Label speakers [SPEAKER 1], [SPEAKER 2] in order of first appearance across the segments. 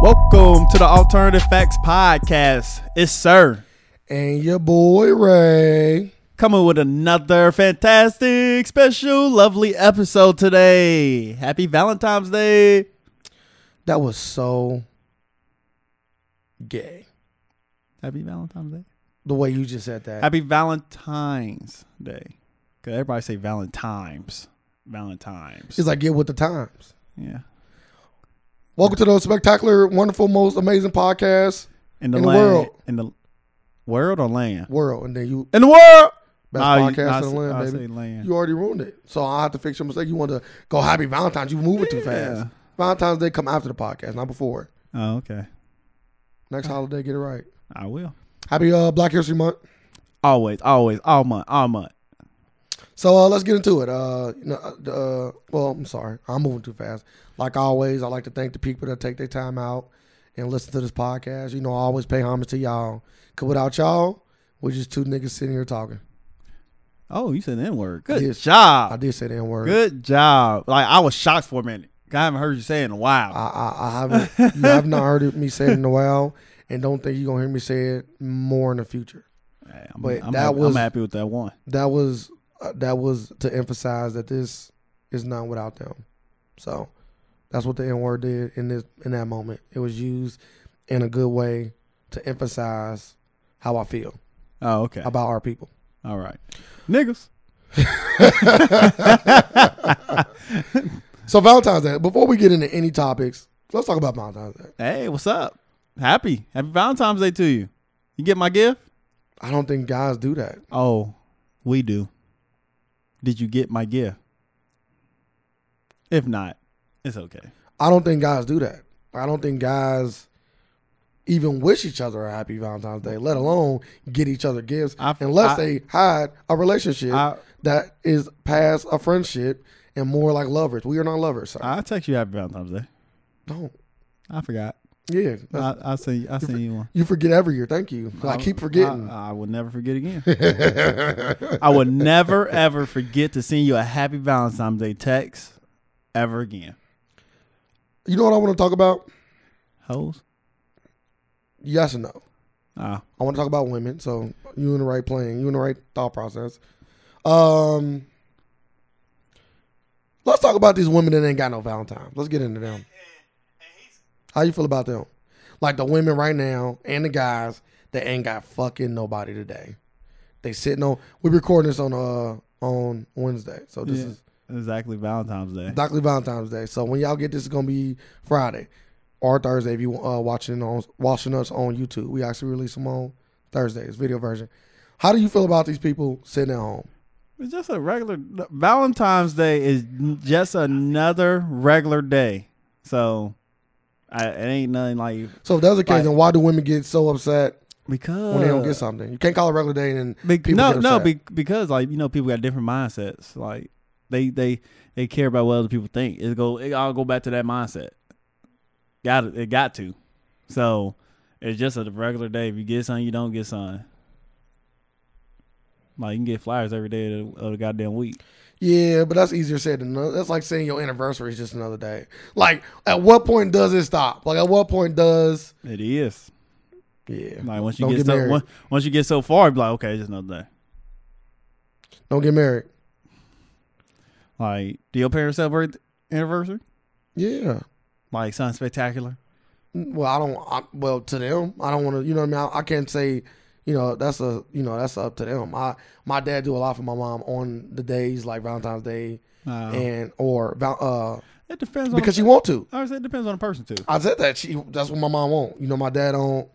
[SPEAKER 1] Welcome to the Alternative Facts Podcast. It's Sir
[SPEAKER 2] and your boy Ray.
[SPEAKER 1] coming with another fantastic, special, lovely episode today. Happy Valentine's Day.
[SPEAKER 2] That was so gay.
[SPEAKER 1] Happy Valentine's Day.
[SPEAKER 2] The way you just said that.
[SPEAKER 1] Happy Valentine's Day. Cause everybody say Valentine's. Valentine's.
[SPEAKER 2] it's like get with the times.
[SPEAKER 1] yeah.
[SPEAKER 2] Welcome to the spectacular, wonderful, most amazing podcast
[SPEAKER 1] In the,
[SPEAKER 2] in the
[SPEAKER 1] land,
[SPEAKER 2] world.
[SPEAKER 1] In the world or land?
[SPEAKER 2] world. And then you
[SPEAKER 1] In the world.
[SPEAKER 2] best
[SPEAKER 1] Nah, you-
[SPEAKER 2] podcast
[SPEAKER 1] I
[SPEAKER 2] in the
[SPEAKER 1] say-
[SPEAKER 2] land,
[SPEAKER 1] I
[SPEAKER 2] baby.
[SPEAKER 1] say land.
[SPEAKER 2] You already ruined it. So I have to fix your mistake. You want to go happy Valentine's. You move it too fast.
[SPEAKER 1] Yeah.
[SPEAKER 2] Valentine's Day come after the podcast, not before it.
[SPEAKER 1] Oh, okay.
[SPEAKER 2] Next holiday, get it right.
[SPEAKER 1] I will.
[SPEAKER 2] Happy uh, Black History Month.
[SPEAKER 1] Always, always, all month, all month.
[SPEAKER 2] So uh, let's get into it. Uh, you know, uh, well, I'm sorry, I'm moving too fast. Like always, I like to thank the people that take their time out and listen to this podcast. You know, I always pay homage to y'all. Cause without y'all, we're just two niggas sitting here talking.
[SPEAKER 1] Oh, you said N word. Good
[SPEAKER 2] Yes. I
[SPEAKER 1] job.
[SPEAKER 2] did say that word.
[SPEAKER 1] Good job. Like I was shocked for a minute. I haven't heard you say it in a
[SPEAKER 2] I,
[SPEAKER 1] while.
[SPEAKER 2] I, I haven't. you have not heard it- me say it in a while, and don't think you're gonna hear me say it more in the future.
[SPEAKER 1] Hey, I'm,
[SPEAKER 2] Uh, but
[SPEAKER 1] I'm
[SPEAKER 2] that
[SPEAKER 1] happy,
[SPEAKER 2] was-
[SPEAKER 1] I'm happy with that one.
[SPEAKER 2] That was uh, that was to emphasize that this is not without them. So that's what the N word did in this in that moment. It was used in a good way to emphasize how I feel
[SPEAKER 1] Oh, okay.
[SPEAKER 2] about our people.
[SPEAKER 1] All right, niggas.
[SPEAKER 2] So Valentine's Day. Before we get into any topics, let's talk about Valentine's Day.
[SPEAKER 1] Hey, what's up? Happy Happy Valentine's Day to you. You get my gift?
[SPEAKER 2] I don't think guys do that.
[SPEAKER 1] Oh, we do. Did you get my gift? If not, it's okay.
[SPEAKER 2] I don't think guys do that. I don't think guys even wish each other a happy Valentine's Day, let alone get each other gifts,
[SPEAKER 1] I-
[SPEAKER 2] unless
[SPEAKER 1] I-
[SPEAKER 2] they hide a relationship
[SPEAKER 1] I-
[SPEAKER 2] that is past a friendship and more like lovers. We are not lovers. So
[SPEAKER 1] I text you Happy Valentine's Day.
[SPEAKER 2] don't.
[SPEAKER 1] I forgot.
[SPEAKER 2] Yeah, that's-
[SPEAKER 1] I, I send I send you one.
[SPEAKER 2] you forget every year. Thank you. I keep forgetting.
[SPEAKER 1] I, I will never forget again. I will never ever forget to send you a happy Valentine's Day text ever again.
[SPEAKER 2] you know what I want to talk about?
[SPEAKER 1] Hoes?
[SPEAKER 2] Yes and no.
[SPEAKER 1] Ah,
[SPEAKER 2] I want to talk about women. So you in the right plane. You in the right thought process. Um, let's talk about these women that ain't got no Valentine's. Let's get into them. How you feel about them? Like the women right now and the guys that ain't got fucking nobody today. They sitting on. We recording this on uh on Wednesday, so this
[SPEAKER 1] Yeah.
[SPEAKER 2] is
[SPEAKER 1] exactly Valentine's Day.
[SPEAKER 2] Doctor Valentine's Day. So when y'all get this, it's gonna be Friday or Thursday if you uh, watching on watching us on YouTube. We actually release them on Thursdays, video version. How do you feel about these people sitting at home?
[SPEAKER 1] It's just a regular Valentine's Day is just another regular day. So I, it ain't nothing like
[SPEAKER 2] So if that's the case, then why do women get so upset
[SPEAKER 1] because
[SPEAKER 2] when they don't get something? You can't call it regular day and then
[SPEAKER 1] Be-
[SPEAKER 2] people
[SPEAKER 1] no,
[SPEAKER 2] get
[SPEAKER 1] no,
[SPEAKER 2] upset.
[SPEAKER 1] be- because like you know, people got different mindsets. Like they they they care about what other people think. It go it all go back to that mindset. Got it. It got to. So it's just a regular day. If you get something, you don't get something. Like you can get flyers every day of the, of the goddamn week.
[SPEAKER 2] yeah, but that's easier said than done. That's like saying your anniversary is just another day. Like at what point does it stop? Like at what point does
[SPEAKER 1] It is.
[SPEAKER 2] yeah?
[SPEAKER 1] Like once you
[SPEAKER 2] Don't
[SPEAKER 1] get,
[SPEAKER 2] get
[SPEAKER 1] so
[SPEAKER 2] married.
[SPEAKER 1] once, once you get so far, be like okay, it's just another day.
[SPEAKER 2] Don't get married.
[SPEAKER 1] Like do your parents celebrate th- anniversary?
[SPEAKER 2] Yeah.
[SPEAKER 1] Like something spectacular.
[SPEAKER 2] Well, I don't. I, well, to them, I don't want to. You know what I mean? I, I can't say. You know, that's a. You know, that's up to them. I my dad do a lot for my mom on the days like Valentine's Day
[SPEAKER 1] Uh,
[SPEAKER 2] and or val- uh
[SPEAKER 1] it depends on
[SPEAKER 2] because she want to.
[SPEAKER 1] I would say it depends on the person too.
[SPEAKER 2] I said that she. That's what my mom want. You know, my dad don't.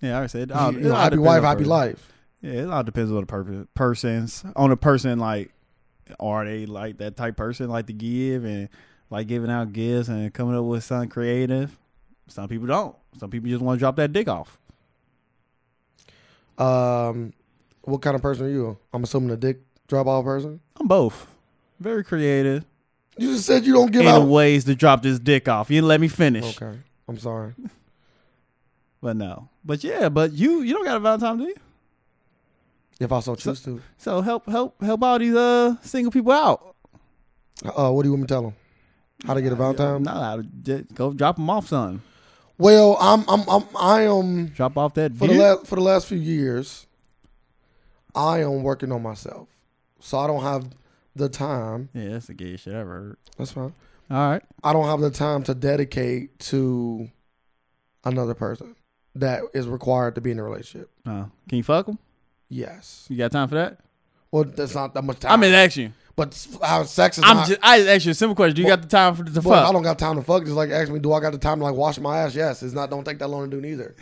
[SPEAKER 1] Yeah, I already said.
[SPEAKER 2] you know, happy wife, happy
[SPEAKER 1] life.
[SPEAKER 2] life.
[SPEAKER 1] Yeah, it all depends on the person. Persons on a person like, are they like that type person like to give and like giving out gifts and coming up with something creative? Some people don't. Some people just want to drop that dick off.
[SPEAKER 2] Um, what kind of person are you? I'm assuming a dick drop off person.
[SPEAKER 1] I'm both. Very creative
[SPEAKER 2] You just said you don't give
[SPEAKER 1] in
[SPEAKER 2] out.
[SPEAKER 1] ways to drop this dick off. You didn't let me finish.
[SPEAKER 2] Okay, I'm sorry.
[SPEAKER 1] But no. But yeah. But you you don't got a Valentine, do you?
[SPEAKER 2] If I so choose to.
[SPEAKER 1] So help help help all these uh single people out.
[SPEAKER 2] Uh, what do you want me to tell them? How to get a Valentine?
[SPEAKER 1] No, I would just go drop them off something.
[SPEAKER 2] Well, I'm I'm I'm I am
[SPEAKER 1] Drop off that
[SPEAKER 2] for
[SPEAKER 1] view.
[SPEAKER 2] the last for the last few years, I am working on myself, so I don't have the time.
[SPEAKER 1] yeah, that's the gayest shit I ever heard.
[SPEAKER 2] That's fine.
[SPEAKER 1] All right.
[SPEAKER 2] I don't have the time to dedicate to another person that is required to be in a relationship.
[SPEAKER 1] Uh, can you fuck them?
[SPEAKER 2] Yes.
[SPEAKER 1] You got time for that?
[SPEAKER 2] Well, that's not that much time.
[SPEAKER 1] I'm just asking you.
[SPEAKER 2] but s- our sex is
[SPEAKER 1] I'm
[SPEAKER 2] not.
[SPEAKER 1] just, I just asked you a simple question. Do you
[SPEAKER 2] Well-
[SPEAKER 1] got the time for the
[SPEAKER 2] Well, I
[SPEAKER 1] fuck?
[SPEAKER 2] don't got time to fuck. Just like ask me, do I got the time to like wash my ass? Yes. It's not. Don't take that long to do neither.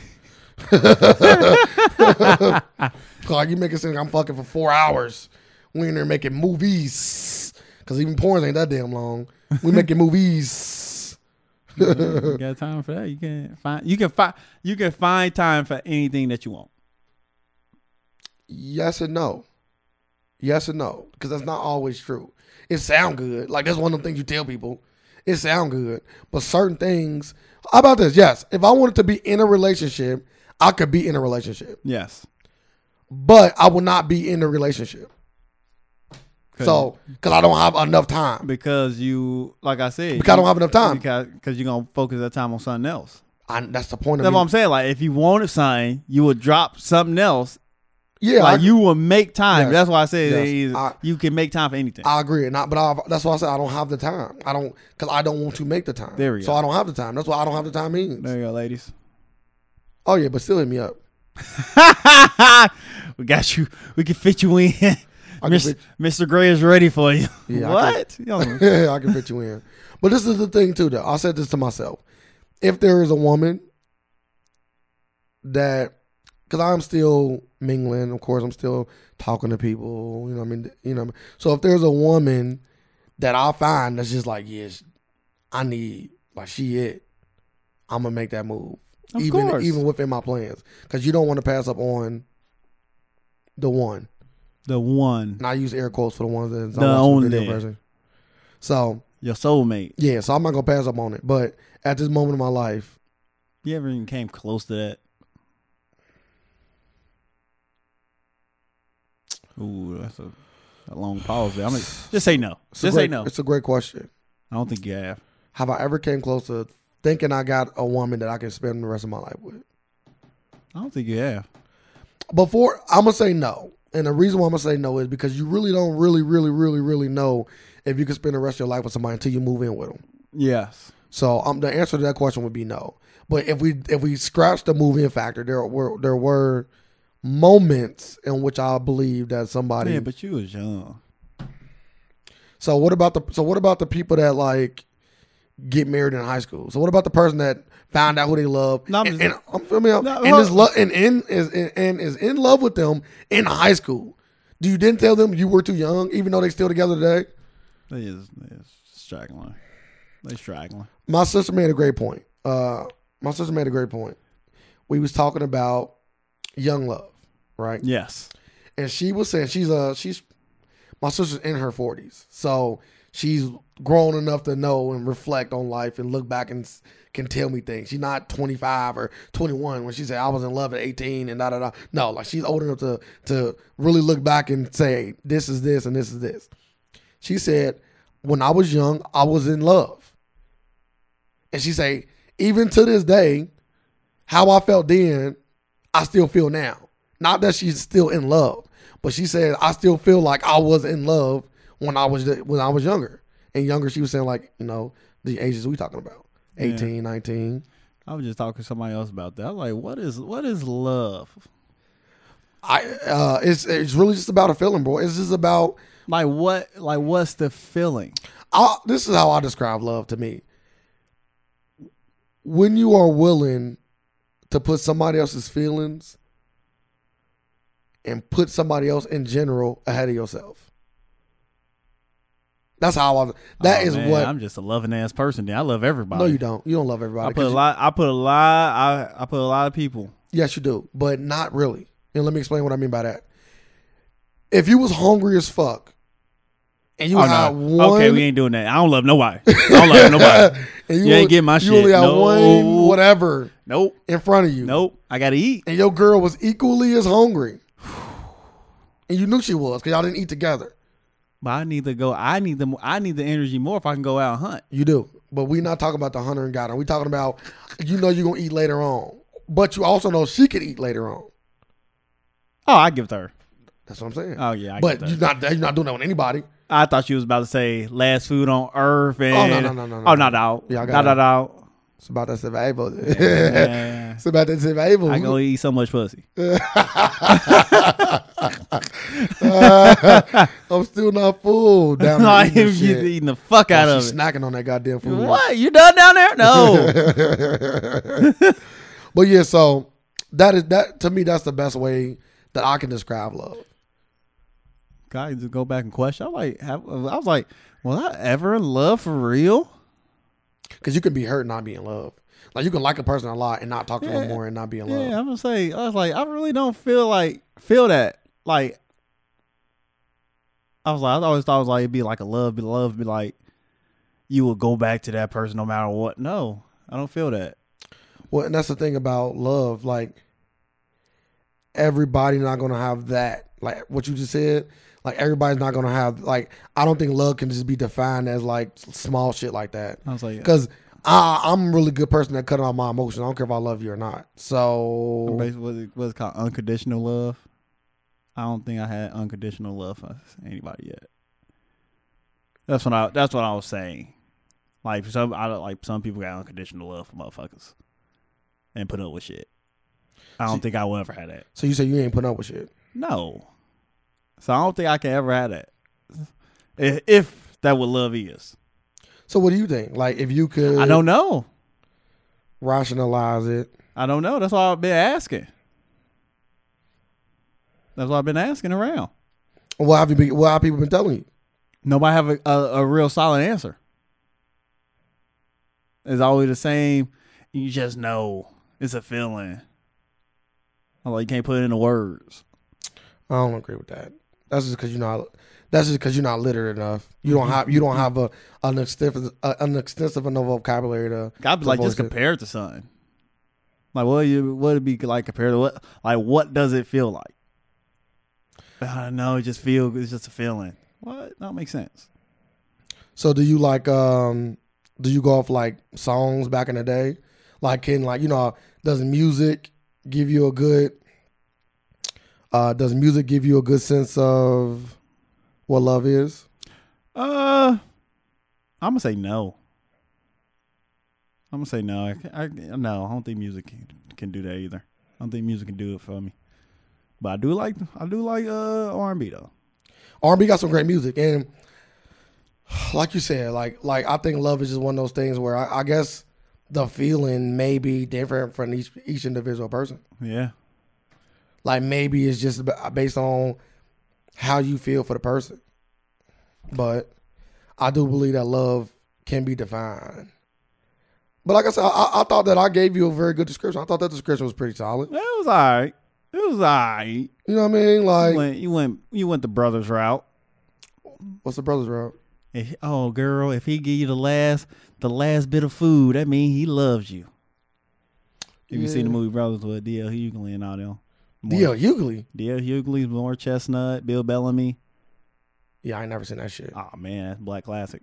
[SPEAKER 2] like you make it seem like I'm fucking for four hours. We in there making movies because even porns ain't that damn long. We making movies.
[SPEAKER 1] you got time for that? You can find you can find you can find time for anything that you want.
[SPEAKER 2] Yes and no. Yes and no, because that's not always true. It sound good. Like that's one of the things you tell people. It sound good, but certain things. How about this? Yes, if I wanted to be in a relationship, I could be in a relationship,
[SPEAKER 1] Yes.
[SPEAKER 2] but I will not be in a relationship.
[SPEAKER 1] 'Cause-
[SPEAKER 2] So, because I don't have enough time.
[SPEAKER 1] because you like I said
[SPEAKER 2] Because I don't have enough time.
[SPEAKER 1] because you're gonna focus that time on something else.
[SPEAKER 2] I, that's the point of
[SPEAKER 1] That's what I'm
[SPEAKER 2] me.
[SPEAKER 1] saying. Like if you wanted something, you would drop something else.
[SPEAKER 2] Yeah,
[SPEAKER 1] like
[SPEAKER 2] I,
[SPEAKER 1] you will make time.
[SPEAKER 2] Yes.
[SPEAKER 1] That's why I say
[SPEAKER 2] Yes.
[SPEAKER 1] that is-
[SPEAKER 2] I-
[SPEAKER 1] you can make time for anything.
[SPEAKER 2] I agree. Not, but I, that's why I said I don't have the time. I don't because I don't want to make the time.
[SPEAKER 1] There we
[SPEAKER 2] so
[SPEAKER 1] go.
[SPEAKER 2] I don't have the time. That's why I don't have the time means.
[SPEAKER 1] there you go, ladies.
[SPEAKER 2] Oh yeah, but still hit me up.
[SPEAKER 1] we got you. We can fit you in.
[SPEAKER 2] can
[SPEAKER 1] Mr.
[SPEAKER 2] fit-
[SPEAKER 1] Mr. Gray is ready for you.
[SPEAKER 2] Yeah, I
[SPEAKER 1] what? You don't-
[SPEAKER 2] I can fit you in. But this is the thing too. Though I said this to myself: if there is a woman that, because I'm still mingling, of course, I'm still talking to people. You know, what I mean, you know. what I mean? So if there's a woman that I find that's just like, yes, I need like she it, I'm gonna make that move.
[SPEAKER 1] Of
[SPEAKER 2] even
[SPEAKER 1] course.
[SPEAKER 2] even within my plans, because you don't want to pass up on the one
[SPEAKER 1] the one,
[SPEAKER 2] and I use air quotes for the ones that's
[SPEAKER 1] The
[SPEAKER 2] not watching the video
[SPEAKER 1] only.
[SPEAKER 2] version. So
[SPEAKER 1] your soulmate.
[SPEAKER 2] yeah, so I'm not gonna pass up on it. But at this moment in my life,
[SPEAKER 1] You ever even came close to that? Ooh, that's a, a long pause there. I'm gonna, just say no.
[SPEAKER 2] it's a
[SPEAKER 1] Just
[SPEAKER 2] great,
[SPEAKER 1] say no.
[SPEAKER 2] It's a great question.
[SPEAKER 1] I don't think you have.
[SPEAKER 2] Have I ever came close to thinking I got a woman that I can spend the rest of my life with?
[SPEAKER 1] I don't think you have.
[SPEAKER 2] Before I'm gonna say no, and the reason why I'm gonna say no is because you really don't really, really, really, really know if you can spend the rest of your life with somebody until you move in with them.
[SPEAKER 1] Yes.
[SPEAKER 2] So um, the answer to that question would be no. But if we if we scratch the move in factor, there were there were moments in which I believe that somebody.
[SPEAKER 1] Yeah, but you was young.
[SPEAKER 2] So what about the so what about the people that like get married in high school? So what about the person that found out who they love
[SPEAKER 1] No, I'm
[SPEAKER 2] and, and,
[SPEAKER 1] just-
[SPEAKER 2] I mean,
[SPEAKER 1] No,
[SPEAKER 2] and
[SPEAKER 1] hold-
[SPEAKER 2] is lo- and in is and, is in love with them in high school? Do you then tell them you were too young, even though they still together today?
[SPEAKER 1] They is they is straggling. They straggling.
[SPEAKER 2] My sister made a great point. Uh, my sister made a great point. We was talking about young love, right?
[SPEAKER 1] Yes.
[SPEAKER 2] and she was saying she's uh she's my sister's in her forties, so she's grown enough to know and reflect on life and look back and s- can tell me things. She's not twenty five or twenty one when she said I was in love at eighteen and da da da. No, like she's old enough to to really look back and say this is this and this is this. She said, when I was young, I was in love, and she said even to this day, how I felt then I still feel now. Not that she's still in love, but she said I still feel like I was in love when I was when I was younger. And younger, she was saying like you know the ages we talking about, 18, 19.
[SPEAKER 1] I was just talking to somebody else about that. I was like, what is what is love?
[SPEAKER 2] I uh, it's it's really just about a feeling, bro. It's just about
[SPEAKER 1] Like what like what's the feeling?
[SPEAKER 2] I, this is how I describe love to me. When you are willing to put somebody else's feelings and put somebody else in general ahead of yourself. That's how I That
[SPEAKER 1] Oh,
[SPEAKER 2] is
[SPEAKER 1] man,
[SPEAKER 2] what
[SPEAKER 1] I'm just a loving ass person. Then I love everybody.
[SPEAKER 2] No you don't. You don't love everybody.
[SPEAKER 1] I put a
[SPEAKER 2] 'cause you-
[SPEAKER 1] lot. I put a lot. I I put a lot of people.
[SPEAKER 2] yes you do, but not really. And let me explain what I mean by that. If you was hungry as fuck and you
[SPEAKER 1] Oh,
[SPEAKER 2] had
[SPEAKER 1] no.
[SPEAKER 2] one
[SPEAKER 1] Okay, we ain't doing that. I don't love nobody. I don't love nobody.
[SPEAKER 2] and
[SPEAKER 1] you ain't getting my
[SPEAKER 2] you only
[SPEAKER 1] shit.
[SPEAKER 2] had
[SPEAKER 1] No.
[SPEAKER 2] one whatever
[SPEAKER 1] Nope.
[SPEAKER 2] in front of you.
[SPEAKER 1] Nope. I gotta eat.
[SPEAKER 2] and your girl was equally as hungry, and you knew she was because y'all didn't eat together.
[SPEAKER 1] But I need to go. I need the. I need the energy more if I can go out and hunt.
[SPEAKER 2] You do. But we're not talking about the hunter and gatherer. We're talking about you know you're gonna eat later on. But you also know she could eat later on.
[SPEAKER 1] Oh, I give it to her.
[SPEAKER 2] That's what I'm saying.
[SPEAKER 1] Oh yeah, I
[SPEAKER 2] but
[SPEAKER 1] give it
[SPEAKER 2] you're
[SPEAKER 1] to her.
[SPEAKER 2] not you're not doing that with anybody.
[SPEAKER 1] I thought you was about to say last food on earth and
[SPEAKER 2] Oh no no no no.
[SPEAKER 1] oh not out.
[SPEAKER 2] Yeah, I got
[SPEAKER 1] not
[SPEAKER 2] it.
[SPEAKER 1] out.
[SPEAKER 2] It's about that survival.
[SPEAKER 1] Yeah.
[SPEAKER 2] it's about that survival.
[SPEAKER 1] I can only eat so much pussy.
[SPEAKER 2] I'm still not full. Down there
[SPEAKER 1] I am
[SPEAKER 2] eating this shit.
[SPEAKER 1] eating the fuck out
[SPEAKER 2] Oh,
[SPEAKER 1] of
[SPEAKER 2] she's
[SPEAKER 1] it.
[SPEAKER 2] snacking on that goddamn food.
[SPEAKER 1] What you done down there? No.
[SPEAKER 2] But yeah, so that is that to me. That's the best way that I can describe love.
[SPEAKER 1] God, just go back and question. I'm like, have, I was like, will I ever in love for real?
[SPEAKER 2] Because you can be hurt and not be in love. Like you can like a person a lot and not talk to
[SPEAKER 1] Yeah.
[SPEAKER 2] them more and not be in love.
[SPEAKER 1] Yeah, I'm gonna say. I was like, I really don't feel like feel that. Like, I was like, I always thought it was like it'd be like a love, be love, be like you will go back to that person no matter what. No, I don't feel that.
[SPEAKER 2] Well, and that's the thing about love. Like everybody not gonna have that. Like what you just said. Like everybody's not gonna have. Like I don't think love can just be defined as like small shit like that.
[SPEAKER 1] I was like,
[SPEAKER 2] Because I I'm a really good person at cutting off my emotions. I don't care if I love you or not. So
[SPEAKER 1] basically, what's it, what's it called unconditional love. I don't think I had unconditional love for anybody yet. That's what I. That's what I was saying. Like some, I don't like some people got unconditional love for motherfuckers, and put up with shit. I don't
[SPEAKER 2] See-
[SPEAKER 1] think I will ever have that.
[SPEAKER 2] so you say you ain't putting up with shit.
[SPEAKER 1] No. So I don't think I can ever have that. If, if that what love is.
[SPEAKER 2] So what do you think? Like if you could
[SPEAKER 1] I don't know.
[SPEAKER 2] rationalize it.
[SPEAKER 1] I don't know. That's why I've been asking. That's why I've been asking around.
[SPEAKER 2] What have you been, what have people been telling you?
[SPEAKER 1] Nobody have a, a, a real solid answer. It's always the same. You just know. It's a feeling. I'm like, you can't put it into words.
[SPEAKER 2] I don't agree with that. That's just because you're not. That's just because you're not literate enough. You don't have. You don't have a an extensive uh, an extensive enough vocabulary to.
[SPEAKER 1] I'd be
[SPEAKER 2] to
[SPEAKER 1] like, just
[SPEAKER 2] voice it.
[SPEAKER 1] compare it to something. Like, what you what it be like compared to what? Like, what does it feel like? I don't know. It just feel. It's just a feeling. What? That makes sense.
[SPEAKER 2] So do you like um do you go off like songs back in the day? Like can like you know does music give you a good uh does music give you a good sense of what love is?
[SPEAKER 1] Uh, I'm gonna say no. I'm gonna say no. I, ca- I no. I don't think music can, can do that either. I don't think music can do it for me. But I do like I do like uh R&B though.
[SPEAKER 2] R&B got some great music, and like you said, like like I think love is just one of those things where I, I guess the feeling may be different from each each individual person.
[SPEAKER 1] Yeah.
[SPEAKER 2] Like maybe it's just ba- based on how you feel for the person. But I do believe that love can be defined. But like I said, I- I, I thought that I gave you a very good description. I thought that description was pretty solid.
[SPEAKER 1] It was all right. It was all right.
[SPEAKER 2] You know what I mean?
[SPEAKER 1] You
[SPEAKER 2] Like,
[SPEAKER 1] went you went you went the brothers route.
[SPEAKER 2] what's the brothers route?
[SPEAKER 1] If he- oh, girl, if he give you the last the last bit of food, that means he loves you. If you seen the
[SPEAKER 2] Yeah.
[SPEAKER 1] movie Brothers with D.L. Hughley and all them,
[SPEAKER 2] D.L. Hughley.
[SPEAKER 1] D.L. Hughley, More Chestnut, Bill Bellamy.
[SPEAKER 2] Yeah, I ain't never seen that shit.
[SPEAKER 1] Oh man, that's black classic.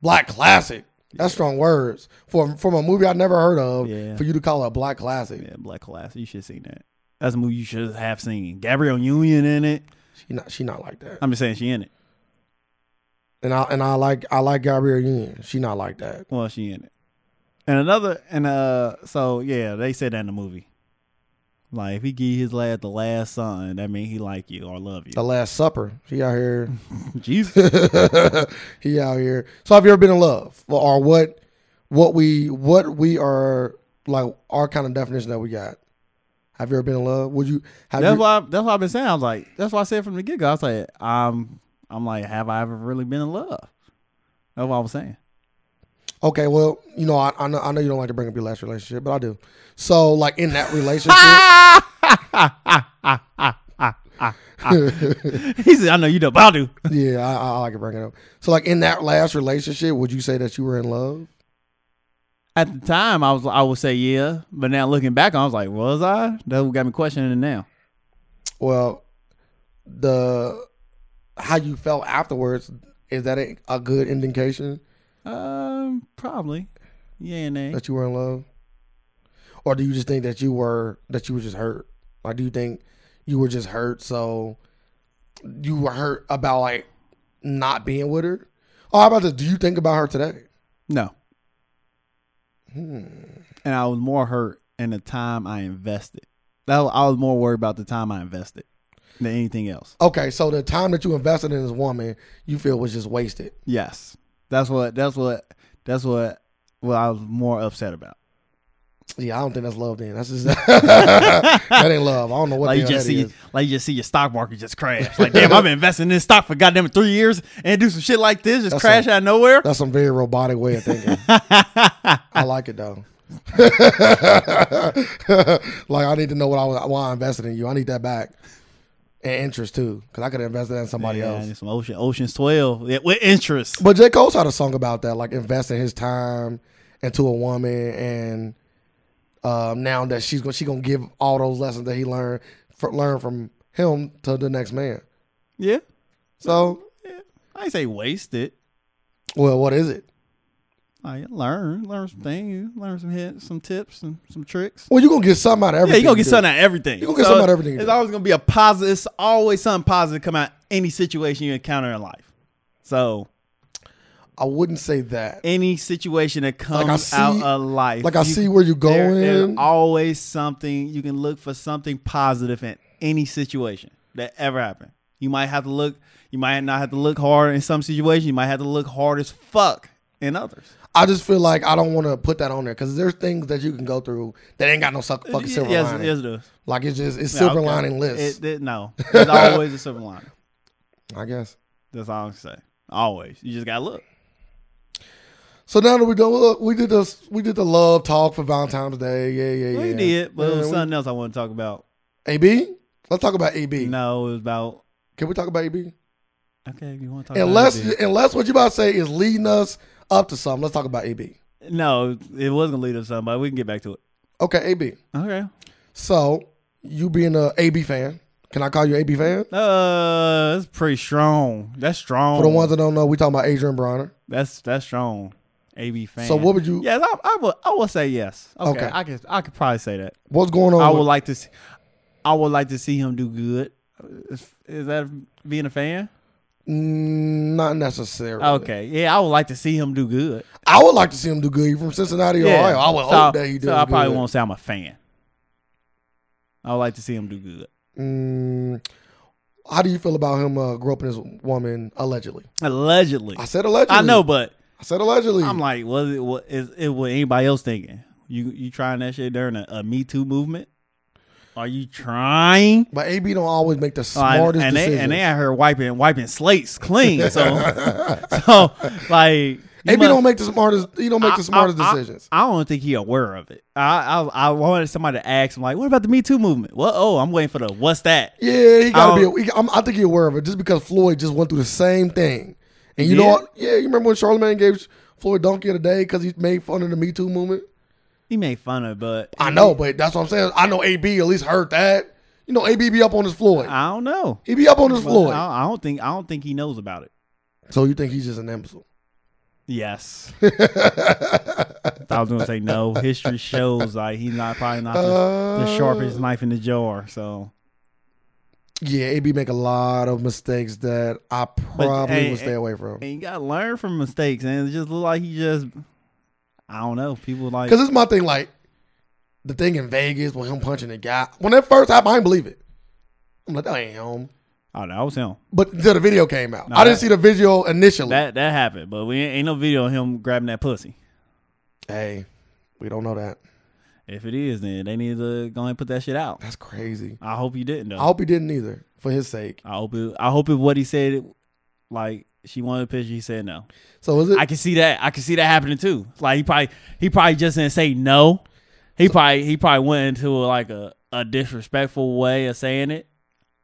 [SPEAKER 2] black classic. That's strong words for from a movie I never heard of.
[SPEAKER 1] Yeah.
[SPEAKER 2] For you to call it a black classic,
[SPEAKER 1] Yeah, black classic. You should have seen that. That's a movie you should have seen. Gabrielle Union in it.
[SPEAKER 2] she not she not like that.
[SPEAKER 1] I'm just saying she in it.
[SPEAKER 2] And I and I like I like Gabrielle Union. She not like that.
[SPEAKER 1] Well, she in it. And another and uh, so yeah, they said that in the movie. Like if he give his lad the last son, that mean he like you or love you.
[SPEAKER 2] The Last Supper. She out here.
[SPEAKER 1] Jesus.
[SPEAKER 2] he out here. So have you ever been in love or what? What we what we are like our kind of definition that we got. Have you ever been in love? Would you have
[SPEAKER 1] that's
[SPEAKER 2] you,
[SPEAKER 1] why. That's why I've been saying. I was like, that's why I said from the get go. I was like, um, I'm like, have I ever really been in love? That's what I was saying.
[SPEAKER 2] Okay, well, you know, I, I know I know you don't like to bring up your last relationship, but I do. So, like in that relationship,
[SPEAKER 1] He said, I know you know, but I do.
[SPEAKER 2] yeah, I, I I like to bring it up. So, like in that last relationship, would you say that you were in love?
[SPEAKER 1] At the time, I was, I would say yeah, but now looking back, I was like, was I? That's what got me questioning it now.
[SPEAKER 2] Well, the how you felt afterwards, is that a, a good indication
[SPEAKER 1] Um, probably. Yeah, and nay.
[SPEAKER 2] that you were in love, or do you just think that you were that you were just hurt? Like, do you think you were just hurt? So you were hurt about like not being with her. Oh, how about this? Do you think about her today?
[SPEAKER 1] No.
[SPEAKER 2] Hmm.
[SPEAKER 1] And I was more hurt in the time I invested. That was, I was more worried about the time I invested than anything else.
[SPEAKER 2] Okay, so the time that you invested in this woman, you feel was just wasted.
[SPEAKER 1] Yes, that's what. That's what. That's what. What I was more upset about.
[SPEAKER 2] Yeah, I don't think that's love. Then that's just that ain't love. I don't know what
[SPEAKER 1] like
[SPEAKER 2] the
[SPEAKER 1] you
[SPEAKER 2] hell
[SPEAKER 1] just
[SPEAKER 2] that
[SPEAKER 1] see,
[SPEAKER 2] is.
[SPEAKER 1] like you just see your stock market just crash. Like damn, I've been investing in this stock for goddamn three years and do some shit like this just
[SPEAKER 2] That's
[SPEAKER 1] crash out of nowhere.
[SPEAKER 2] That's some very robotic way of thinking. I like it though. like I need to know what I was, why I invested in you. I need that back and interest too, because I could have invested in somebody
[SPEAKER 1] yeah,
[SPEAKER 2] else.
[SPEAKER 1] and some ocean, Ocean's Twelve yeah, with interest.
[SPEAKER 2] But J Cole's had a song about that, like investing his time into a woman, and um, now that she's going, she gonna give all those lessons that he learned, fr learned from him to the next man.
[SPEAKER 1] Yeah,
[SPEAKER 2] So,
[SPEAKER 1] I ain't say waste it.
[SPEAKER 2] well, what is it?
[SPEAKER 1] I learn, learn some things, learn some hits, some tips, and some tricks.
[SPEAKER 2] Well, you are gonna get something out of
[SPEAKER 1] Yeah,
[SPEAKER 2] everything.
[SPEAKER 1] you gonna get
[SPEAKER 2] do.
[SPEAKER 1] something out of everything.
[SPEAKER 2] You gonna get something out of everything you
[SPEAKER 1] It's
[SPEAKER 2] do.
[SPEAKER 1] always gonna be a positive. It's always something positive come out any situation you encounter in life. So
[SPEAKER 2] I wouldn't say that.
[SPEAKER 1] any situation that comes
[SPEAKER 2] see-
[SPEAKER 1] out of life,
[SPEAKER 2] Like I
[SPEAKER 1] you-
[SPEAKER 2] see where you're
[SPEAKER 1] there
[SPEAKER 2] going.
[SPEAKER 1] is always something you can look for something positive in any situation that ever happened. You might have to look. You might not have to look hard in some situations. You might have to look hard as fuck in others.
[SPEAKER 2] I just feel like I don't want to put that on there because there's things that you can go through that ain't got no suck, fucking silver
[SPEAKER 1] yes,
[SPEAKER 2] lining.
[SPEAKER 1] yes, it is.
[SPEAKER 2] Like it's just it's silver
[SPEAKER 1] Okay.
[SPEAKER 2] lining list.
[SPEAKER 1] It- it- no, there's always a silver lining.
[SPEAKER 2] I guess.
[SPEAKER 1] That's all I'm gonna say. Always, you just gotta look.
[SPEAKER 2] So now that we done, look, we did this, we did the love talk for Valentine's Day. Yeah, yeah,
[SPEAKER 1] We
[SPEAKER 2] yeah.
[SPEAKER 1] did, but it was
[SPEAKER 2] Yeah, we-
[SPEAKER 1] something else I want to talk about.
[SPEAKER 2] AB, let's talk about AB.
[SPEAKER 1] No, it was about
[SPEAKER 2] Can we talk about AB?
[SPEAKER 1] okay. If you want to talk
[SPEAKER 2] Unless,
[SPEAKER 1] about it,
[SPEAKER 2] unless what you about to say is leading us up to something. Let's talk about AB.
[SPEAKER 1] then. no, it was gonna lead us to something, but we can get back to it.
[SPEAKER 2] Okay, AB.
[SPEAKER 1] Okay.
[SPEAKER 2] So you being a AB fan, can I call you AB fan?
[SPEAKER 1] Uh, that's pretty strong. That's strong.
[SPEAKER 2] For the ones that don't know, we talking about Adrian Bronner.
[SPEAKER 1] that's that's strong. AB fan.
[SPEAKER 2] So what would you?
[SPEAKER 1] Yes, I, I would. I would say yes. Okay,
[SPEAKER 2] Okay.
[SPEAKER 1] I could. I could probably say that.
[SPEAKER 2] What's going on?
[SPEAKER 1] I
[SPEAKER 2] with-
[SPEAKER 1] would like to. See, I would like to see him do good. Is, is that being a fan?
[SPEAKER 2] Mm, Not necessarily.
[SPEAKER 1] Okay. Yeah, I would like to see him do good.
[SPEAKER 2] I would like to see him do good. He from Cincinnati,
[SPEAKER 1] yeah.
[SPEAKER 2] Ohio. I would
[SPEAKER 1] so,
[SPEAKER 2] hope that he does.
[SPEAKER 1] So I probably
[SPEAKER 2] good.
[SPEAKER 1] won't say I'm a fan. I would like to see him do good.
[SPEAKER 2] Mm, how do you feel about him uh, groping his woman allegedly?
[SPEAKER 1] Allegedly,
[SPEAKER 2] I said allegedly.
[SPEAKER 1] I know, but
[SPEAKER 2] I said allegedly.
[SPEAKER 1] I'm like, was it what is it what anybody else thinking? You you trying that shit during a, a Me Too movement? Are you trying?
[SPEAKER 2] but AB don't always make the
[SPEAKER 1] Uh, and-
[SPEAKER 2] smartest
[SPEAKER 1] and
[SPEAKER 2] decisions.
[SPEAKER 1] they and they out here wiping wiping slates clean. So so like you
[SPEAKER 2] AB
[SPEAKER 1] must-
[SPEAKER 2] don't make the smartest. He don't make the smartest
[SPEAKER 1] I,
[SPEAKER 2] decisions.
[SPEAKER 1] I don't think he aware of it. I, I I wanted somebody to ask him like, what about the Me Too movement? Well, oh, I'm waiting for the what's that?
[SPEAKER 2] yeah, he gotta
[SPEAKER 1] um,
[SPEAKER 2] be. He, I'm, I think he's aware of it just because Floyd just went through the same thing. And you know
[SPEAKER 1] did?
[SPEAKER 2] what? Yeah, you remember when Charlamagne gave Floyd Donkey of the day because he made fun of the Me Too movement.
[SPEAKER 1] He made fun of, it, but
[SPEAKER 2] I know, but that's what I'm saying. I know AB at least heard that. You know, AB be up on his Floyd.
[SPEAKER 1] I don't know.
[SPEAKER 2] He be up on his
[SPEAKER 1] But
[SPEAKER 2] Floyd.
[SPEAKER 1] I, I don't think I don't think he knows about it.
[SPEAKER 2] So you think he's just an imbecile?
[SPEAKER 1] Yes. I was gonna say no. History shows like he's not probably not the, the
[SPEAKER 2] Uh.
[SPEAKER 1] sharpest knife in the jar. So,
[SPEAKER 2] Yeah, AB make a lot of mistakes that I probably
[SPEAKER 1] hey,
[SPEAKER 2] would stay
[SPEAKER 1] hey,
[SPEAKER 2] away from.
[SPEAKER 1] and you gotta learn from mistakes, and it just look like he just I don't know. People like
[SPEAKER 2] Because it's my thing, like the thing in Vegas with him punching the guy. When that first happened, I didn't believe it. I'm like, that ain't him.
[SPEAKER 1] oh that was him.
[SPEAKER 2] But until the video came out, I didn't
[SPEAKER 1] that-
[SPEAKER 2] see the video initially.
[SPEAKER 1] That that happened, but we ain't, ain't no video of him grabbing that pussy.
[SPEAKER 2] hey, we don't know that.
[SPEAKER 1] If it is, then they need to go ahead and put that shit out.
[SPEAKER 2] That's crazy.
[SPEAKER 1] I hope you didn't though.
[SPEAKER 2] I hope he didn't either, for his sake.
[SPEAKER 1] I hope it. I hope it. What he said, it- like she wanted a picture, he said no.
[SPEAKER 2] So is it?
[SPEAKER 1] I can see that. I can see that happening too. Like he probably he probably just didn't say no. He probably he probably went into like a, a disrespectful way of saying it.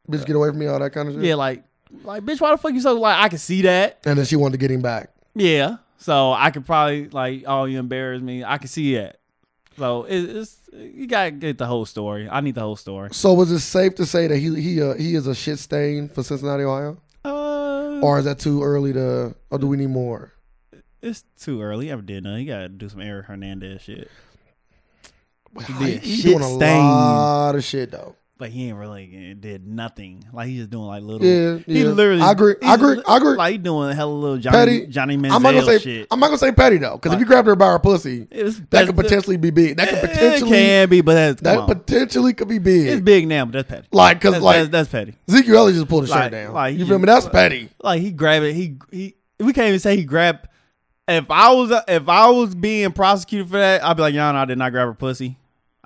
[SPEAKER 2] bitch, get away from me, all that kind of shit.
[SPEAKER 1] Yeah, like like bitch, why the fuck you so like? I can see that.
[SPEAKER 2] And then she wanted to get him back.
[SPEAKER 1] Yeah, so I could probably like oh you embarrassed me. I can see that. So it, it's you gotta get the whole story. I need the whole story.
[SPEAKER 2] So was it safe to say that he he uh, he is a shit stain for Cincinnati, Ohio?
[SPEAKER 1] Uh,
[SPEAKER 2] Or is that too early to? Or do we need more?
[SPEAKER 1] It's too early. I did nothing. You gotta do some Eric Hernandez shit.
[SPEAKER 2] Wow,
[SPEAKER 1] be a
[SPEAKER 2] he
[SPEAKER 1] shit
[SPEAKER 2] doing a
[SPEAKER 1] stain.
[SPEAKER 2] lot of shit though.
[SPEAKER 1] But he ain't really eh, did nothing. Like he's just doing like little.
[SPEAKER 2] Yeah,
[SPEAKER 1] He
[SPEAKER 2] yeah.
[SPEAKER 1] literally.
[SPEAKER 2] I agree. I
[SPEAKER 1] he's
[SPEAKER 2] agree.
[SPEAKER 1] li-
[SPEAKER 2] I agree.
[SPEAKER 1] Like he doing hella little Johnny
[SPEAKER 2] Petty.
[SPEAKER 1] Johnny
[SPEAKER 2] I'm not gonna
[SPEAKER 1] Manziel
[SPEAKER 2] say.
[SPEAKER 1] shit.
[SPEAKER 2] I'm not gonna say petty though, because if you grabbed her by her pussy,
[SPEAKER 1] It's-
[SPEAKER 2] that
[SPEAKER 1] that's-
[SPEAKER 2] could potentially be big. That could potentially.
[SPEAKER 1] it can be, but that's come
[SPEAKER 2] that
[SPEAKER 1] on.
[SPEAKER 2] potentially could be
[SPEAKER 1] it's
[SPEAKER 2] big.
[SPEAKER 1] big now, but that's petty.
[SPEAKER 2] Like, cause
[SPEAKER 1] That's,
[SPEAKER 2] like
[SPEAKER 1] that's, that's petty.
[SPEAKER 2] Zeke Elliott just pulled his shirt
[SPEAKER 1] Like-
[SPEAKER 2] down.
[SPEAKER 1] like,
[SPEAKER 2] you
[SPEAKER 1] he
[SPEAKER 2] feel me?
[SPEAKER 1] just-
[SPEAKER 2] That's petty.
[SPEAKER 1] Like he grabbed it. He he. We can't even say he grabbed. If I was if I was being prosecuted for that, I'd be like, Yana, I did not grab her pussy.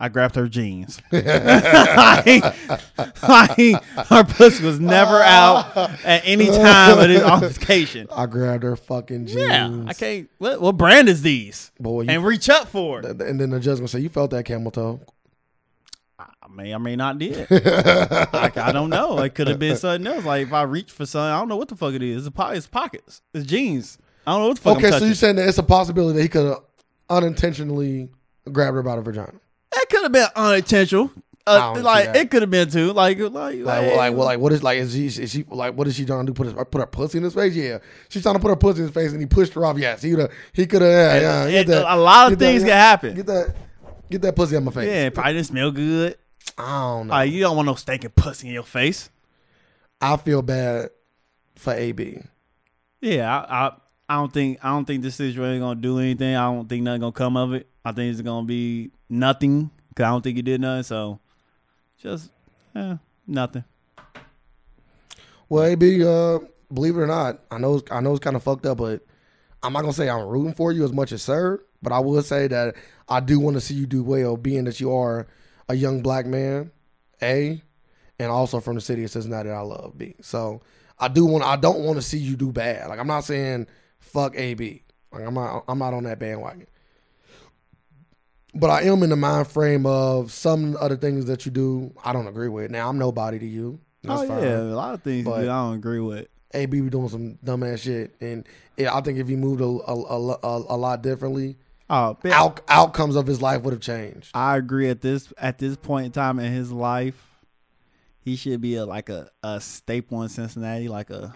[SPEAKER 1] I grabbed her jeans. like, like, her pussy was never out at any time of this altercation.
[SPEAKER 2] I grabbed her fucking jeans.
[SPEAKER 1] Yeah, I can't. What, what brand is these?
[SPEAKER 2] Boy, you,
[SPEAKER 1] And reach up for it.
[SPEAKER 2] and then the judge gonna say you felt that camel toe.
[SPEAKER 1] I may or may not did. like, I don't know. It could have been something else. Like if I reach for something, I don't know what the fuck it is. It's, a po- it's pockets. It's jeans. I don't know what the fuck.
[SPEAKER 2] Okay,
[SPEAKER 1] I'm
[SPEAKER 2] so
[SPEAKER 1] touching.
[SPEAKER 2] you're saying that it's a possibility that he could have unintentionally grabbed her by the vagina.
[SPEAKER 1] That could have been unintentional.
[SPEAKER 2] don't
[SPEAKER 1] Uh,
[SPEAKER 2] see
[SPEAKER 1] like
[SPEAKER 2] that.
[SPEAKER 1] it could have been too. Like like
[SPEAKER 2] Like,
[SPEAKER 1] hey,
[SPEAKER 2] well, like, well, like, what is like? Is she, is she like? What is she trying to do? Put her, put her pussy in his face? Yeah, she's trying to put her pussy in his face, and he pushed her off. Yes, he could, he could have. Yeah, yeah,
[SPEAKER 1] it-
[SPEAKER 2] get that,
[SPEAKER 1] a lot of
[SPEAKER 2] get that,
[SPEAKER 1] things
[SPEAKER 2] yeah.
[SPEAKER 1] can happen.
[SPEAKER 2] get that, get that pussy out my face.
[SPEAKER 1] yeah, it probably didn't smell good.
[SPEAKER 2] I don't know.
[SPEAKER 1] Like you don't want no stinking pussy in your face.
[SPEAKER 2] I feel bad for AB.
[SPEAKER 1] Yeah, I, I I don't think I don't think this situation gonna do anything. I don't think nothing gonna come of it. I think it's gonna be nothing because I don't think he did nothing. So just eh, nothing.
[SPEAKER 2] Well, AB, uh, believe it or not, I know it's, I know it's kind of fucked up, but I'm not gonna say I'm rooting for you as much as sir, but I will say that I do want to see you do well, being that you are a young black man, a, and also from the city of Cincinnati that I love, b. So I do want I don't want to see you do bad. Like I'm not saying fuck AB. Like I'm not I'm not on that bandwagon. But I am in the mind frame of some other things that you do I don't agree with. Now I'm nobody to you. That's
[SPEAKER 1] oh
[SPEAKER 2] fine.
[SPEAKER 1] yeah, a lot of things
[SPEAKER 2] But-
[SPEAKER 1] that I don't agree with.
[SPEAKER 2] AB be doing some dumb ass shit, and yeah, I think if he moved a a, a, a, a lot differently,
[SPEAKER 1] Oh, man,
[SPEAKER 2] out, outcomes of his life would have changed.
[SPEAKER 1] I agree at this at this point in time in his life, he should be a, like a, a staple in Cincinnati, like a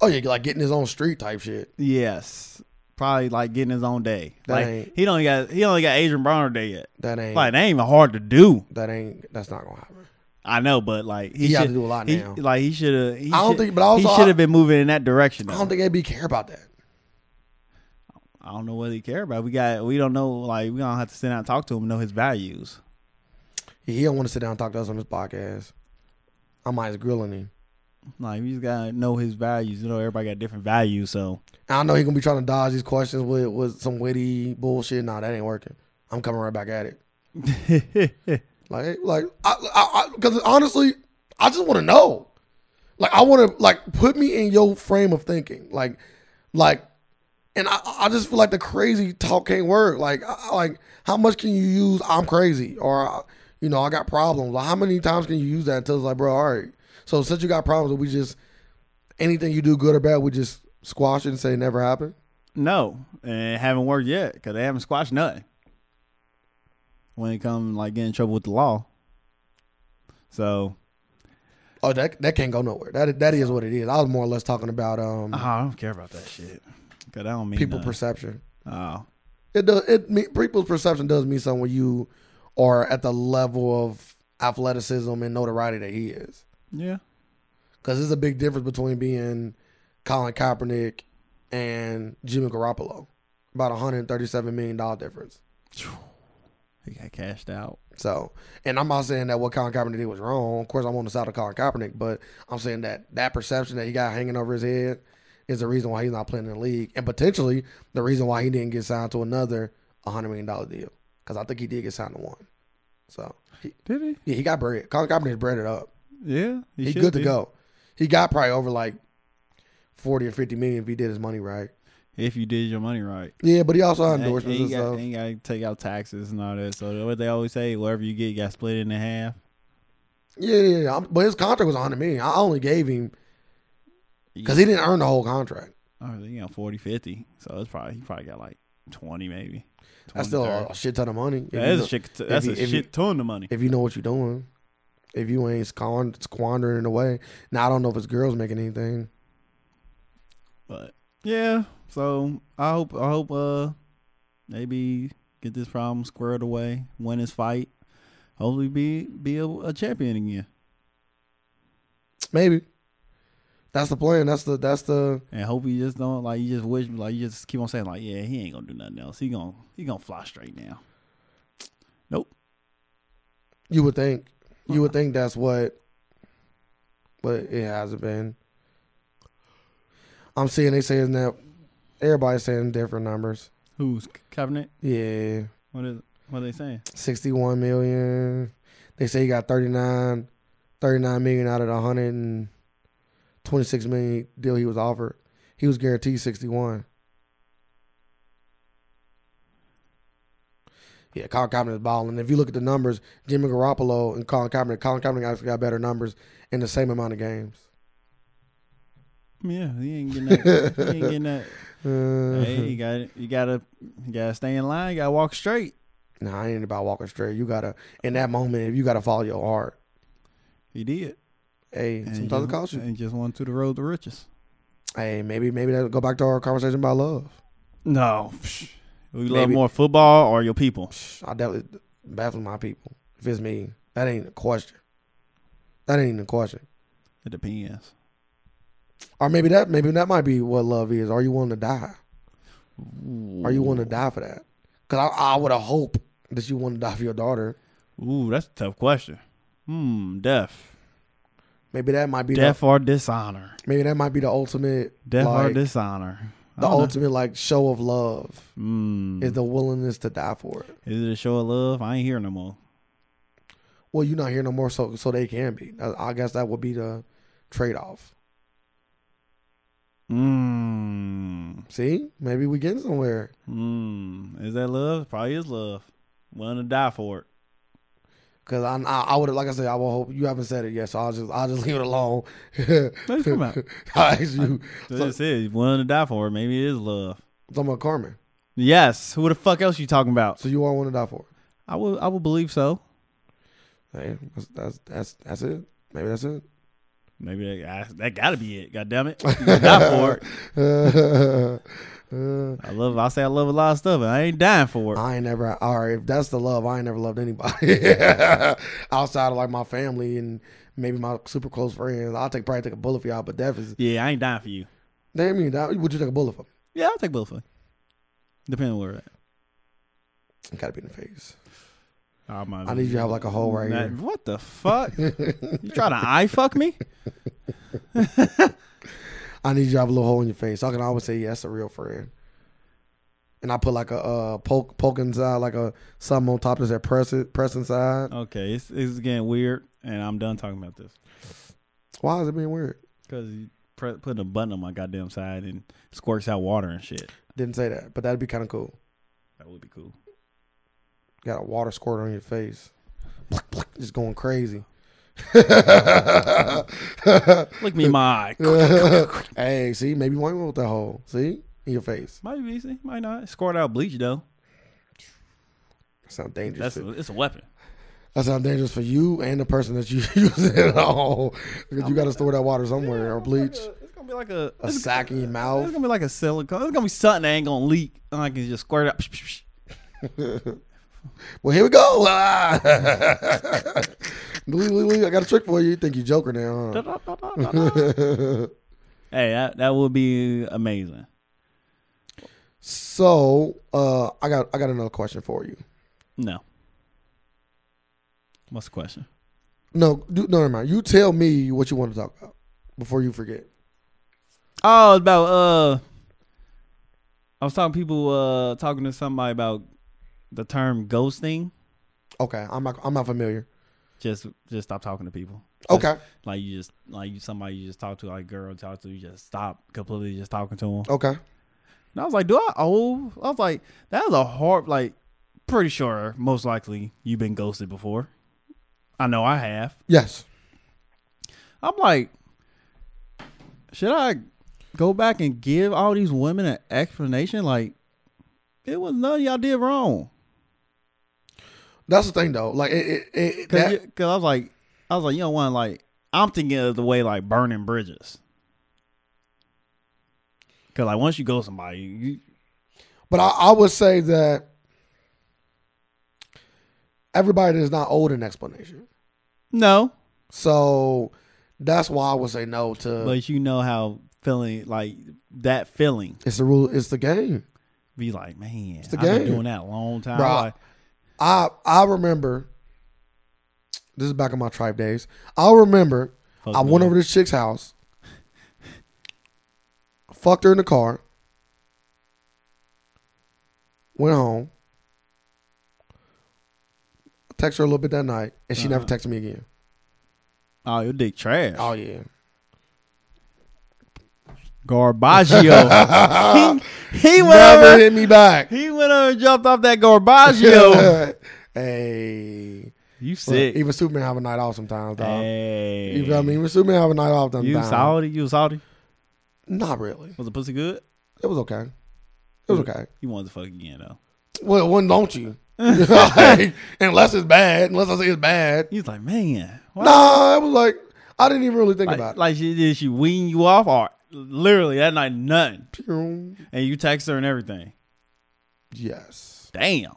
[SPEAKER 2] Oh yeah, like getting his own street type shit.
[SPEAKER 1] yes, probably like getting his own day.
[SPEAKER 2] That
[SPEAKER 1] like
[SPEAKER 2] ain't-
[SPEAKER 1] he don't got he only got Adrian Bronner day yet.
[SPEAKER 2] That ain't
[SPEAKER 1] Like that ain't even hard to do.
[SPEAKER 2] that ain't that's not gonna happen.
[SPEAKER 1] I know, but like he,
[SPEAKER 2] He
[SPEAKER 1] should
[SPEAKER 2] gotta do a lot
[SPEAKER 1] he-
[SPEAKER 2] now.
[SPEAKER 1] Like he should have.
[SPEAKER 2] I don't think- but also
[SPEAKER 1] he
[SPEAKER 2] I-
[SPEAKER 1] should have been moving in that direction. Though.
[SPEAKER 2] I don't think AB care about that.
[SPEAKER 1] know what he care about. We got we don't know. Like we gonna have to sit down and talk to him, and know his values.
[SPEAKER 2] He don't want to sit down and talk to us on this podcast. I might as grilling him.
[SPEAKER 1] Like we just gotta know his values. You know, everybody got different values, so
[SPEAKER 2] And I know he gonna be trying to dodge these questions with with some witty bullshit. Nah, that ain't working. I'm coming right back at it. Like, like, I, I, because honestly, I just want to know. Like, I want to like put me in your frame of thinking. Like, like, and I, I just feel like the crazy talk can't work. Like, I, I- like, how much can you use? I'm crazy, or you know, I got problems. Like, how many times can you use that until it's like, bro, all right. So since you got problems, we just anything you do, good or bad, we just squash it and say never happened.
[SPEAKER 1] no, and it haven't worked yet because they haven't squashed nothing. When it comes like getting in trouble with the law, so
[SPEAKER 2] Oh, that that can't go nowhere. That that is what it is. I was more or less talking about um
[SPEAKER 1] oh, I don't care about that shit because I don't mean
[SPEAKER 2] people
[SPEAKER 1] nothing.
[SPEAKER 2] perception.
[SPEAKER 1] oh,
[SPEAKER 2] It does. It me- people's perception does mean something when you are at the level of athleticism and notoriety that he is.
[SPEAKER 1] yeah,
[SPEAKER 2] Because there's a big difference between being Colin Kaepernick and Jimmy Garoppolo, about 137 million dollar difference.
[SPEAKER 1] he got cashed out.
[SPEAKER 2] So, and I'm not saying that what Colin Kaepernick did was wrong. Of course, I'm on the side of Colin Kaepernick, but I'm saying that that perception that he got hanging over his head is the reason why he's not playing in the league, and potentially the reason why he didn't get signed to another 100 million dollar deal. Because I think he did get signed to one. So he,
[SPEAKER 1] Did he?
[SPEAKER 2] yeah, he got bread. Colin Kaepernick breaded up.
[SPEAKER 1] Yeah, he
[SPEAKER 2] He's
[SPEAKER 1] should
[SPEAKER 2] good to
[SPEAKER 1] be.
[SPEAKER 2] go. He got probably over like 40 or 50 million if he did his money right.
[SPEAKER 1] if you did your money right.
[SPEAKER 2] Yeah, but he also had
[SPEAKER 1] And- and
[SPEAKER 2] endorsements
[SPEAKER 1] you
[SPEAKER 2] and
[SPEAKER 1] got,
[SPEAKER 2] stuff.
[SPEAKER 1] and you got to take out taxes and all that. So what they always say, whatever you get, you got split in half.
[SPEAKER 2] Yeah, yeah, yeah. I'm- But his contract was 100 million. I only gave him because he didn't earn the whole contract.
[SPEAKER 1] Or Oh, you know, 40, 50. So it's probably he probably got like twenty, maybe. 20,
[SPEAKER 2] That's still
[SPEAKER 1] 30.
[SPEAKER 2] a shit ton of money. If
[SPEAKER 1] That
[SPEAKER 2] you
[SPEAKER 1] is
[SPEAKER 2] know-
[SPEAKER 1] a shit. That's
[SPEAKER 2] you-
[SPEAKER 1] a
[SPEAKER 2] if
[SPEAKER 1] shit
[SPEAKER 2] you-
[SPEAKER 1] ton of money.
[SPEAKER 2] if you know what you're doing. If you ain't squand- squandering it away. Now I don't know if it's girls making anything.
[SPEAKER 1] But yeah, so I hope I hope uh maybe get this problem squared away, win his fight, hopefully be be a, a champion again,
[SPEAKER 2] Maybe. That's the plan. That's the that's the
[SPEAKER 1] and hope he just don't like you just wish like you just keep on saying like yeah he ain't gonna do nothing else he gonna he gonna fly straight now. Nope.
[SPEAKER 2] you would think. You would think that's what but it hasn't been. I'm seeing they saying that everybody's saying different numbers.
[SPEAKER 1] Who's cabinet?
[SPEAKER 2] Yeah.
[SPEAKER 1] What is what are they saying?
[SPEAKER 2] 61 million. They say he got 39, 39 million out of the 126 million deal he was offered. He was guaranteed 61. Yeah, Colin Kaepernick is balling. If you look at the numbers, Jimmy Garoppolo and Colin Kaepernick, Colin Kaepernick actually got better numbers in the same amount of games.
[SPEAKER 1] Yeah, he ain't getting that. he ain't getting that.
[SPEAKER 2] Uh,
[SPEAKER 1] Hey, you got you gotta you gotta stay in line. You gotta walk straight.
[SPEAKER 2] Nah, it ain't about walking straight. You gotta in that moment, if you gotta follow your heart,
[SPEAKER 1] He did.
[SPEAKER 2] hey,
[SPEAKER 1] And
[SPEAKER 2] sometimes it
[SPEAKER 1] just-
[SPEAKER 2] costs you.
[SPEAKER 1] And just went to the road to riches.
[SPEAKER 2] Hey, maybe maybe that'll go back to our conversation about love.
[SPEAKER 1] No, we love
[SPEAKER 2] Maybe-
[SPEAKER 1] more football or your people.
[SPEAKER 2] I definitely baffle my people. If it's me, that ain't a question. That ain't even a question.
[SPEAKER 1] It depends.
[SPEAKER 2] Or maybe that maybe that might be what love is. Are you willing to die? Are you willing to die for that? Because I, I would have hoped that you want to die for your daughter.
[SPEAKER 1] Ooh, that's a tough question. Hmm, death,
[SPEAKER 2] Maybe that might be
[SPEAKER 1] death or dishonor,
[SPEAKER 2] The, maybe that might be the ultimate
[SPEAKER 1] death or
[SPEAKER 2] like,
[SPEAKER 1] dishonor. I
[SPEAKER 2] the
[SPEAKER 1] don't know.
[SPEAKER 2] ultimate like show of love
[SPEAKER 1] Hmm,
[SPEAKER 2] is the willingness to die for it.
[SPEAKER 1] is it a show of love? I ain't here no more.
[SPEAKER 2] Well, you're not here no more, so so they can be. I, I guess that would be the trade off.
[SPEAKER 1] Hmm,
[SPEAKER 2] See, maybe we get somewhere.
[SPEAKER 1] hmm, is that love? Probably is love. Willing to die for it.
[SPEAKER 2] Cause I, I, I would like I said, I will hope you haven't said it yet, so I'll just, I'll just leave it alone.
[SPEAKER 1] Let's come out.
[SPEAKER 2] I asked you,
[SPEAKER 1] So
[SPEAKER 2] So-
[SPEAKER 1] this is willing to die for it. Maybe it is love.
[SPEAKER 2] talking about Carmen.
[SPEAKER 1] Yes. Who the fuck else you talking about?
[SPEAKER 2] So you are one to die for.
[SPEAKER 1] I would I would believe so.
[SPEAKER 2] Hey, that's, that's, that's, that's it. Maybe that's it.
[SPEAKER 1] Maybe that, I- that gotta be it. God damn it. You can die for it.
[SPEAKER 2] Uh,
[SPEAKER 1] I love I say I love a lot of stuff and I ain't dying for it.
[SPEAKER 2] I ain't never. All right, if that's the love, I ain't never loved anybody outside of like my family and maybe my super close friends. I'll take probably take a bullet for y'all, but that is
[SPEAKER 1] Yeah, I ain't dying for you.
[SPEAKER 2] damn you. That, would you take a bullet for? me?
[SPEAKER 1] Yeah, I'll take both of you. Depending on where we're at.
[SPEAKER 2] It gotta be in the face.
[SPEAKER 1] I, might-
[SPEAKER 2] I need you to have like a hole right
[SPEAKER 1] Nah,
[SPEAKER 2] here.
[SPEAKER 1] What the fuck? you trying to eye fuck me?
[SPEAKER 2] I need you to have a little hole in your face. I can always say, yeah, that's a real friend. And I put like a uh, poke poke inside, like a something on top that said press it, press inside.
[SPEAKER 1] Okay, it's, it's getting weird and I'm done talking about this.
[SPEAKER 2] Why is it being weird?
[SPEAKER 1] Because you pre- putting a button on my goddamn side and squirts out water and shit.
[SPEAKER 2] Didn't say that, but that'd be kind of cool.
[SPEAKER 1] That would be cool.
[SPEAKER 2] Got a water squirt on your face, just going crazy.
[SPEAKER 1] Look me in my eye.
[SPEAKER 2] hey, see, maybe you want with that hole. See, in your face.
[SPEAKER 1] Might be easy, might not. Squirt out bleach though.
[SPEAKER 2] Sound dangerous.
[SPEAKER 1] That's
[SPEAKER 2] to-
[SPEAKER 1] a, it's a weapon.
[SPEAKER 2] That sounds dangerous for you and the person that you use it at all. Because you got to store that water somewhere or bleach.
[SPEAKER 1] It's gonna be like a
[SPEAKER 2] A
[SPEAKER 1] it's,
[SPEAKER 2] sack in your
[SPEAKER 1] it's
[SPEAKER 2] mouth.
[SPEAKER 1] gonna be like a silicone. It's gonna be something that ain't gonna leak. And I can just squirt it up.
[SPEAKER 2] Well, here we go. Ah. Lee, Lee, Lee, I got a trick for you. You think you Joker now,
[SPEAKER 1] hey,
[SPEAKER 2] huh?
[SPEAKER 1] that that would be amazing.
[SPEAKER 2] so, uh, I got I got another question for you.
[SPEAKER 1] No. What's the question?
[SPEAKER 2] No, do, no, never mind. You tell me what you want to talk about before you forget.
[SPEAKER 1] Oh, it's about uh, I was talking to people uh talking to somebody about the term ghosting.
[SPEAKER 2] Okay, I'm not I'm not familiar.
[SPEAKER 1] Just just stop talking to people. Just-
[SPEAKER 2] Okay,
[SPEAKER 1] Like you just like you somebody you just talk to like girl talk to you just stop completely just talking to them.
[SPEAKER 2] okay.
[SPEAKER 1] And I was like, do I owe? I was like, that is a hard, like, pretty sure, most likely, you've been ghosted before. I know I have.
[SPEAKER 2] Yes.
[SPEAKER 1] I'm like, should I go back and give all these women an explanation? Like, it was none of y'all did wrong.
[SPEAKER 2] That's the thing, though. Like, it, it, it,
[SPEAKER 1] Cause,
[SPEAKER 2] that,
[SPEAKER 1] you- cause I was like, I was like, you don't want like, I'm thinking of the way like burning bridges. Cause like once you go somebody, you,
[SPEAKER 2] But I, I would say that everybody is not owed an explanation.
[SPEAKER 1] no,
[SPEAKER 2] So that's why I would say no to.
[SPEAKER 1] but you know how feeling like that feeling
[SPEAKER 2] it's the rule. It's the game.
[SPEAKER 1] be like, man,
[SPEAKER 2] the
[SPEAKER 1] I've been
[SPEAKER 2] game.
[SPEAKER 1] doing that a long time.
[SPEAKER 2] Bruh.
[SPEAKER 1] Like,
[SPEAKER 2] I I remember. This is back in my tribe days. I remember
[SPEAKER 1] fuck
[SPEAKER 2] I
[SPEAKER 1] with
[SPEAKER 2] went
[SPEAKER 1] it.
[SPEAKER 2] over to this chick's house, fucked her in the car, went home, texted her a little bit that night, and she never
[SPEAKER 1] Uh-huh.
[SPEAKER 2] texted me again.
[SPEAKER 1] Oh, your dick trash.
[SPEAKER 2] Oh yeah,
[SPEAKER 1] Garbaggio. he, he went
[SPEAKER 2] never
[SPEAKER 1] over.
[SPEAKER 2] hit me back.
[SPEAKER 1] He went over and dropped off that Garbaggio.
[SPEAKER 2] hey,
[SPEAKER 1] you sick.
[SPEAKER 2] even Superman have a night off sometimes, dog.
[SPEAKER 1] Hey.
[SPEAKER 2] You feel me? Even Superman have a night off sometimes.
[SPEAKER 1] You salty? You salty?
[SPEAKER 2] Not really.
[SPEAKER 1] Was the pussy good?
[SPEAKER 2] It was okay. It was okay.
[SPEAKER 1] You wanted to fuck again though.
[SPEAKER 2] Well, when don't you? Like, unless it's bad. Unless I say it's bad.
[SPEAKER 1] You was like, man, why
[SPEAKER 2] Nah, it was like I didn't even really think
[SPEAKER 1] like,
[SPEAKER 2] about it.
[SPEAKER 1] like she did she wean you off or literally that night nothing.
[SPEAKER 2] Pew.
[SPEAKER 1] And you text her and everything.
[SPEAKER 2] Yes,
[SPEAKER 1] Damn.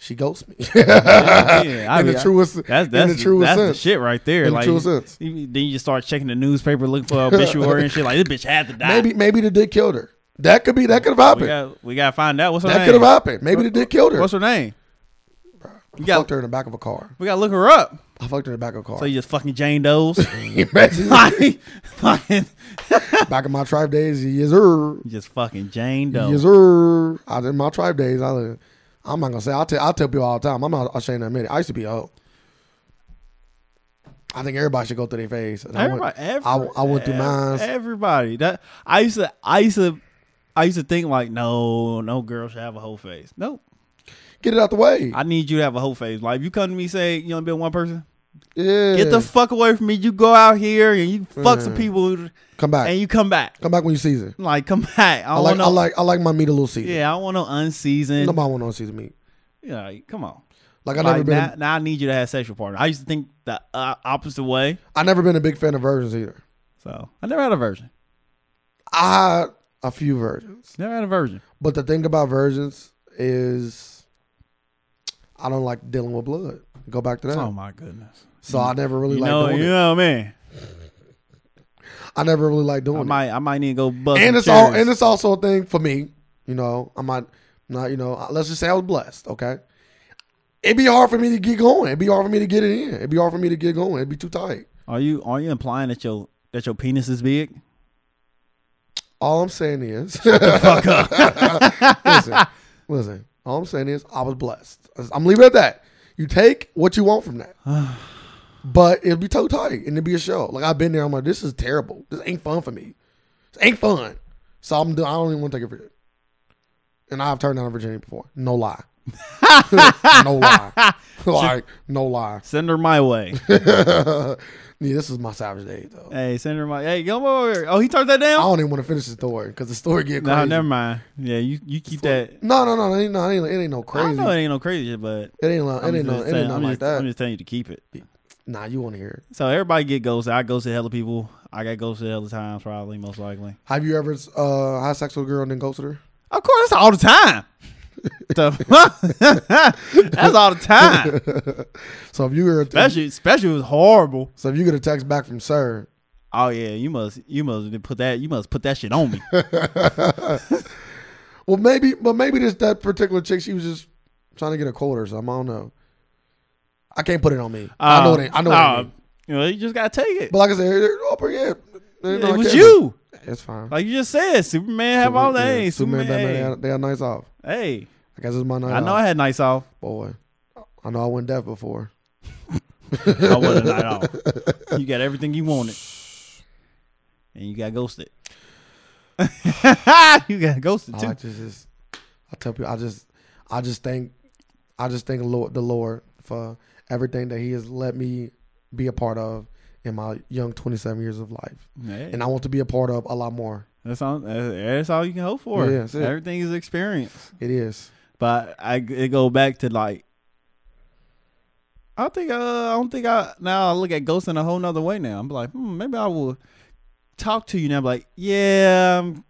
[SPEAKER 2] she ghosts me.
[SPEAKER 1] Oh, Yeah, yeah, I
[SPEAKER 2] in
[SPEAKER 1] mean,
[SPEAKER 2] the truest,
[SPEAKER 1] That's
[SPEAKER 2] in
[SPEAKER 1] that's
[SPEAKER 2] the truest
[SPEAKER 1] that's
[SPEAKER 2] sense.
[SPEAKER 1] the shit right there.
[SPEAKER 2] in
[SPEAKER 1] like
[SPEAKER 2] the truest sense.
[SPEAKER 1] you- then you just start checking the newspaper looking for obituary and shit. Oh, Like this bitch had to die.
[SPEAKER 2] Maybe, maybe the dick killed her. That could be. That could have
[SPEAKER 1] we
[SPEAKER 2] happened.
[SPEAKER 1] got we gotta find out what's her
[SPEAKER 2] that could
[SPEAKER 1] name.
[SPEAKER 2] have happened. Maybe the dick killed her.
[SPEAKER 1] What's her name? You
[SPEAKER 2] I
[SPEAKER 1] got
[SPEAKER 2] fucked her in the back of a car.
[SPEAKER 1] we gotta look her up.
[SPEAKER 2] I fucked her in the back of a car.
[SPEAKER 1] So you just fucking Jane Doe's.
[SPEAKER 2] Imagine
[SPEAKER 1] like, fucking,
[SPEAKER 2] back in my tribe days, yes sir,
[SPEAKER 1] just fucking Jane Doe.
[SPEAKER 2] yes sir. I did my tribe days. I, was- I'm not gonna say. I tell, I tell people all the time. I'm not ashamed to admit it. I used to be a hoe. I think everybody should go through their phase. And I went-
[SPEAKER 1] Everybody, every,
[SPEAKER 2] I, I went through
[SPEAKER 1] ev-
[SPEAKER 2] mine.
[SPEAKER 1] Everybody that I used to, I used to, I used to think like, no, no girl should have a whole face. Nope,
[SPEAKER 2] Get it out the way.
[SPEAKER 1] I need you to have a whole face. Like if you come to me say you only been one person,
[SPEAKER 2] yeah.
[SPEAKER 1] get the fuck away from me. You go out here and you fuck some
[SPEAKER 2] Mm.
[SPEAKER 1] people
[SPEAKER 2] come back.
[SPEAKER 1] and you come back.
[SPEAKER 2] come back when you season.
[SPEAKER 1] Like come back. I,
[SPEAKER 2] I,
[SPEAKER 1] don't
[SPEAKER 2] like.
[SPEAKER 1] want no,
[SPEAKER 2] I like. I like my meat a little seasoned.
[SPEAKER 1] yeah, I don't want no unseasoned.
[SPEAKER 2] Nobody want no seasoned meat.
[SPEAKER 1] Yeah, like, come on.
[SPEAKER 2] Like I
[SPEAKER 1] Like,
[SPEAKER 2] never been.
[SPEAKER 1] now,
[SPEAKER 2] a,
[SPEAKER 1] now I need you to have sexual partner. I used to think the uh, opposite way.
[SPEAKER 2] I never been a big fan of virgins either.
[SPEAKER 1] So I never had a virgin.
[SPEAKER 2] I had a few virgins,
[SPEAKER 1] Never had a virgin.
[SPEAKER 2] but the thing about virgins is, I don't like dealing with blood. Go back to that.
[SPEAKER 1] Oh my goodness.
[SPEAKER 2] so I never really
[SPEAKER 1] You
[SPEAKER 2] like
[SPEAKER 1] know,
[SPEAKER 2] doing
[SPEAKER 1] you
[SPEAKER 2] it.
[SPEAKER 1] know what I mean.
[SPEAKER 2] I never really like
[SPEAKER 1] I
[SPEAKER 2] doing it.
[SPEAKER 1] might, I might need to go bust.
[SPEAKER 2] And
[SPEAKER 1] some
[SPEAKER 2] it's all.
[SPEAKER 1] cherries.
[SPEAKER 2] And it's also a thing for me. You know, I might not. You know, I- let's just say I was blessed. Okay. It'd be hard for me to get going. It'd be hard for me to get it in. It'd be hard for me to get going. It'd be too tight.
[SPEAKER 1] are you are you implying that your that your penis is big?
[SPEAKER 2] All I'm saying is,
[SPEAKER 1] Fuck up.
[SPEAKER 2] listen, listen. All I'm saying is, I was blessed. I'm leaving it at that. You take what you want from that, but it'll be toe tight and it'll be a show. Like I've been there. I'm like, this is terrible. This ain't fun for me. This ain't fun. So I'm. do- I don't even want to take it for it. And I've turned down a virginity before. No lie. no lie. like no lie.
[SPEAKER 1] Send her my way.
[SPEAKER 2] yeah, this is my savage day though.
[SPEAKER 1] hey, send her my. Hey, come over here. Oh, he turned that
[SPEAKER 2] I
[SPEAKER 1] down.
[SPEAKER 2] don't even want to finish the story because the story get
[SPEAKER 1] No,
[SPEAKER 2] crazy.
[SPEAKER 1] never mind. Yeah, you you keep that.
[SPEAKER 2] No, no, no, it ain't, no, it ain't, it ain't no
[SPEAKER 1] I
[SPEAKER 2] crazy.
[SPEAKER 1] know it ain't no crazy shit, but
[SPEAKER 2] It ain't, no, it
[SPEAKER 1] I'm just
[SPEAKER 2] ain't, no, it
[SPEAKER 1] saying-
[SPEAKER 2] ain't
[SPEAKER 1] I'm
[SPEAKER 2] nothing
[SPEAKER 1] just-
[SPEAKER 2] like that.
[SPEAKER 1] I'm just telling you to keep it.
[SPEAKER 2] nah, you want to hear it.
[SPEAKER 1] So everybody get ghosts. I ghost to hell of people. I got ghosted hell of times, probably most likely.
[SPEAKER 2] Have you ever uh, had sex with a girl and then ghosted her?
[SPEAKER 1] Of course, all the time. So- that's all the time.
[SPEAKER 2] So if you were,
[SPEAKER 1] Especially, especially was horrible.
[SPEAKER 2] so if you get a text back from sir,
[SPEAKER 1] Oh yeah, you must, you must put that, you must put that shit on me.
[SPEAKER 2] well maybe, but maybe this that particular chick she was just trying to get a quote or something. I don't know. I can't put it on me. I know it. Ain't, I know. it
[SPEAKER 1] Uh,
[SPEAKER 2] ain't me.
[SPEAKER 1] you know, you just gotta take it.
[SPEAKER 2] But like I said, it- oh, but yeah, there ain't no
[SPEAKER 1] it
[SPEAKER 2] I
[SPEAKER 1] was
[SPEAKER 2] care.
[SPEAKER 1] you,
[SPEAKER 2] It's fine.
[SPEAKER 1] like you just said. Superman have all that.
[SPEAKER 2] yeah,
[SPEAKER 1] Hey,
[SPEAKER 2] Superman,
[SPEAKER 1] Superman,
[SPEAKER 2] Batman, they got- they got nights off.
[SPEAKER 1] hey, hey.
[SPEAKER 2] I guess it's my night.
[SPEAKER 1] I know
[SPEAKER 2] off.
[SPEAKER 1] I had nights off.
[SPEAKER 2] boy. I know I went deaf before.
[SPEAKER 1] I wasn't night off. You got everything you wanted, and you got ghosted. you got ghosted too.
[SPEAKER 2] I just, just- I tell people, I just, I just thank, I just thank Lord, the Lord for everything that He has let me be a part of in my young 27 years of life,
[SPEAKER 1] Hey.
[SPEAKER 2] and Oh, I want to be a part of a lot more.
[SPEAKER 1] That's all. That's that's all you can hope for.
[SPEAKER 2] Yeah, that's it.
[SPEAKER 1] Everything is experience.
[SPEAKER 2] It is.
[SPEAKER 1] But I it go back to like. I don't think uh, I don't think I now I look at ghosts in a whole nother way now. I'm like, hmm, maybe I will talk to you now. I'm like, yeah, um,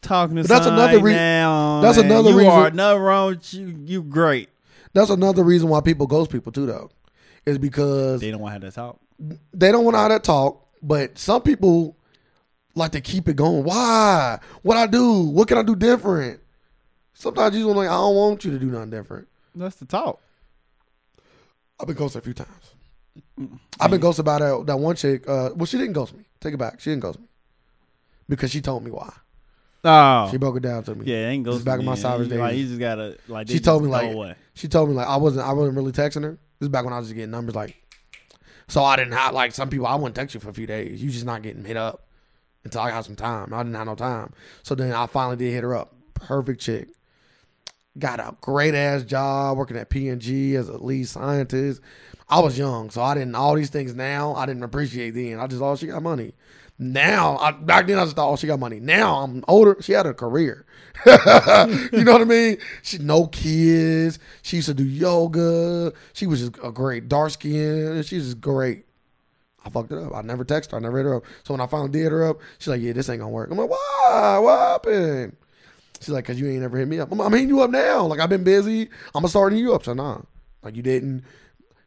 [SPEAKER 1] talking to
[SPEAKER 2] But that's
[SPEAKER 1] son
[SPEAKER 2] another rea-
[SPEAKER 1] now.
[SPEAKER 2] that's
[SPEAKER 1] man.
[SPEAKER 2] another
[SPEAKER 1] you
[SPEAKER 2] reason-
[SPEAKER 1] Are nothing wrong with you. You great.
[SPEAKER 2] That's another reason why people ghost people too, though, is because
[SPEAKER 1] They don't want to have that talk.
[SPEAKER 2] they don't want all that talk. But some people like to keep it going. Why? What I do? What can I do different? Sometimes you just like, I don't want you to do nothing different.
[SPEAKER 1] That's the talk.
[SPEAKER 2] I've been ghosted a few times. I've
[SPEAKER 1] Mm.
[SPEAKER 2] been ghosted by that, that one chick. Uh, well, she didn't ghost me. Take it back. She didn't ghost me because she told me why.
[SPEAKER 1] Oh,
[SPEAKER 2] She broke it down to me.
[SPEAKER 1] yeah. it Ain't goes
[SPEAKER 2] back in my Cyrus
[SPEAKER 1] Like
[SPEAKER 2] days.
[SPEAKER 1] you just gotta like. they
[SPEAKER 2] She
[SPEAKER 1] just
[SPEAKER 2] told me,
[SPEAKER 1] go
[SPEAKER 2] like-
[SPEAKER 1] away.
[SPEAKER 2] She told me like I wasn't I wasn't really texting her. This is back when I was just getting numbers like so I didn't have like some people I wouldn't text you for a few days. You just not getting hit up until I got some time. I didn't have no time. So then I finally did hit her up. Perfect chick. Got a great ass job working at PNG as a lead scientist. I was young, so I didn't all these things now I didn't appreciate then. I just thought she got money. Now I, back then I just thought oh she got money. Now I'm older. She had a career. you know what I mean? She no kids. She used to do yoga. She was just a great dark skin. She was just great. I fucked it up. I never texted her. I never hit her up. So when I finally did her up, she's like, "Yeah, this ain't gonna work." I'm like, "Why? What happened?" She's like, "Cause you ain't ever hit me up." I'm, I'm hitting you up now. Like I've been busy. I'm gonna start hitting you up. So nah, like you didn't,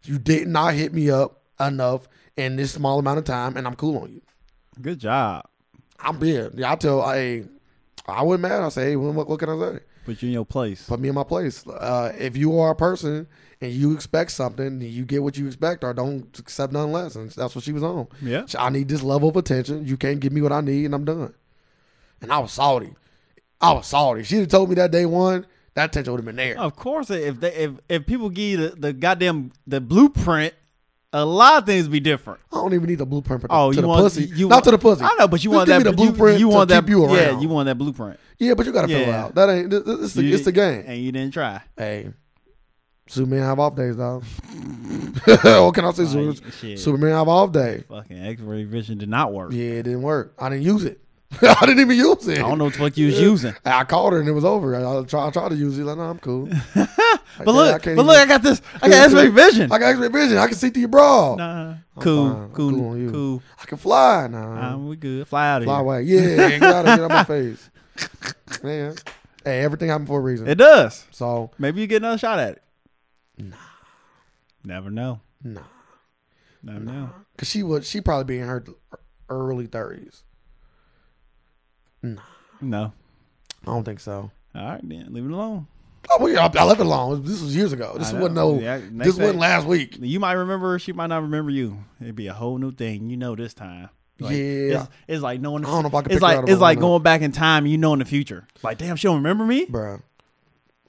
[SPEAKER 2] you did not hit me up enough in this small amount of time, and I'm cool on you.
[SPEAKER 1] Good job.
[SPEAKER 2] I'm big. Yeah, I tell, hey, I wasn't mad. I say, hey, what, what can I say?
[SPEAKER 1] Put you in your place.
[SPEAKER 2] put me in my place. Uh, if you are a person and you expect something, then you get what you expect, or don't accept nothing less. And that's what she was on.
[SPEAKER 1] yeah.
[SPEAKER 2] I need this level of attention. You can't give me what I need, and I'm done. And I was salty. I was salty. She'd have told me that day one, that attention would have been there.
[SPEAKER 1] Of course, if they if if people give you the, the goddamn the blueprint, a lot of things be different.
[SPEAKER 2] I don't even need the blueprint for the,
[SPEAKER 1] Oh,
[SPEAKER 2] to
[SPEAKER 1] you
[SPEAKER 2] the
[SPEAKER 1] want
[SPEAKER 2] pussy.
[SPEAKER 1] You,
[SPEAKER 2] Not
[SPEAKER 1] want-
[SPEAKER 2] to the pussy.
[SPEAKER 1] I know, but you
[SPEAKER 2] Just
[SPEAKER 1] want
[SPEAKER 2] give
[SPEAKER 1] that
[SPEAKER 2] me the
[SPEAKER 1] you-
[SPEAKER 2] blueprint
[SPEAKER 1] You, want
[SPEAKER 2] to
[SPEAKER 1] that?
[SPEAKER 2] keep you
[SPEAKER 1] Yeah,
[SPEAKER 2] around.
[SPEAKER 1] you want that blueprint.
[SPEAKER 2] Yeah, but you got to fill it
[SPEAKER 1] Yeah.
[SPEAKER 2] out. That ain't. This, this,
[SPEAKER 1] You
[SPEAKER 2] it's the
[SPEAKER 1] didn't-
[SPEAKER 2] game.
[SPEAKER 1] and you didn't try.
[SPEAKER 2] Hey, Superman have off days, dog. what can I say?
[SPEAKER 1] Like,
[SPEAKER 2] Super-
[SPEAKER 1] shit,
[SPEAKER 2] Superman have off day.
[SPEAKER 1] fucking X-ray vision did not work.
[SPEAKER 2] Yeah, it didn't work. I didn't use it. I didn't even use it.
[SPEAKER 1] I don't know what the fuck you was using.
[SPEAKER 2] I called her and it was over. I, I tried, I tried to use it. Like, no, I'm cool. Like,
[SPEAKER 1] But
[SPEAKER 2] yeah,
[SPEAKER 1] look,
[SPEAKER 2] can't
[SPEAKER 1] but
[SPEAKER 2] even-
[SPEAKER 1] look, I got this. I got X-ray vision.
[SPEAKER 2] I got X-ray vision. I can see through your bra.
[SPEAKER 1] Nah, cool,
[SPEAKER 2] fine. I'm
[SPEAKER 1] cool,
[SPEAKER 2] cool on you.
[SPEAKER 1] cool.
[SPEAKER 2] I can fly now.
[SPEAKER 1] Um, we good. Fly out of
[SPEAKER 2] fly
[SPEAKER 1] here.
[SPEAKER 2] away. Yeah, get out of get out my face. Man, hey, everything happened for a reason.
[SPEAKER 1] It does.
[SPEAKER 2] so
[SPEAKER 1] Maybe you get another shot at it. Nah. Never know.
[SPEAKER 2] nah,
[SPEAKER 1] Never know.
[SPEAKER 2] cause she would. She probably be in her early thirties.
[SPEAKER 1] No.
[SPEAKER 2] I don't think so.
[SPEAKER 1] All right, then leave it alone.
[SPEAKER 2] Oh, well, yeah, I, I left it alone. This was years ago. This
[SPEAKER 1] I know.
[SPEAKER 2] wasn't no.
[SPEAKER 1] Yeah, next
[SPEAKER 2] this wasn't
[SPEAKER 1] thing-
[SPEAKER 2] last week.
[SPEAKER 1] You might remember her, she might not remember you. It'd be a whole new thing. You know this time. Like,
[SPEAKER 2] Yeah.
[SPEAKER 1] It's, it's like knowing
[SPEAKER 2] I don't know if I can.
[SPEAKER 1] it's
[SPEAKER 2] pick her out
[SPEAKER 1] like
[SPEAKER 2] of
[SPEAKER 1] it's
[SPEAKER 2] a
[SPEAKER 1] like
[SPEAKER 2] lineup.
[SPEAKER 1] going back in time and you know in the future. Like, damn, she don't remember me?
[SPEAKER 2] Bruh,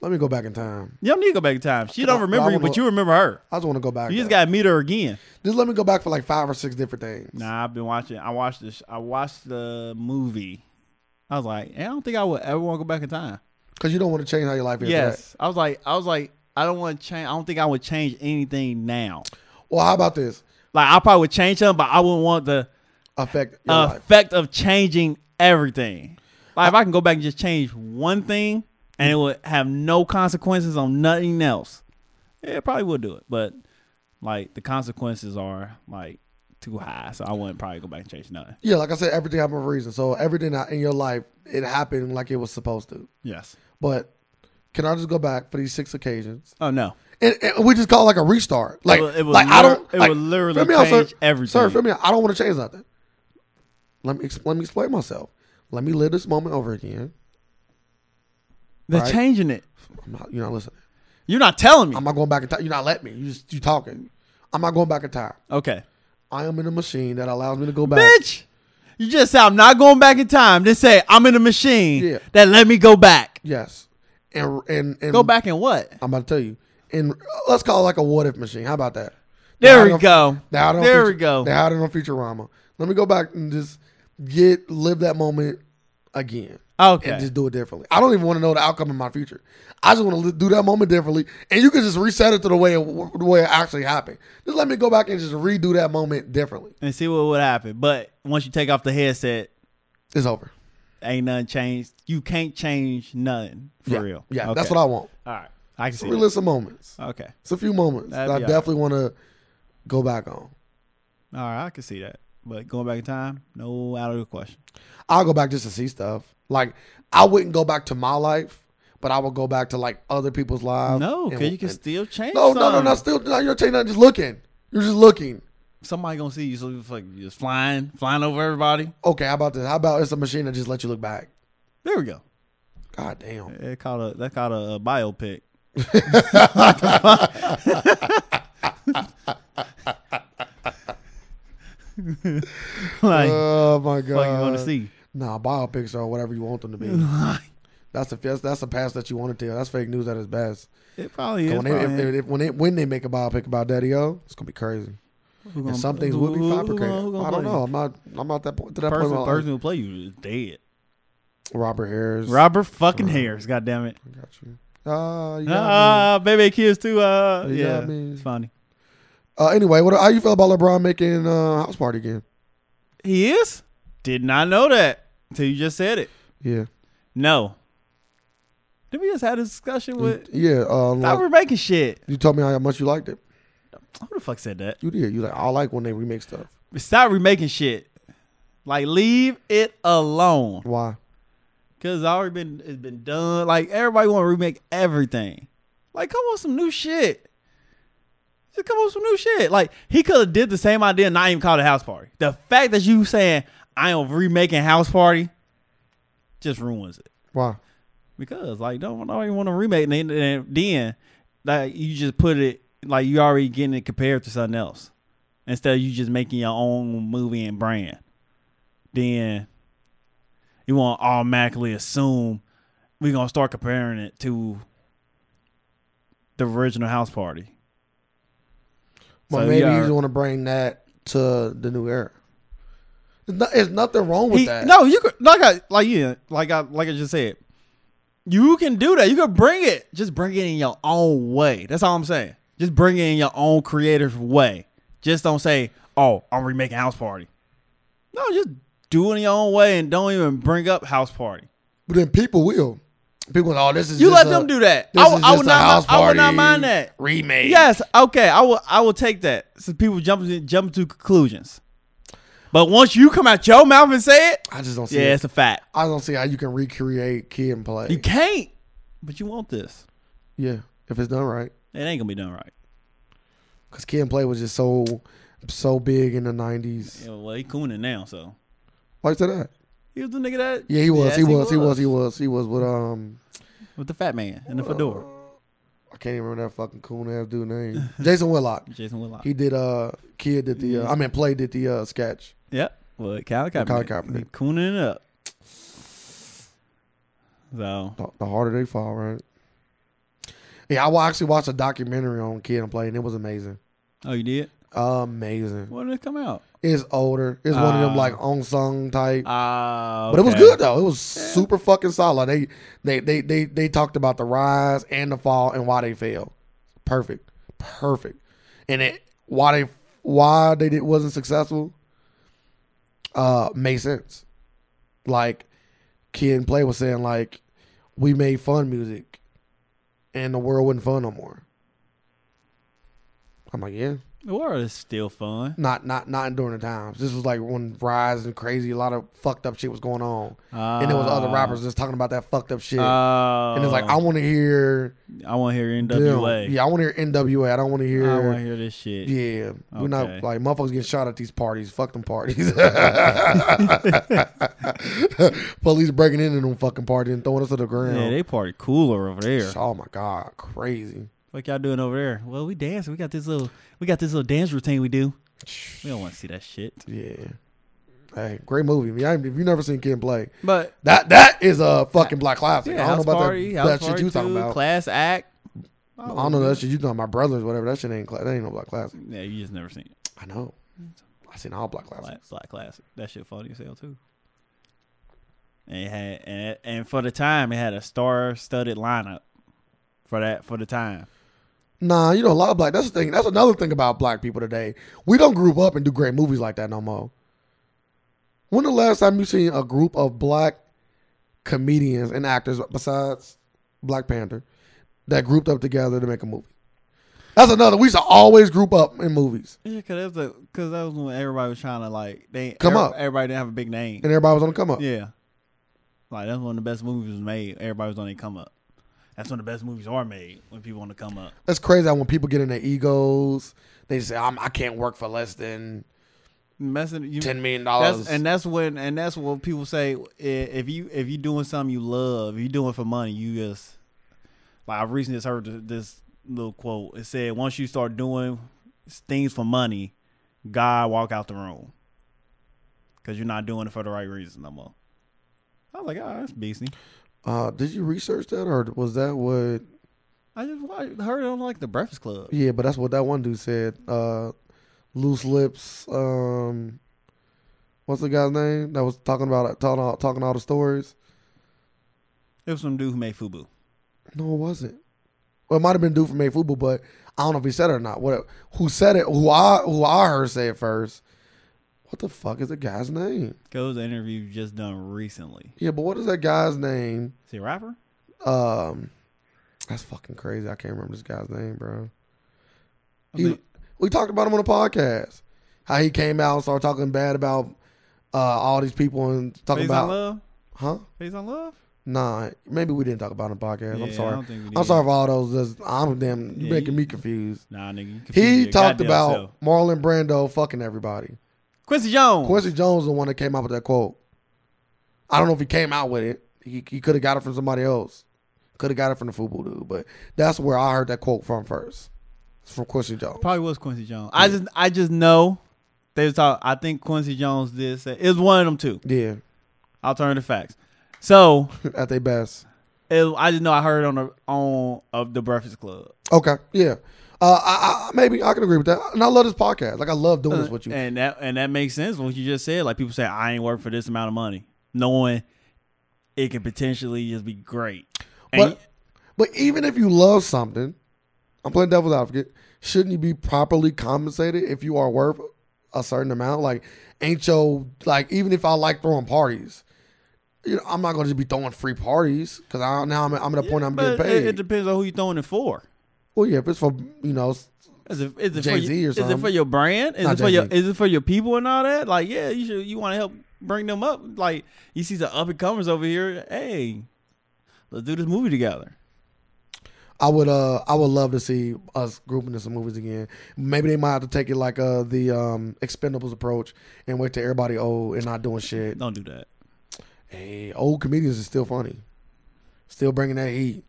[SPEAKER 2] let me go back in time.
[SPEAKER 1] You don't need to go back in time. She
[SPEAKER 2] I-
[SPEAKER 1] don't
[SPEAKER 2] but
[SPEAKER 1] remember
[SPEAKER 2] I
[SPEAKER 1] you,
[SPEAKER 2] wanna-
[SPEAKER 1] but you remember her.
[SPEAKER 2] I just want to go back.
[SPEAKER 1] You just
[SPEAKER 2] though.
[SPEAKER 1] gotta meet her again.
[SPEAKER 2] Just let me go back for like five or six different things.
[SPEAKER 1] Nah, I've been watching I watched this I watched the movie. I was like, I don't think I would ever want to go back in time.
[SPEAKER 2] Because you don't want to change how your life is. right?
[SPEAKER 1] Yes. I was like I was like, I don't want to change I don't think I would change anything now.
[SPEAKER 2] Well, how about this?
[SPEAKER 1] Like I probably would change something, but I wouldn't want the
[SPEAKER 2] Affect your life.
[SPEAKER 1] effect of changing everything. Like if I can go back and just change one thing and it would have no consequences on nothing else, yeah, it probably would do it. But like the consequences are like too high, so I wouldn't probably go back and change nothing.
[SPEAKER 2] Yeah, like I said, everything happened for a reason. So everything that- in your life, it happened like it was supposed to.
[SPEAKER 1] Yes.
[SPEAKER 2] But can I just go back for these six occasions?
[SPEAKER 1] Oh no.
[SPEAKER 2] And, and we just call it like a restart. Like,
[SPEAKER 1] would- it would
[SPEAKER 2] like I
[SPEAKER 1] lit-
[SPEAKER 2] don't.
[SPEAKER 1] it
[SPEAKER 2] like,
[SPEAKER 1] would literally
[SPEAKER 2] feel me out,
[SPEAKER 1] change
[SPEAKER 2] sir.
[SPEAKER 1] everything.
[SPEAKER 2] Sir, feel me out. I don't want to change nothing. Let me ex- let me explain myself. Let me live this moment over again.
[SPEAKER 1] They're
[SPEAKER 2] Right.
[SPEAKER 1] changing it.
[SPEAKER 2] I'm not, you're not listening.
[SPEAKER 1] You're not telling me.
[SPEAKER 2] I'm not going back in time. You're not letting me. You just you talking. I'm not going back in time.
[SPEAKER 1] okay.
[SPEAKER 2] I am in a machine that allows me to go back.
[SPEAKER 1] Bitch. You just said I'm not going back in time. Just say I'm in a machine
[SPEAKER 2] Yeah.
[SPEAKER 1] that let me go back.
[SPEAKER 2] Yes, and and and
[SPEAKER 1] Go back and what?
[SPEAKER 2] I'm about to tell you. And let's call it like a what if machine. How about that?
[SPEAKER 1] There
[SPEAKER 2] Now I
[SPEAKER 1] we
[SPEAKER 2] don't-
[SPEAKER 1] go.
[SPEAKER 2] Now I don't
[SPEAKER 1] There we
[SPEAKER 2] feature-
[SPEAKER 1] go.
[SPEAKER 2] Now I don't Futurama. Let me go back and just get live that moment again.
[SPEAKER 1] Okay.
[SPEAKER 2] And just do it differently. I don't even want to know the outcome in my future. I just want to do that moment differently, and you can just reset it to the way it, the way it actually happened. Just let me go back and just redo that moment differently.
[SPEAKER 1] and see what would happen. But once you take off the headset,
[SPEAKER 2] It's over.
[SPEAKER 1] ain't nothing changed. You can't change nothing for
[SPEAKER 2] yeah.
[SPEAKER 1] real.
[SPEAKER 2] Yeah, that's what I want.
[SPEAKER 1] I. All right, I can see. that.
[SPEAKER 2] Realistic moments.
[SPEAKER 1] Okay,
[SPEAKER 2] It's a few moments
[SPEAKER 1] That'd
[SPEAKER 2] that I
[SPEAKER 1] be all
[SPEAKER 2] definitely want to go back on.
[SPEAKER 1] all right, I can see that. But going back in time, no out of the question.
[SPEAKER 2] I'll go back just to see stuff. Like I wouldn't go back to my life, but I would go back to like other people's lives.
[SPEAKER 1] no,
[SPEAKER 2] and-
[SPEAKER 1] because you can
[SPEAKER 2] and-
[SPEAKER 1] still change.
[SPEAKER 2] no, no, no,
[SPEAKER 1] something.
[SPEAKER 2] no. Still, no, you're taking nothing. Just looking. You're just looking.
[SPEAKER 1] Somebody gonna see you, so it's like you're just flying, flying over everybody.
[SPEAKER 2] Okay, how about this? How about it's a machine that just lets you look back?
[SPEAKER 1] There we go.
[SPEAKER 2] God damn.
[SPEAKER 1] It called a that called a, a biopic. like,
[SPEAKER 2] Oh my god.
[SPEAKER 1] fuck you want to see?
[SPEAKER 2] Nah, biopics are whatever you want them to be. that's a that's, that's a past that you want to tell. That's fake news at its best.
[SPEAKER 1] it probably is.
[SPEAKER 2] when they, if, if, if- when they when they make a biopic about Daddy O, it's gonna be crazy. And some things will be fabricated. I don't know. I'm not. I'm not that point to that
[SPEAKER 1] Person,
[SPEAKER 2] point.
[SPEAKER 1] person who play you is dead.
[SPEAKER 2] Robert Harris.
[SPEAKER 1] Robert fucking Harris. God damn it.
[SPEAKER 2] I got you. Ah, you got me.
[SPEAKER 1] Ah, baby kids too. Uh,
[SPEAKER 2] You
[SPEAKER 1] yeah,
[SPEAKER 2] got me.
[SPEAKER 1] it's funny.
[SPEAKER 2] Uh, anyway, what how you feel about LeBron making uh, house party again?
[SPEAKER 1] He is. Did not know that until you just said it.
[SPEAKER 2] Yeah,
[SPEAKER 1] No. Did we just have a
[SPEAKER 2] Mm.
[SPEAKER 1] discussion with?
[SPEAKER 2] yeah. Um,
[SPEAKER 1] Stop
[SPEAKER 2] like,
[SPEAKER 1] remaking shit.
[SPEAKER 2] you told me how much you liked it.
[SPEAKER 1] Who the fuck said that?
[SPEAKER 2] You did. You like I like when they remake stuff.
[SPEAKER 1] Stop remaking shit. Like leave it alone.
[SPEAKER 2] Why?
[SPEAKER 1] Cause it's already been it's been done. Like everybody want to remake everything. Like come on some new shit. Just come on some new shit. Like he could have did the same idea and not even called it house party. The fact that you saying I am remaking house party just ruins it.
[SPEAKER 2] Why?
[SPEAKER 1] Because like don't nobody want to remake and then, and then like you just put it like you already getting it compared to something else. Instead of you just making your own movie and brand. Then you wanna automatically assume we're gonna start comparing it to the original house party.
[SPEAKER 2] Well,
[SPEAKER 1] So,
[SPEAKER 2] maybe
[SPEAKER 1] yeah.
[SPEAKER 2] you just want to bring that to the new era. There's, no, there's nothing wrong with
[SPEAKER 1] He-
[SPEAKER 2] that.
[SPEAKER 1] No, you could like I like yeah, like I like I just said. You can do that. You can bring it. Just bring it in your own way. That's all I'm saying. Just bring it in your own creative way. Just don't say, "Oh, I'm remaking House Party." No, just do it in your own way and don't even bring up House Party.
[SPEAKER 2] But then people will. People, will, oh, this is
[SPEAKER 1] You
[SPEAKER 2] just
[SPEAKER 1] let
[SPEAKER 2] a-
[SPEAKER 1] them do that.
[SPEAKER 2] This
[SPEAKER 1] I, would-
[SPEAKER 2] is
[SPEAKER 1] I
[SPEAKER 2] just
[SPEAKER 1] would
[SPEAKER 2] a
[SPEAKER 1] not.
[SPEAKER 2] house
[SPEAKER 1] I would not
[SPEAKER 2] party
[SPEAKER 1] mind that.
[SPEAKER 2] remake.
[SPEAKER 1] Yes. Okay. I will. I will take that. So people jump to- jump to conclusions. But once you come out your mouth and say it,
[SPEAKER 2] I just don't see.
[SPEAKER 1] yeah,
[SPEAKER 2] It.
[SPEAKER 1] it's a fact.
[SPEAKER 2] I don't see how you can recreate kid and play.
[SPEAKER 1] You can't, but you want this.
[SPEAKER 2] yeah, if it's done right,
[SPEAKER 1] It ain't gonna be done right.
[SPEAKER 2] because kid and play was just so so big in the nineties.
[SPEAKER 1] Yeah, well, he cooning now, so
[SPEAKER 2] Why you say that?
[SPEAKER 1] he was the nigga that
[SPEAKER 2] Yeah, he was.
[SPEAKER 1] Yes,
[SPEAKER 2] he, was, He was. He was. He was with um.
[SPEAKER 1] with the fat man and the fedora,
[SPEAKER 2] I can't even remember that fucking cool ass dude name. Jason Whitlock.
[SPEAKER 1] Jason Whitlock.
[SPEAKER 2] He did. Uh, kid did the. Uh, I mean, play did the uh, sketch.
[SPEAKER 1] yep, well, Kyle Kaepernick,
[SPEAKER 2] Colin Kaepernick.
[SPEAKER 1] He cooning it up. So
[SPEAKER 2] The, the harder they fall, right? Yeah, I wa- actually watched a documentary on kid and play, and it was amazing.
[SPEAKER 1] oh, you did?
[SPEAKER 2] Amazing.
[SPEAKER 1] When did it come out?
[SPEAKER 2] It's older. It's one of them
[SPEAKER 1] Ah.
[SPEAKER 2] like on song type.
[SPEAKER 1] Ah,
[SPEAKER 2] But it was
[SPEAKER 1] okay.
[SPEAKER 2] good though. It was super fucking solid. They they they they they talked about the rise and the fall and why they fell. Perfect, perfect. And it why they why they did, wasn't successful. Uh, made sense. Like Kid and Play was saying, like we made fun music, and the world wasn't fun no more. I'm like, yeah,
[SPEAKER 1] The world is still fun.
[SPEAKER 2] not not not during the times. This was like when rise and crazy, a lot of fucked up shit was going on and it was other
[SPEAKER 1] Ah.
[SPEAKER 2] rappers just talking about that fucked up shit.
[SPEAKER 1] Oh,
[SPEAKER 2] and it's like I want to hear
[SPEAKER 1] I want to hear
[SPEAKER 2] them.
[SPEAKER 1] NWA.
[SPEAKER 2] Yeah, I want to hear NWA. I don't want to hear.
[SPEAKER 1] I want to hear this shit.
[SPEAKER 2] yeah, we're
[SPEAKER 1] Okay.
[SPEAKER 2] not like motherfuckers getting shot at these parties. Fuck them parties. Police breaking into them fucking parties and throwing us to the ground.
[SPEAKER 1] Yeah, they party cooler over there.
[SPEAKER 2] oh my god, crazy.
[SPEAKER 1] What y'all doing over there? Well, we dancing. We got this little, we got this little dance routine we do. We don't want to see that shit.
[SPEAKER 2] Yeah. Hey, great movie. Yeah, if you never seen Ken Blake,
[SPEAKER 1] But
[SPEAKER 2] that that is a fucking black classic.
[SPEAKER 1] yeah,
[SPEAKER 2] I don't know
[SPEAKER 1] house
[SPEAKER 2] about
[SPEAKER 1] party,
[SPEAKER 2] that,
[SPEAKER 1] house
[SPEAKER 2] that shit
[SPEAKER 1] party
[SPEAKER 2] you talking
[SPEAKER 1] too,
[SPEAKER 2] about.
[SPEAKER 1] class act.
[SPEAKER 2] I don't know that shit you talking about. My brothers, whatever. That shit ain't cla- that ain't no black classic.
[SPEAKER 1] Yeah, you just never seen it.
[SPEAKER 2] I know. I seen all black lives.
[SPEAKER 1] Black, black classic. That shit funny as hell too. And it had and, and for the time it had a star-studded lineup for that for the time.
[SPEAKER 2] Nah, you know a lot of black. That's the thing. That's another thing about black people today. We don't group up and do great movies like that no more. When the last time you seen a group of black comedians and actors besides Black Panther that grouped up together to make a movie? That's another. We used to always group up in movies,
[SPEAKER 1] Yeah, because that, that was when everybody was trying to like they
[SPEAKER 2] Come
[SPEAKER 1] every-
[SPEAKER 2] up.
[SPEAKER 1] Everybody didn't have a big name.
[SPEAKER 2] and everybody was on the come up.
[SPEAKER 1] Yeah, like that's when the best movies was made. Everybody was on their come up. That's when the best movies are made when people want to come up.
[SPEAKER 2] That's crazy. How when people get in their egos, they say, I'm, "I can't work for less than
[SPEAKER 1] Messing you.
[SPEAKER 2] ten million
[SPEAKER 1] That's,
[SPEAKER 2] dollars."
[SPEAKER 1] and that's when and that's what people say i- if you if you doing something you love if you doing it for money you just like I recently just heard th- this little quote it said once you start doing things for money God walk out the room because you're not doing it for the right reason no more I was like oh that's beastly
[SPEAKER 2] Uh, did you research that, or was that what?
[SPEAKER 1] I just wa- heard it on like the Breakfast Club
[SPEAKER 2] Yeah, but that's what that one dude said. Uh, loose lips. Um, what's the guy's name that was talking about talking all, talking all the stories?
[SPEAKER 1] it was some dude who made Fubu
[SPEAKER 2] No, it wasn't. Well, it might have been dude from Made Fubu, but I don't know if he said it or not. What? Who said it? Who I who I heard say it first? What the fuck is the guy's name?
[SPEAKER 1] goes an interview just done recently
[SPEAKER 2] Yeah, but what is that guy's name?
[SPEAKER 1] is he a rapper
[SPEAKER 2] Um, that's fucking crazy. I can't remember this guy's name, bro.
[SPEAKER 1] I
[SPEAKER 2] He,
[SPEAKER 1] mean-
[SPEAKER 2] we talked about him on the podcast. How he came out and started talking bad about uh, all these people and talking
[SPEAKER 1] Face on
[SPEAKER 2] about,
[SPEAKER 1] Love
[SPEAKER 2] huh?
[SPEAKER 1] Face on Love
[SPEAKER 2] Nah, maybe we didn't talk about him on the podcast.
[SPEAKER 1] Yeah, I
[SPEAKER 2] I'm sorry.
[SPEAKER 1] don't think we
[SPEAKER 2] I'm
[SPEAKER 1] did.
[SPEAKER 2] sorry for all those. That's, I'm damn. You
[SPEAKER 1] Yeah,
[SPEAKER 2] making
[SPEAKER 1] you-
[SPEAKER 2] me confused.
[SPEAKER 1] Nah, nigga. you confused
[SPEAKER 2] He
[SPEAKER 1] your
[SPEAKER 2] talked
[SPEAKER 1] goddamn
[SPEAKER 2] about
[SPEAKER 1] self.
[SPEAKER 2] Marlon Brando fucking everybody.
[SPEAKER 1] Quincy Jones.
[SPEAKER 2] Quincy Jones is the one that came out with that quote. I don't know if he came out with it. He, he could have got it from somebody else. Could have got it from the football dude, but that's where I heard that quote from first. It's from Quincy Jones.
[SPEAKER 1] Probably was Quincy Jones. I just I just know they was talk. I think Quincy Jones did say it was one of them two.
[SPEAKER 2] Yeah,
[SPEAKER 1] Alternative facts. So
[SPEAKER 2] at their best.
[SPEAKER 1] it, I just know I heard on the on of the Breakfast Club.
[SPEAKER 2] Okay, yeah. Uh, I, I, maybe I can agree with that. And I love this podcast. Like I love doing this with you.
[SPEAKER 1] Uh, And that and that makes sense what you just said. Like people say I ain't work for this amount of money, knowing it could potentially just be great. And
[SPEAKER 2] But but even if you love something, I'm playing devil's advocate. Shouldn't you be properly compensated if you are worth a certain amount? Like, ain't yo like even if I like throwing parties, you know, I'm not gonna just be throwing free parties because I now I'm, I'm at a point I'm
[SPEAKER 1] but
[SPEAKER 2] getting
[SPEAKER 1] it,
[SPEAKER 2] paid.
[SPEAKER 1] it depends on who you throwing it for.
[SPEAKER 2] well, yeah, if it's for you know, s-
[SPEAKER 1] Is it, is it for
[SPEAKER 2] Jay-Z
[SPEAKER 1] your,
[SPEAKER 2] or
[SPEAKER 1] Is it for
[SPEAKER 2] something.
[SPEAKER 1] your brand? Is
[SPEAKER 2] Not
[SPEAKER 1] it for your
[SPEAKER 2] Jay-Z.
[SPEAKER 1] is it for your people and all that? Like, yeah, you should you want to help bring them up. Like, you see the up and comers over here. Hey, let's do this movie together.
[SPEAKER 2] I would uh I would love to see us grouping into some movies again. Maybe they might have to take it like uh the um Expendables approach and wait till everybody old and not doing shit.
[SPEAKER 1] Don't do that.
[SPEAKER 2] Hey, old comedians are still funny, still bringing that heat.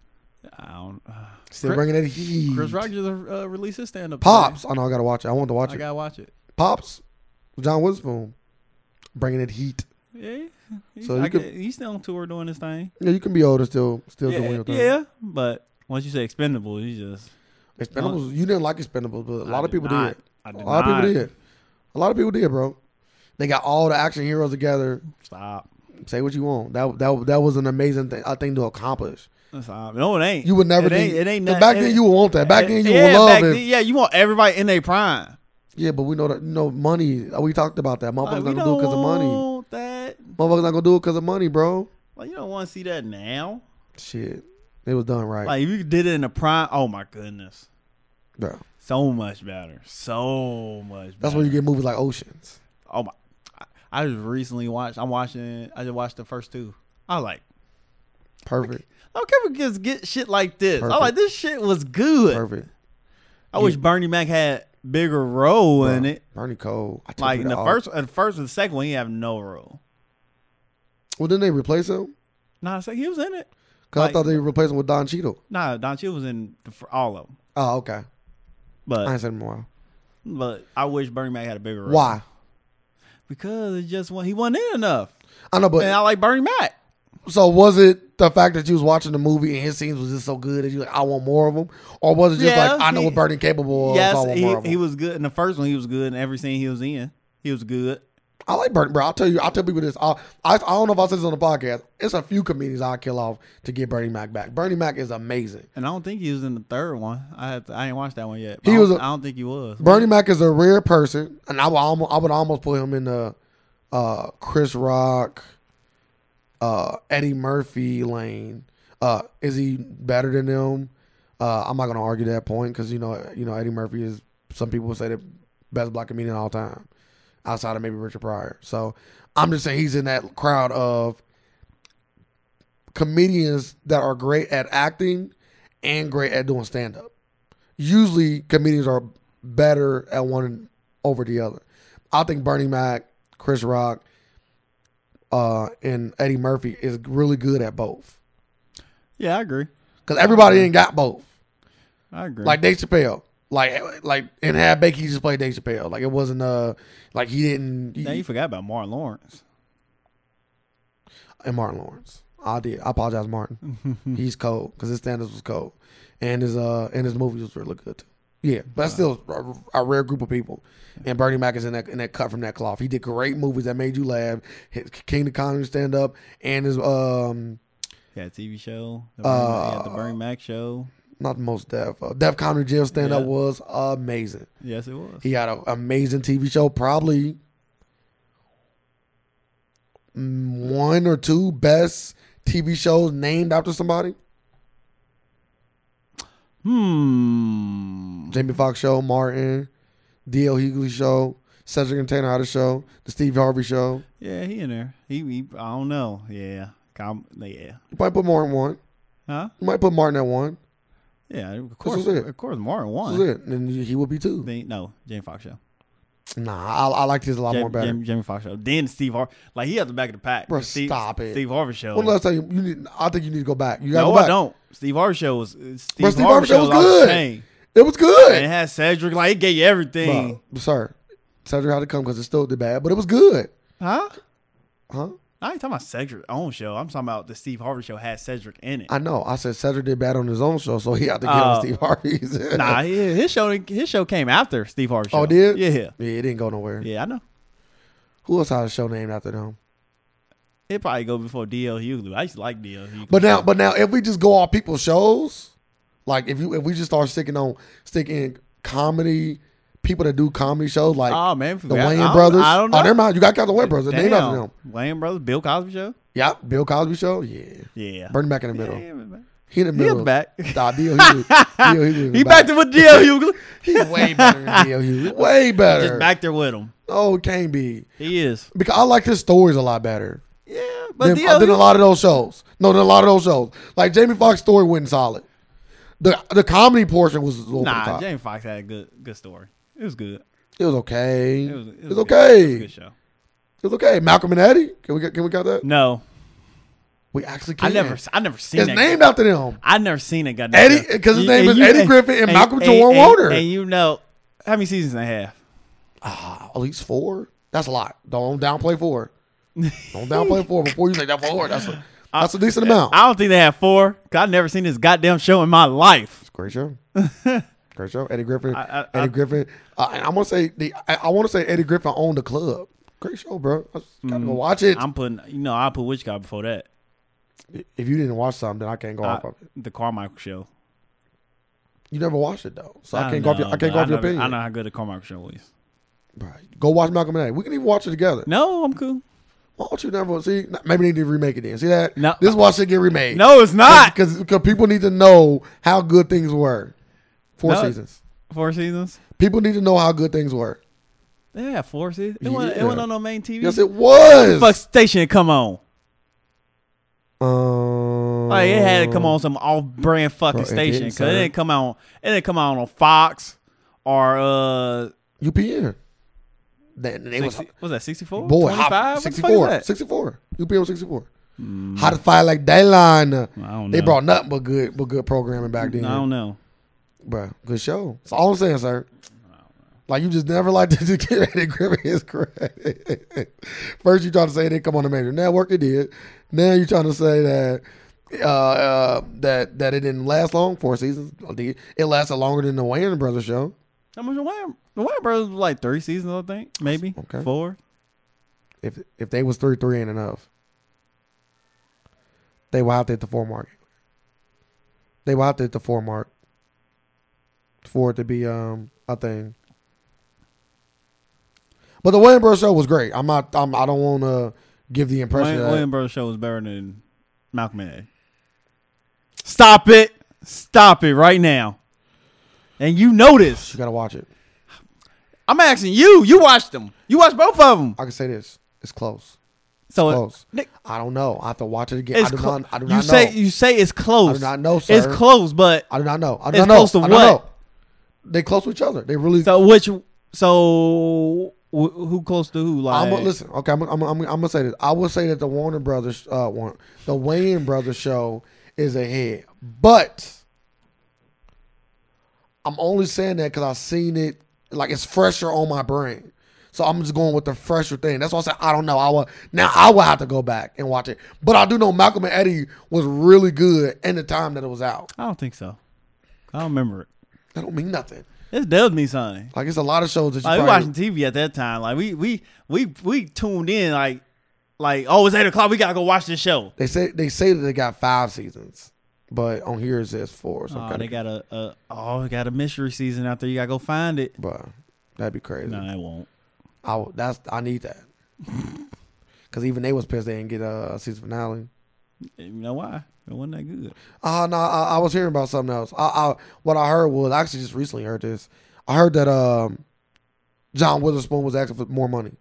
[SPEAKER 1] I don't. Uh,
[SPEAKER 2] Still
[SPEAKER 1] Chris-
[SPEAKER 2] bringing that heat.
[SPEAKER 1] Chris Rock just uh, released his stand up.
[SPEAKER 2] Pops. I know I gotta watch it. I want to watch
[SPEAKER 1] I
[SPEAKER 2] it.
[SPEAKER 1] gotta watch it.
[SPEAKER 2] Pops. John Witherspoon. Bringing it heat.
[SPEAKER 1] Yeah, he,
[SPEAKER 2] So
[SPEAKER 1] I
[SPEAKER 2] you could-
[SPEAKER 1] get- he's still on tour doing his thing.
[SPEAKER 2] Yeah, you can be older still still doing
[SPEAKER 1] Yeah,
[SPEAKER 2] your thing.
[SPEAKER 1] yeah, but once you say expendable, you just
[SPEAKER 2] Expendables. You didn't like Expendables, but a lot
[SPEAKER 1] I
[SPEAKER 2] of people
[SPEAKER 1] not.
[SPEAKER 2] did.
[SPEAKER 1] I
[SPEAKER 2] A
[SPEAKER 1] did
[SPEAKER 2] lot
[SPEAKER 1] not.
[SPEAKER 2] of people did. A lot of people did, bro. They got all the action heroes together.
[SPEAKER 1] Stop.
[SPEAKER 2] Say what you want. That that that was an amazing thing, I think to accomplish.
[SPEAKER 1] Stop. No, it ain't.
[SPEAKER 2] You would never.
[SPEAKER 1] It ain't.
[SPEAKER 2] think-
[SPEAKER 1] It ain't
[SPEAKER 2] Cause
[SPEAKER 1] nothing-
[SPEAKER 2] Back
[SPEAKER 1] it-
[SPEAKER 2] then, you would want that. Back then, you
[SPEAKER 1] yeah,
[SPEAKER 2] would love
[SPEAKER 1] back
[SPEAKER 2] it.
[SPEAKER 1] then- yeah, you want everybody in their prime.
[SPEAKER 2] yeah, but we know that. You know, money. We talked about that. Motherfuckers
[SPEAKER 1] Like,
[SPEAKER 2] not gonna do it because of money.
[SPEAKER 1] want that.
[SPEAKER 2] Motherfuckers not gonna do it because of money, bro.
[SPEAKER 1] Like you don't want to see that now.
[SPEAKER 2] Shit, it was done right,
[SPEAKER 1] Like if you did it in the prime. Oh my goodness,
[SPEAKER 2] bro.
[SPEAKER 1] so much better, so much. Better.
[SPEAKER 2] That's where you get movies like Oceans.
[SPEAKER 1] Oh my! I, I just recently watched. I'm watching. I just watched the first two. I like.
[SPEAKER 2] Perfect,
[SPEAKER 1] Okay, we just get shit like this. I
[SPEAKER 2] Perfect.
[SPEAKER 1] like this shit was good.
[SPEAKER 2] perfect.
[SPEAKER 1] I wish Bernie Mac had bigger role in it.
[SPEAKER 2] Bernie Cole. I told
[SPEAKER 1] Like
[SPEAKER 2] you
[SPEAKER 1] in the
[SPEAKER 2] that all-
[SPEAKER 1] first, in the first and second one, he have no role.
[SPEAKER 2] Well, didn't they replace him?
[SPEAKER 1] Nah, so he was in it.
[SPEAKER 2] Because
[SPEAKER 1] Like-
[SPEAKER 2] I thought they replaced him with Don Cheadle.
[SPEAKER 1] Nah, Don Cheadle was in the, fir- all of them.
[SPEAKER 2] Oh, okay.
[SPEAKER 1] But
[SPEAKER 2] I ain't said him in a while.
[SPEAKER 1] But I wish Bernie Mac had a bigger role.
[SPEAKER 2] Why?
[SPEAKER 1] Because it just went, he wasn't in enough.
[SPEAKER 2] I know, but
[SPEAKER 1] And I like Bernie Mac.
[SPEAKER 2] so was it the fact that you was watching the movie and his scenes was just so good that you like I want more of them, or was it just
[SPEAKER 1] Yeah,
[SPEAKER 2] like I know
[SPEAKER 1] he-
[SPEAKER 2] what Bernie capable of, so I want more
[SPEAKER 1] yes,
[SPEAKER 2] of
[SPEAKER 1] he,
[SPEAKER 2] him?
[SPEAKER 1] he was good in the first one. He was good in every scene he was in. He was good.
[SPEAKER 2] I like Bernie, bro. I'll tell you, I'll tell people this. I, I, I don't know if I said this on the podcast. It's a few comedians I'll kill off to get Bernie Mac back. Bernie Mac is amazing.
[SPEAKER 1] And I don't think he was in the third one. I had to, I ain't watched that one yet.
[SPEAKER 2] He
[SPEAKER 1] I don't,
[SPEAKER 2] was a-
[SPEAKER 1] I don't think he was.
[SPEAKER 2] Bernie Mac is a rare person, and I would almost, I would almost put him in the uh, Chris Rock, uh, Eddie Murphy lane. Uh, is he better than them? Uh, I'm not going to argue that point because you know you know Eddie Murphy is some people would say the best black comedian of all time, outside of maybe Richard Pryor. So I'm just saying he's in that crowd of comedians that are great at acting and great at doing stand up. Usually comedians are better at one over the other. I think Bernie Mac, Chris Rock, uh, and Eddie Murphy is really good at both.
[SPEAKER 1] Yeah, I agree.
[SPEAKER 2] Because everybody ain't got both.
[SPEAKER 1] I agree.
[SPEAKER 2] Like Dave Chappelle. Like like and had Becky just played Dave Chappelle. Like it wasn't uh like he didn't he-
[SPEAKER 1] now you forgot about Martin Lawrence.
[SPEAKER 2] and Martin Lawrence. I did. I apologize, Martin. He's cold because his standards was cold, and his uh and his movies was really good too. Yeah, but that's still a, a rare group of people. And Bernie Mac is in that in that cut from that cloth. He did great movies that made you laugh. His King the Comedy stand up and his um
[SPEAKER 1] He had a TV show. The Bernie- he had the
[SPEAKER 2] Uh,
[SPEAKER 1] Bernie Mac show.
[SPEAKER 2] not the most deaf uh, deaf comedy jail stand up
[SPEAKER 1] Yeah.
[SPEAKER 2] was amazing.
[SPEAKER 1] Yes, it was.
[SPEAKER 2] He had an amazing TV show, probably mm, one or two best TV shows named after somebody.
[SPEAKER 1] Hmm.
[SPEAKER 2] Jamie Foxx show, Martin, D.L. Hughley show, Cedric and Tanner Hodges show, the Steve Harvey show.
[SPEAKER 1] Yeah, he in there. He, he I don't know. Yeah. Com- yeah.
[SPEAKER 2] You might put Martin one.
[SPEAKER 1] Huh?
[SPEAKER 2] You might put Martin at one.
[SPEAKER 1] Yeah, of course.
[SPEAKER 2] was it.
[SPEAKER 1] Of course, Martin
[SPEAKER 2] That's
[SPEAKER 1] won.
[SPEAKER 2] it. And he would be two.
[SPEAKER 1] Then, no, Jamie Foxx show.
[SPEAKER 2] Nah, I, I liked his a lot more
[SPEAKER 1] Jamie,
[SPEAKER 2] better.
[SPEAKER 1] Jamie, Jamie Foxx show. Then Steve Harvey. Like, he at the back of the pack.
[SPEAKER 2] Bruh,
[SPEAKER 1] Steve,
[SPEAKER 2] stop it.
[SPEAKER 1] Steve Harvey show.
[SPEAKER 2] One last time, you need, I think you need to go back. You gotta
[SPEAKER 1] no,
[SPEAKER 2] go back.
[SPEAKER 1] I don't. Steve Harvey show was. Steve,
[SPEAKER 2] Steve Harvey show was
[SPEAKER 1] off the
[SPEAKER 2] good.
[SPEAKER 1] chain.
[SPEAKER 2] It was
[SPEAKER 1] And it
[SPEAKER 2] good.
[SPEAKER 1] had Cedric. Like, it gave you everything.
[SPEAKER 2] Bro, sir, Cedric had to come because it still did bad, but it was good.
[SPEAKER 1] Huh?
[SPEAKER 2] Huh?
[SPEAKER 1] I ain't talking about Cedric's own show. I'm talking about the Steve Harvey show had Cedric in it.
[SPEAKER 2] I know. I said Cedric did bad on his own show, so he had to get on
[SPEAKER 1] Oh.
[SPEAKER 2] Steve Harvey's.
[SPEAKER 1] nah, his his show his show came after Steve Harvey show.
[SPEAKER 2] Oh, did?
[SPEAKER 1] Yeah.
[SPEAKER 2] Yeah, it didn't go nowhere.
[SPEAKER 1] Yeah, I know.
[SPEAKER 2] Who else had a show named after them?
[SPEAKER 1] It probably go before DL Hughley. I used to like DL Hughley.
[SPEAKER 2] But now, but now, if we just go off people's shows, like if you if we just start sticking on sticking comedy, people that do comedy shows like
[SPEAKER 1] oh man,
[SPEAKER 2] the
[SPEAKER 1] I- I
[SPEAKER 2] Wayne
[SPEAKER 1] don't-
[SPEAKER 2] brothers.
[SPEAKER 1] I don't
[SPEAKER 2] Oh, never
[SPEAKER 1] know.
[SPEAKER 2] mind. You got to count the Wayne brothers. They're named after them.
[SPEAKER 1] Damn. Wayne brothers, Bill Cosby show.
[SPEAKER 2] Yep. Bill Cosby show. Yeah.
[SPEAKER 1] Yeah,
[SPEAKER 2] Bernie Mac in the middle.
[SPEAKER 1] Yeah,
[SPEAKER 2] He in the
[SPEAKER 1] he
[SPEAKER 2] middle.
[SPEAKER 1] at the back.
[SPEAKER 2] Nah, D.L. Hughley- D.L. Hughley was
[SPEAKER 1] he back there with DL Hughley.
[SPEAKER 2] He way better than D.L. Hughley. Way better.
[SPEAKER 1] Just back there with him.
[SPEAKER 2] Oh, it can't be
[SPEAKER 1] He is.
[SPEAKER 2] because I like his stories a lot better.
[SPEAKER 1] Yeah,
[SPEAKER 2] than,
[SPEAKER 1] but DL
[SPEAKER 2] than a
[SPEAKER 1] Hughley,
[SPEAKER 2] lot of those shows. No, than a lot of those shows. Like Jamie Foxx's story wasn't solid. The the comedy portion was over the
[SPEAKER 1] nah,
[SPEAKER 2] top.
[SPEAKER 1] Jamie Foxx had a good good story. It was good.
[SPEAKER 2] it was okay.
[SPEAKER 1] It was,
[SPEAKER 2] It
[SPEAKER 1] it was
[SPEAKER 2] was
[SPEAKER 1] good. It was a
[SPEAKER 2] okay.
[SPEAKER 1] good show.
[SPEAKER 2] It was okay. Malcolm and Eddie. Can we get- can we count that?
[SPEAKER 1] No,
[SPEAKER 2] We actually can.
[SPEAKER 1] I never I never seen
[SPEAKER 2] It's
[SPEAKER 1] that.
[SPEAKER 2] named after them.
[SPEAKER 1] I never seen it. Goddamn
[SPEAKER 2] Eddie-
[SPEAKER 1] show.
[SPEAKER 2] 'cause his
[SPEAKER 1] You-
[SPEAKER 2] name
[SPEAKER 1] and
[SPEAKER 2] is
[SPEAKER 1] you-
[SPEAKER 2] Eddy Griffin and Malcolm Jawan
[SPEAKER 1] and-
[SPEAKER 2] Warner.
[SPEAKER 1] And you know how many seasons and a half?
[SPEAKER 2] Ah, at least four. That's a lot. Don't downplay four. Don't downplay four before you say that four. That's a, that's a decent amount.
[SPEAKER 1] I don't think they have four. i I've never seen this goddamn show in my life.
[SPEAKER 2] Great show. Great show. Eddie Griffin.
[SPEAKER 1] I- I-
[SPEAKER 2] Eddie
[SPEAKER 1] I-
[SPEAKER 2] Griffin. Uh, and I'm gonna say the. I, I want to say Eddie Griffin owned the club. Great show, bro. I just gotta go
[SPEAKER 1] Mm.
[SPEAKER 2] watch it.
[SPEAKER 1] I'm putting, you know, I put Witch God before that.
[SPEAKER 2] if you didn't watch something, then Oh, I can't go
[SPEAKER 1] I-
[SPEAKER 2] off of it.
[SPEAKER 1] the Carmichael show.
[SPEAKER 2] You never watched it though, so I, can't
[SPEAKER 1] know,
[SPEAKER 2] go off. Your, I
[SPEAKER 1] but
[SPEAKER 2] can't go off your
[SPEAKER 1] know-
[SPEAKER 2] opinion.
[SPEAKER 1] I know how good the Carmichael show is.
[SPEAKER 2] Right. Go watch Malcolm and Eddie. We can even watch it together.
[SPEAKER 1] No, I'm cool.
[SPEAKER 2] Why don't you never see? Maybe they need to remake it then. See that?
[SPEAKER 1] No.
[SPEAKER 2] This is why shit get remade.
[SPEAKER 1] No, it's not.
[SPEAKER 2] because people need to know how good things were. Four
[SPEAKER 1] No.
[SPEAKER 2] seasons.
[SPEAKER 1] Four seasons.
[SPEAKER 2] People need to know how good things were.
[SPEAKER 1] Yeah, four seasons. It, wasn't,
[SPEAKER 2] Yeah.
[SPEAKER 1] it wasn't on no main TV.
[SPEAKER 2] Yes, it was.
[SPEAKER 1] Fuck station, come on.
[SPEAKER 2] Um,
[SPEAKER 1] Like it had to come on some off-brand fucking
[SPEAKER 2] Bro, it
[SPEAKER 1] station
[SPEAKER 2] didn't,
[SPEAKER 1] because it
[SPEAKER 2] sir.
[SPEAKER 1] didn't come out. It didn't come out on Fox or uh,
[SPEAKER 2] UPN. Then they was
[SPEAKER 1] 60, was that sixty-four?
[SPEAKER 2] boy hot,
[SPEAKER 1] Twenty-five?
[SPEAKER 2] 64, 64. UPN was 64.
[SPEAKER 1] Hmm.
[SPEAKER 2] How to fight like Dayline.
[SPEAKER 1] I don't know.
[SPEAKER 2] They brought nothing but good, but good programming back
[SPEAKER 1] I
[SPEAKER 2] then.
[SPEAKER 1] don't know.
[SPEAKER 2] Bro, good show. That's all I'm saying, sir. Like you just never liked to just give Eddie Griffin his credit. First you try to say it didn't come on the major network, it did. Now you trying to say that uh, uh, that that it didn't last long, four seasons. It did. It lasted longer than the Wayne Brothers show.
[SPEAKER 1] How much the Wayne, the Wayne Brothers was like three seasons, I think, maybe
[SPEAKER 2] Okay.
[SPEAKER 1] four.
[SPEAKER 2] If if they was three, three ain't enough. They were out there at the four mark. They were out there at the four mark. For it to be um a thing. But the William Burr show was great. I'm not I'm I don't wanna give the impression
[SPEAKER 1] Wayne,
[SPEAKER 2] that
[SPEAKER 1] Wayne Brothers show was better than Malcolm and Eddie. Stop it! Stop it right now. And you notice.
[SPEAKER 2] You gotta watch it.
[SPEAKER 1] I'm asking you. You watched them. You watched both of them.
[SPEAKER 2] I can say this. It's close.
[SPEAKER 1] So
[SPEAKER 2] Close.
[SPEAKER 1] Nick,
[SPEAKER 2] I don't know. I have to watch it again.
[SPEAKER 1] it's
[SPEAKER 2] I do
[SPEAKER 1] clo-
[SPEAKER 2] not. I do
[SPEAKER 1] you
[SPEAKER 2] not know.
[SPEAKER 1] say you say it's close.
[SPEAKER 2] I do not know,
[SPEAKER 1] It's
[SPEAKER 2] sir.
[SPEAKER 1] close, but
[SPEAKER 2] I do not know. I do
[SPEAKER 1] It's
[SPEAKER 2] not know.
[SPEAKER 1] close to
[SPEAKER 2] I don't
[SPEAKER 1] what?
[SPEAKER 2] know. They close to each other. They really.
[SPEAKER 1] so which so wh- who close to who? Like
[SPEAKER 2] I'm gonna listen. Okay, I'm, I'm, I'm, I'm gonna say this. I will say that the Warner Brothers, uh, Warner, the Wayne Brothers show is ahead, but I'm only saying that because I've seen it. Like it's fresher on my brain, so I'm just going with the fresher thing. That's why I said I don't know. I will now. I will have to go back and watch it, but I do know Malcolm and Eddie was really good in the time that it was out.
[SPEAKER 1] I don't think so. I don't remember it.
[SPEAKER 2] That don't mean nothing.
[SPEAKER 1] This does mean something.
[SPEAKER 2] Like it's a lot of shows that you
[SPEAKER 1] Like we
[SPEAKER 2] probably,
[SPEAKER 1] watching TV at that time. Like we we we we tuned in like like oh it's eight o'clock. We gotta go watch this show.
[SPEAKER 2] They say they say that they got five seasons, but on here it says four. So
[SPEAKER 1] Oh,
[SPEAKER 2] kinda,
[SPEAKER 1] they got a, a oh they got a mystery season out there. You gotta go find it.
[SPEAKER 2] but that'd be crazy.
[SPEAKER 1] No, it won't.
[SPEAKER 2] I would- that's I need that because even they was pissed they didn't get a season finale.
[SPEAKER 1] You know why? It wasn't that good.
[SPEAKER 2] Uh no, I, I was hearing about something else. I, I what I heard was I actually just recently heard this. I heard that um, John Witherspoon was asking for more money.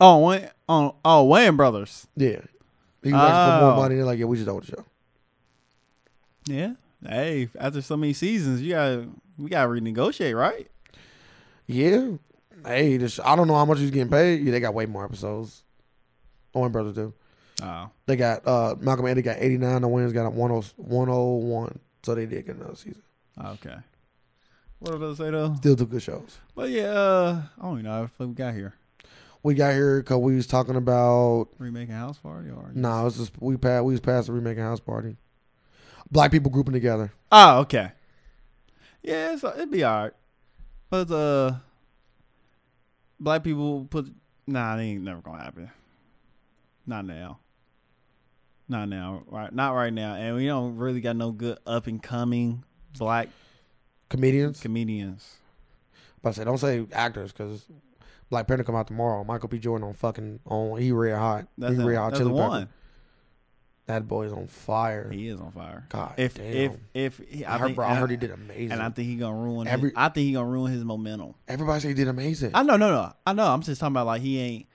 [SPEAKER 1] Oh, Wayne, oh, oh, Wayne Brothers.
[SPEAKER 2] Yeah, he was asking for
[SPEAKER 1] Oh.
[SPEAKER 2] more money. They're like, yeah, we just own the show.
[SPEAKER 1] Yeah. Hey, after so many seasons, you got to we got to renegotiate, right?
[SPEAKER 2] Yeah, hey, this, I don't know how much he's getting paid. Yeah, they got way more episodes. Owen Brothers do.
[SPEAKER 1] Oh,
[SPEAKER 2] They got uh Malcolm Eddie got 89, the Williams got oh, 10- 101. So they did get another season.
[SPEAKER 1] okay. What did I say though?
[SPEAKER 2] Still two good shows.
[SPEAKER 1] But yeah, uh, I don't even know if we got here
[SPEAKER 2] We got here because we was talking about
[SPEAKER 1] remaking House Party or
[SPEAKER 2] no, nah, it was just we passed we was past the remaking house party. Black people grouping together.
[SPEAKER 1] Oh, okay. Yeah, it's, uh, it'd be all right. But uh, black people put nah, it ain't never gonna happen. Not now. Not now. Right? Not right now. And we don't really got no good up and coming black
[SPEAKER 2] Comedians.
[SPEAKER 1] comedians.
[SPEAKER 2] but I say don't say actors because Black Panther come out tomorrow. Michael P. Jordan on fucking on he red hot.
[SPEAKER 1] That's
[SPEAKER 2] he
[SPEAKER 1] the-
[SPEAKER 2] red hot
[SPEAKER 1] that's the
[SPEAKER 2] chili pepper.
[SPEAKER 1] one.
[SPEAKER 2] That boy's on fire.
[SPEAKER 1] He is on fire.
[SPEAKER 2] God
[SPEAKER 1] If
[SPEAKER 2] damn.
[SPEAKER 1] if if he, I,
[SPEAKER 2] I, heard,
[SPEAKER 1] think,
[SPEAKER 2] bro, I
[SPEAKER 1] and
[SPEAKER 2] heard he did amazing.
[SPEAKER 1] and I think he gonna ruin. Every,
[SPEAKER 2] Every-
[SPEAKER 1] I think he gonna ruin his momentum.
[SPEAKER 2] Everybody say he did amazing.
[SPEAKER 1] I know, no, no. I know. I'm just talking about like he ain't.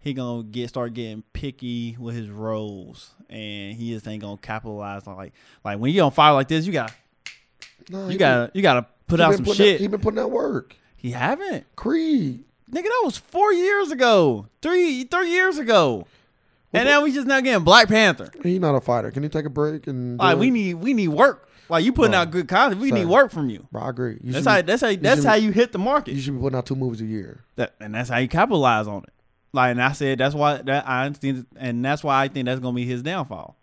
[SPEAKER 1] He gonna get start getting picky with his roles, and he just ain't gonna capitalize on like like when you on fire like this, you got
[SPEAKER 2] Nah, he
[SPEAKER 1] you
[SPEAKER 2] been-
[SPEAKER 1] gotta you gotta put
[SPEAKER 2] he
[SPEAKER 1] out
[SPEAKER 2] been
[SPEAKER 1] some
[SPEAKER 2] putting that-
[SPEAKER 1] shit.
[SPEAKER 2] he been putting that work.
[SPEAKER 1] he haven't,
[SPEAKER 2] Creed.
[SPEAKER 1] nigga. That was four years ago, three three years ago, and
[SPEAKER 2] What-
[SPEAKER 1] now we just now getting Black Panther.
[SPEAKER 2] He's not a fighter. Can you take a break and do
[SPEAKER 1] Like we
[SPEAKER 2] it?
[SPEAKER 1] need we need work. Like you putting
[SPEAKER 2] Bro,
[SPEAKER 1] out good content, we
[SPEAKER 2] sir.
[SPEAKER 1] need work from you.
[SPEAKER 2] Bro, I agree. You
[SPEAKER 1] That's
[SPEAKER 2] should,
[SPEAKER 1] how
[SPEAKER 2] be,
[SPEAKER 1] that's how that's
[SPEAKER 2] should-
[SPEAKER 1] how you hit the
[SPEAKER 2] you
[SPEAKER 1] market,
[SPEAKER 2] should be putting out two movies a year.
[SPEAKER 1] That- and that's how you capitalize on it. Like, and I said that's why that I understand, and that's why I think that's gonna be his downfall.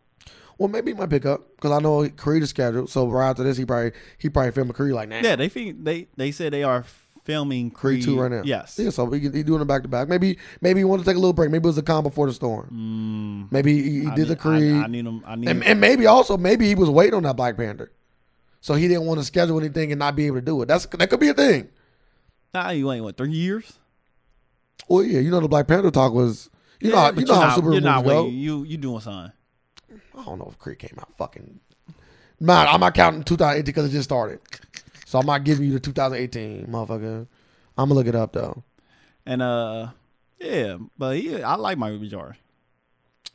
[SPEAKER 2] Well, maybe he might pick up because I know Creed is scheduled. So right after this, he probably he probably filming Creed like now.
[SPEAKER 1] Yeah, they think they they said they are filming Creed,
[SPEAKER 2] Creed two right now.
[SPEAKER 1] Yes.
[SPEAKER 2] Yeah. So he, he doing it back to back. Maybe maybe he wanted to take a little break. Maybe it was a calm before the storm.
[SPEAKER 1] Mm,
[SPEAKER 2] Maybe he, he
[SPEAKER 1] I
[SPEAKER 2] did
[SPEAKER 1] need-
[SPEAKER 2] the Creed,
[SPEAKER 1] I, I need them. I need.
[SPEAKER 2] and, and maybe also maybe he was waiting on that Black Panther, so he didn't want to schedule anything and not be able to do it. That's that could be a thing.
[SPEAKER 1] nah, you ain't what three years.
[SPEAKER 2] Well, yeah, you know the Black Panther talk was. You know,
[SPEAKER 1] Yeah,
[SPEAKER 2] how-
[SPEAKER 1] but
[SPEAKER 2] you know
[SPEAKER 1] you're
[SPEAKER 2] how
[SPEAKER 1] not-
[SPEAKER 2] super
[SPEAKER 1] You're
[SPEAKER 2] movies
[SPEAKER 1] not
[SPEAKER 2] go.
[SPEAKER 1] waiting. You you doing something?
[SPEAKER 2] I don't know if Creed came out fucking. Man, I'm not counting 2018 because it just started. So I'm not giving you the 2018, motherfucker. I'm gonna look it up though,
[SPEAKER 1] And uh, yeah, but he, I like Michael B. Jordan.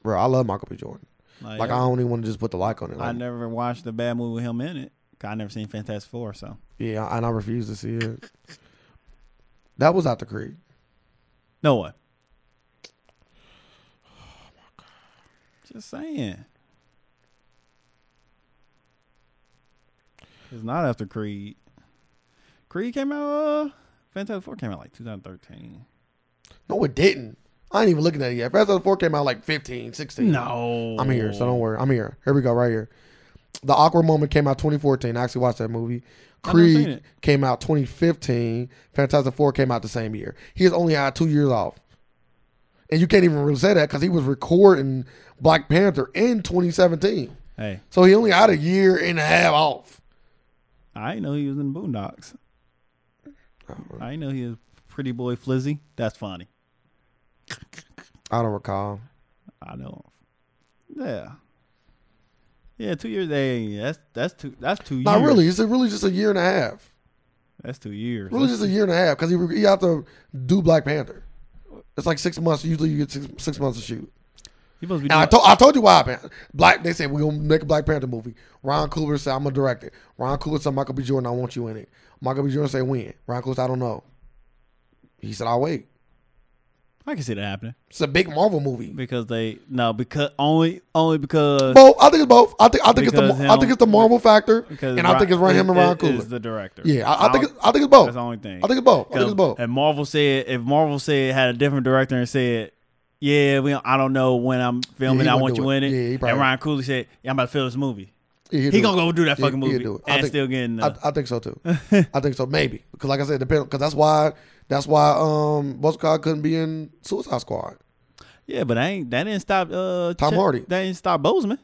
[SPEAKER 2] bro. I love Michael B. Jordan.
[SPEAKER 1] Like,
[SPEAKER 2] Like I
[SPEAKER 1] I,
[SPEAKER 2] don't even want to just put the like on it. Like,
[SPEAKER 1] never watched a bad movie with him in it. 'cause I never seen Fantastic Four, so
[SPEAKER 2] yeah, and I refuse to see it. That was out the Creed.
[SPEAKER 1] no one. Just saying. It's not after Creed. Creed came out. Uh, Fantastic Four came out like 2013.
[SPEAKER 2] No, it didn't. I ain't even looking at it yet. Fast and the Four came out like 15, 16.
[SPEAKER 1] No,
[SPEAKER 2] I'm here, so don't worry. I'm here. Here we go, right here. The Awkward Moment came out 2014. I actually watched that movie.
[SPEAKER 1] I've never seen
[SPEAKER 2] Creed
[SPEAKER 1] it.
[SPEAKER 2] came out 2015. Fantastic Four came out the same year. He has only had two years off. And you can't even really say that because he was recording Black Panther in 2017.
[SPEAKER 1] Hey,
[SPEAKER 2] So he only had a year and a half off.
[SPEAKER 1] I didn't know he was in the Boondocks. I didn't know he was Pretty Boy Flizzy. That's funny.
[SPEAKER 2] I don't recall.
[SPEAKER 1] I know. Yeah. Yeah, two years. Hey, that's that's two. That's two
[SPEAKER 2] Not
[SPEAKER 1] years.
[SPEAKER 2] really. It's really just a year and a half.
[SPEAKER 1] That's two years.
[SPEAKER 2] Really just a year and a half because he, he have to do Black Panther. It's like six months. Usually you get six, six months to shoot.
[SPEAKER 1] You supposed to be.
[SPEAKER 2] And I
[SPEAKER 1] Doing,
[SPEAKER 2] told I told you why man. Black. They said we're gonna make a Black Panther movie. Ron Coogler said I'm gonna direct it. Ron Coogler said Michael B. Jordan, I want you in it. Michael B. Jordan said when. Ron Coogler said I don't know. He said I'll wait.
[SPEAKER 1] I can see that happening
[SPEAKER 2] It's a big Marvel movie.
[SPEAKER 1] because they no because only only because
[SPEAKER 2] Both. I think it's both. I think I think it's
[SPEAKER 1] Because
[SPEAKER 2] the I think
[SPEAKER 1] him-
[SPEAKER 2] it's the Marvel factor,
[SPEAKER 1] because
[SPEAKER 2] and I think it's right him and Ron
[SPEAKER 1] is- is
[SPEAKER 2] Coogler.
[SPEAKER 1] the director.
[SPEAKER 2] Yeah, I, I think
[SPEAKER 1] don't-
[SPEAKER 2] it's, I think it's
[SPEAKER 1] that's
[SPEAKER 2] both.
[SPEAKER 1] the
[SPEAKER 2] I
[SPEAKER 1] only thing.
[SPEAKER 2] think it's both. I think it's both.
[SPEAKER 1] And Marvel said if Marvel said had a different director and said. Yeah, we. I don't know when I'm filming.
[SPEAKER 2] he
[SPEAKER 1] I
[SPEAKER 2] wouldn't
[SPEAKER 1] want
[SPEAKER 2] do
[SPEAKER 1] you
[SPEAKER 2] it.
[SPEAKER 1] in it.
[SPEAKER 2] Yeah, he probably-
[SPEAKER 1] and Ryan Coogler said, "Yeah, I'm about to film this movie.
[SPEAKER 2] Yeah, he'll
[SPEAKER 1] He
[SPEAKER 2] do
[SPEAKER 1] gonna
[SPEAKER 2] it.
[SPEAKER 1] go do that
[SPEAKER 2] Yeah,
[SPEAKER 1] fucking
[SPEAKER 2] he'll
[SPEAKER 1] movie
[SPEAKER 2] do it. I
[SPEAKER 1] and
[SPEAKER 2] think-
[SPEAKER 1] still getting the,
[SPEAKER 2] I, I think so too. I think so. Maybe because, like I said, depend because that's why that's why um Buster Card couldn't be in Suicide Squad.
[SPEAKER 1] yeah, but I ain't that didn't stop uh
[SPEAKER 2] Tom
[SPEAKER 1] Ched-
[SPEAKER 2] Hardy.
[SPEAKER 1] That didn't stop Bozeman.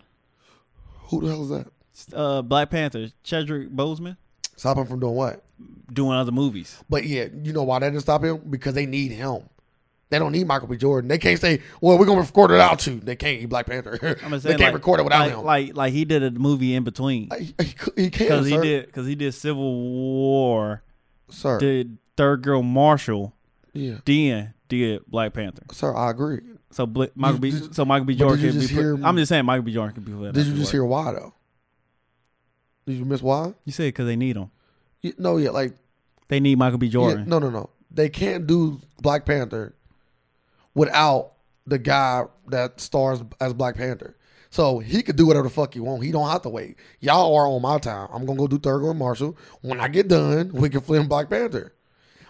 [SPEAKER 2] Who the hell is that?
[SPEAKER 1] Uh, Black Panther, Chedrick Bozeman
[SPEAKER 2] Stop him from doing what?
[SPEAKER 1] doing other movies.
[SPEAKER 2] But yeah, you know why that didn't stop him? Because they need him. They don't need Michael B. Jordan. They can't say, "Well, we're gonna record it out too." They can't. He Black Panther.
[SPEAKER 1] I'm just
[SPEAKER 2] they
[SPEAKER 1] saying,
[SPEAKER 2] can't
[SPEAKER 1] like,
[SPEAKER 2] record it without
[SPEAKER 1] like,
[SPEAKER 2] him.
[SPEAKER 1] Like like he did a movie in between
[SPEAKER 2] he, he, he can,
[SPEAKER 1] because he
[SPEAKER 2] sir.
[SPEAKER 1] did because he did Civil War,
[SPEAKER 2] sir.
[SPEAKER 1] did Third Girl Marshall,
[SPEAKER 2] yeah,
[SPEAKER 1] then did Black Panther.
[SPEAKER 2] sir. I agree.
[SPEAKER 1] So Bla- Michael B.
[SPEAKER 2] did-
[SPEAKER 1] so Michael B.
[SPEAKER 2] but did
[SPEAKER 1] Jordan
[SPEAKER 2] you
[SPEAKER 1] can be.
[SPEAKER 2] just
[SPEAKER 1] put-
[SPEAKER 2] hear-
[SPEAKER 1] I'm just saying Michael B. Jordan can be. put
[SPEAKER 2] Did
[SPEAKER 1] out
[SPEAKER 2] you
[SPEAKER 1] the
[SPEAKER 2] just
[SPEAKER 1] work.
[SPEAKER 2] hear why though? Did you miss why?
[SPEAKER 1] You said because they need him.
[SPEAKER 2] Yeah, no, yeah, like
[SPEAKER 1] They need Michael B.
[SPEAKER 2] Yeah,
[SPEAKER 1] Jordan.
[SPEAKER 2] no, no, no. They can't do Black Panther without the guy that stars as Black Panther. So he could do whatever the fuck he want. He don't have to wait. Y'all are on my time. I'm gonna go do Thurgood Marshall. When I get done, we can film Black Panther.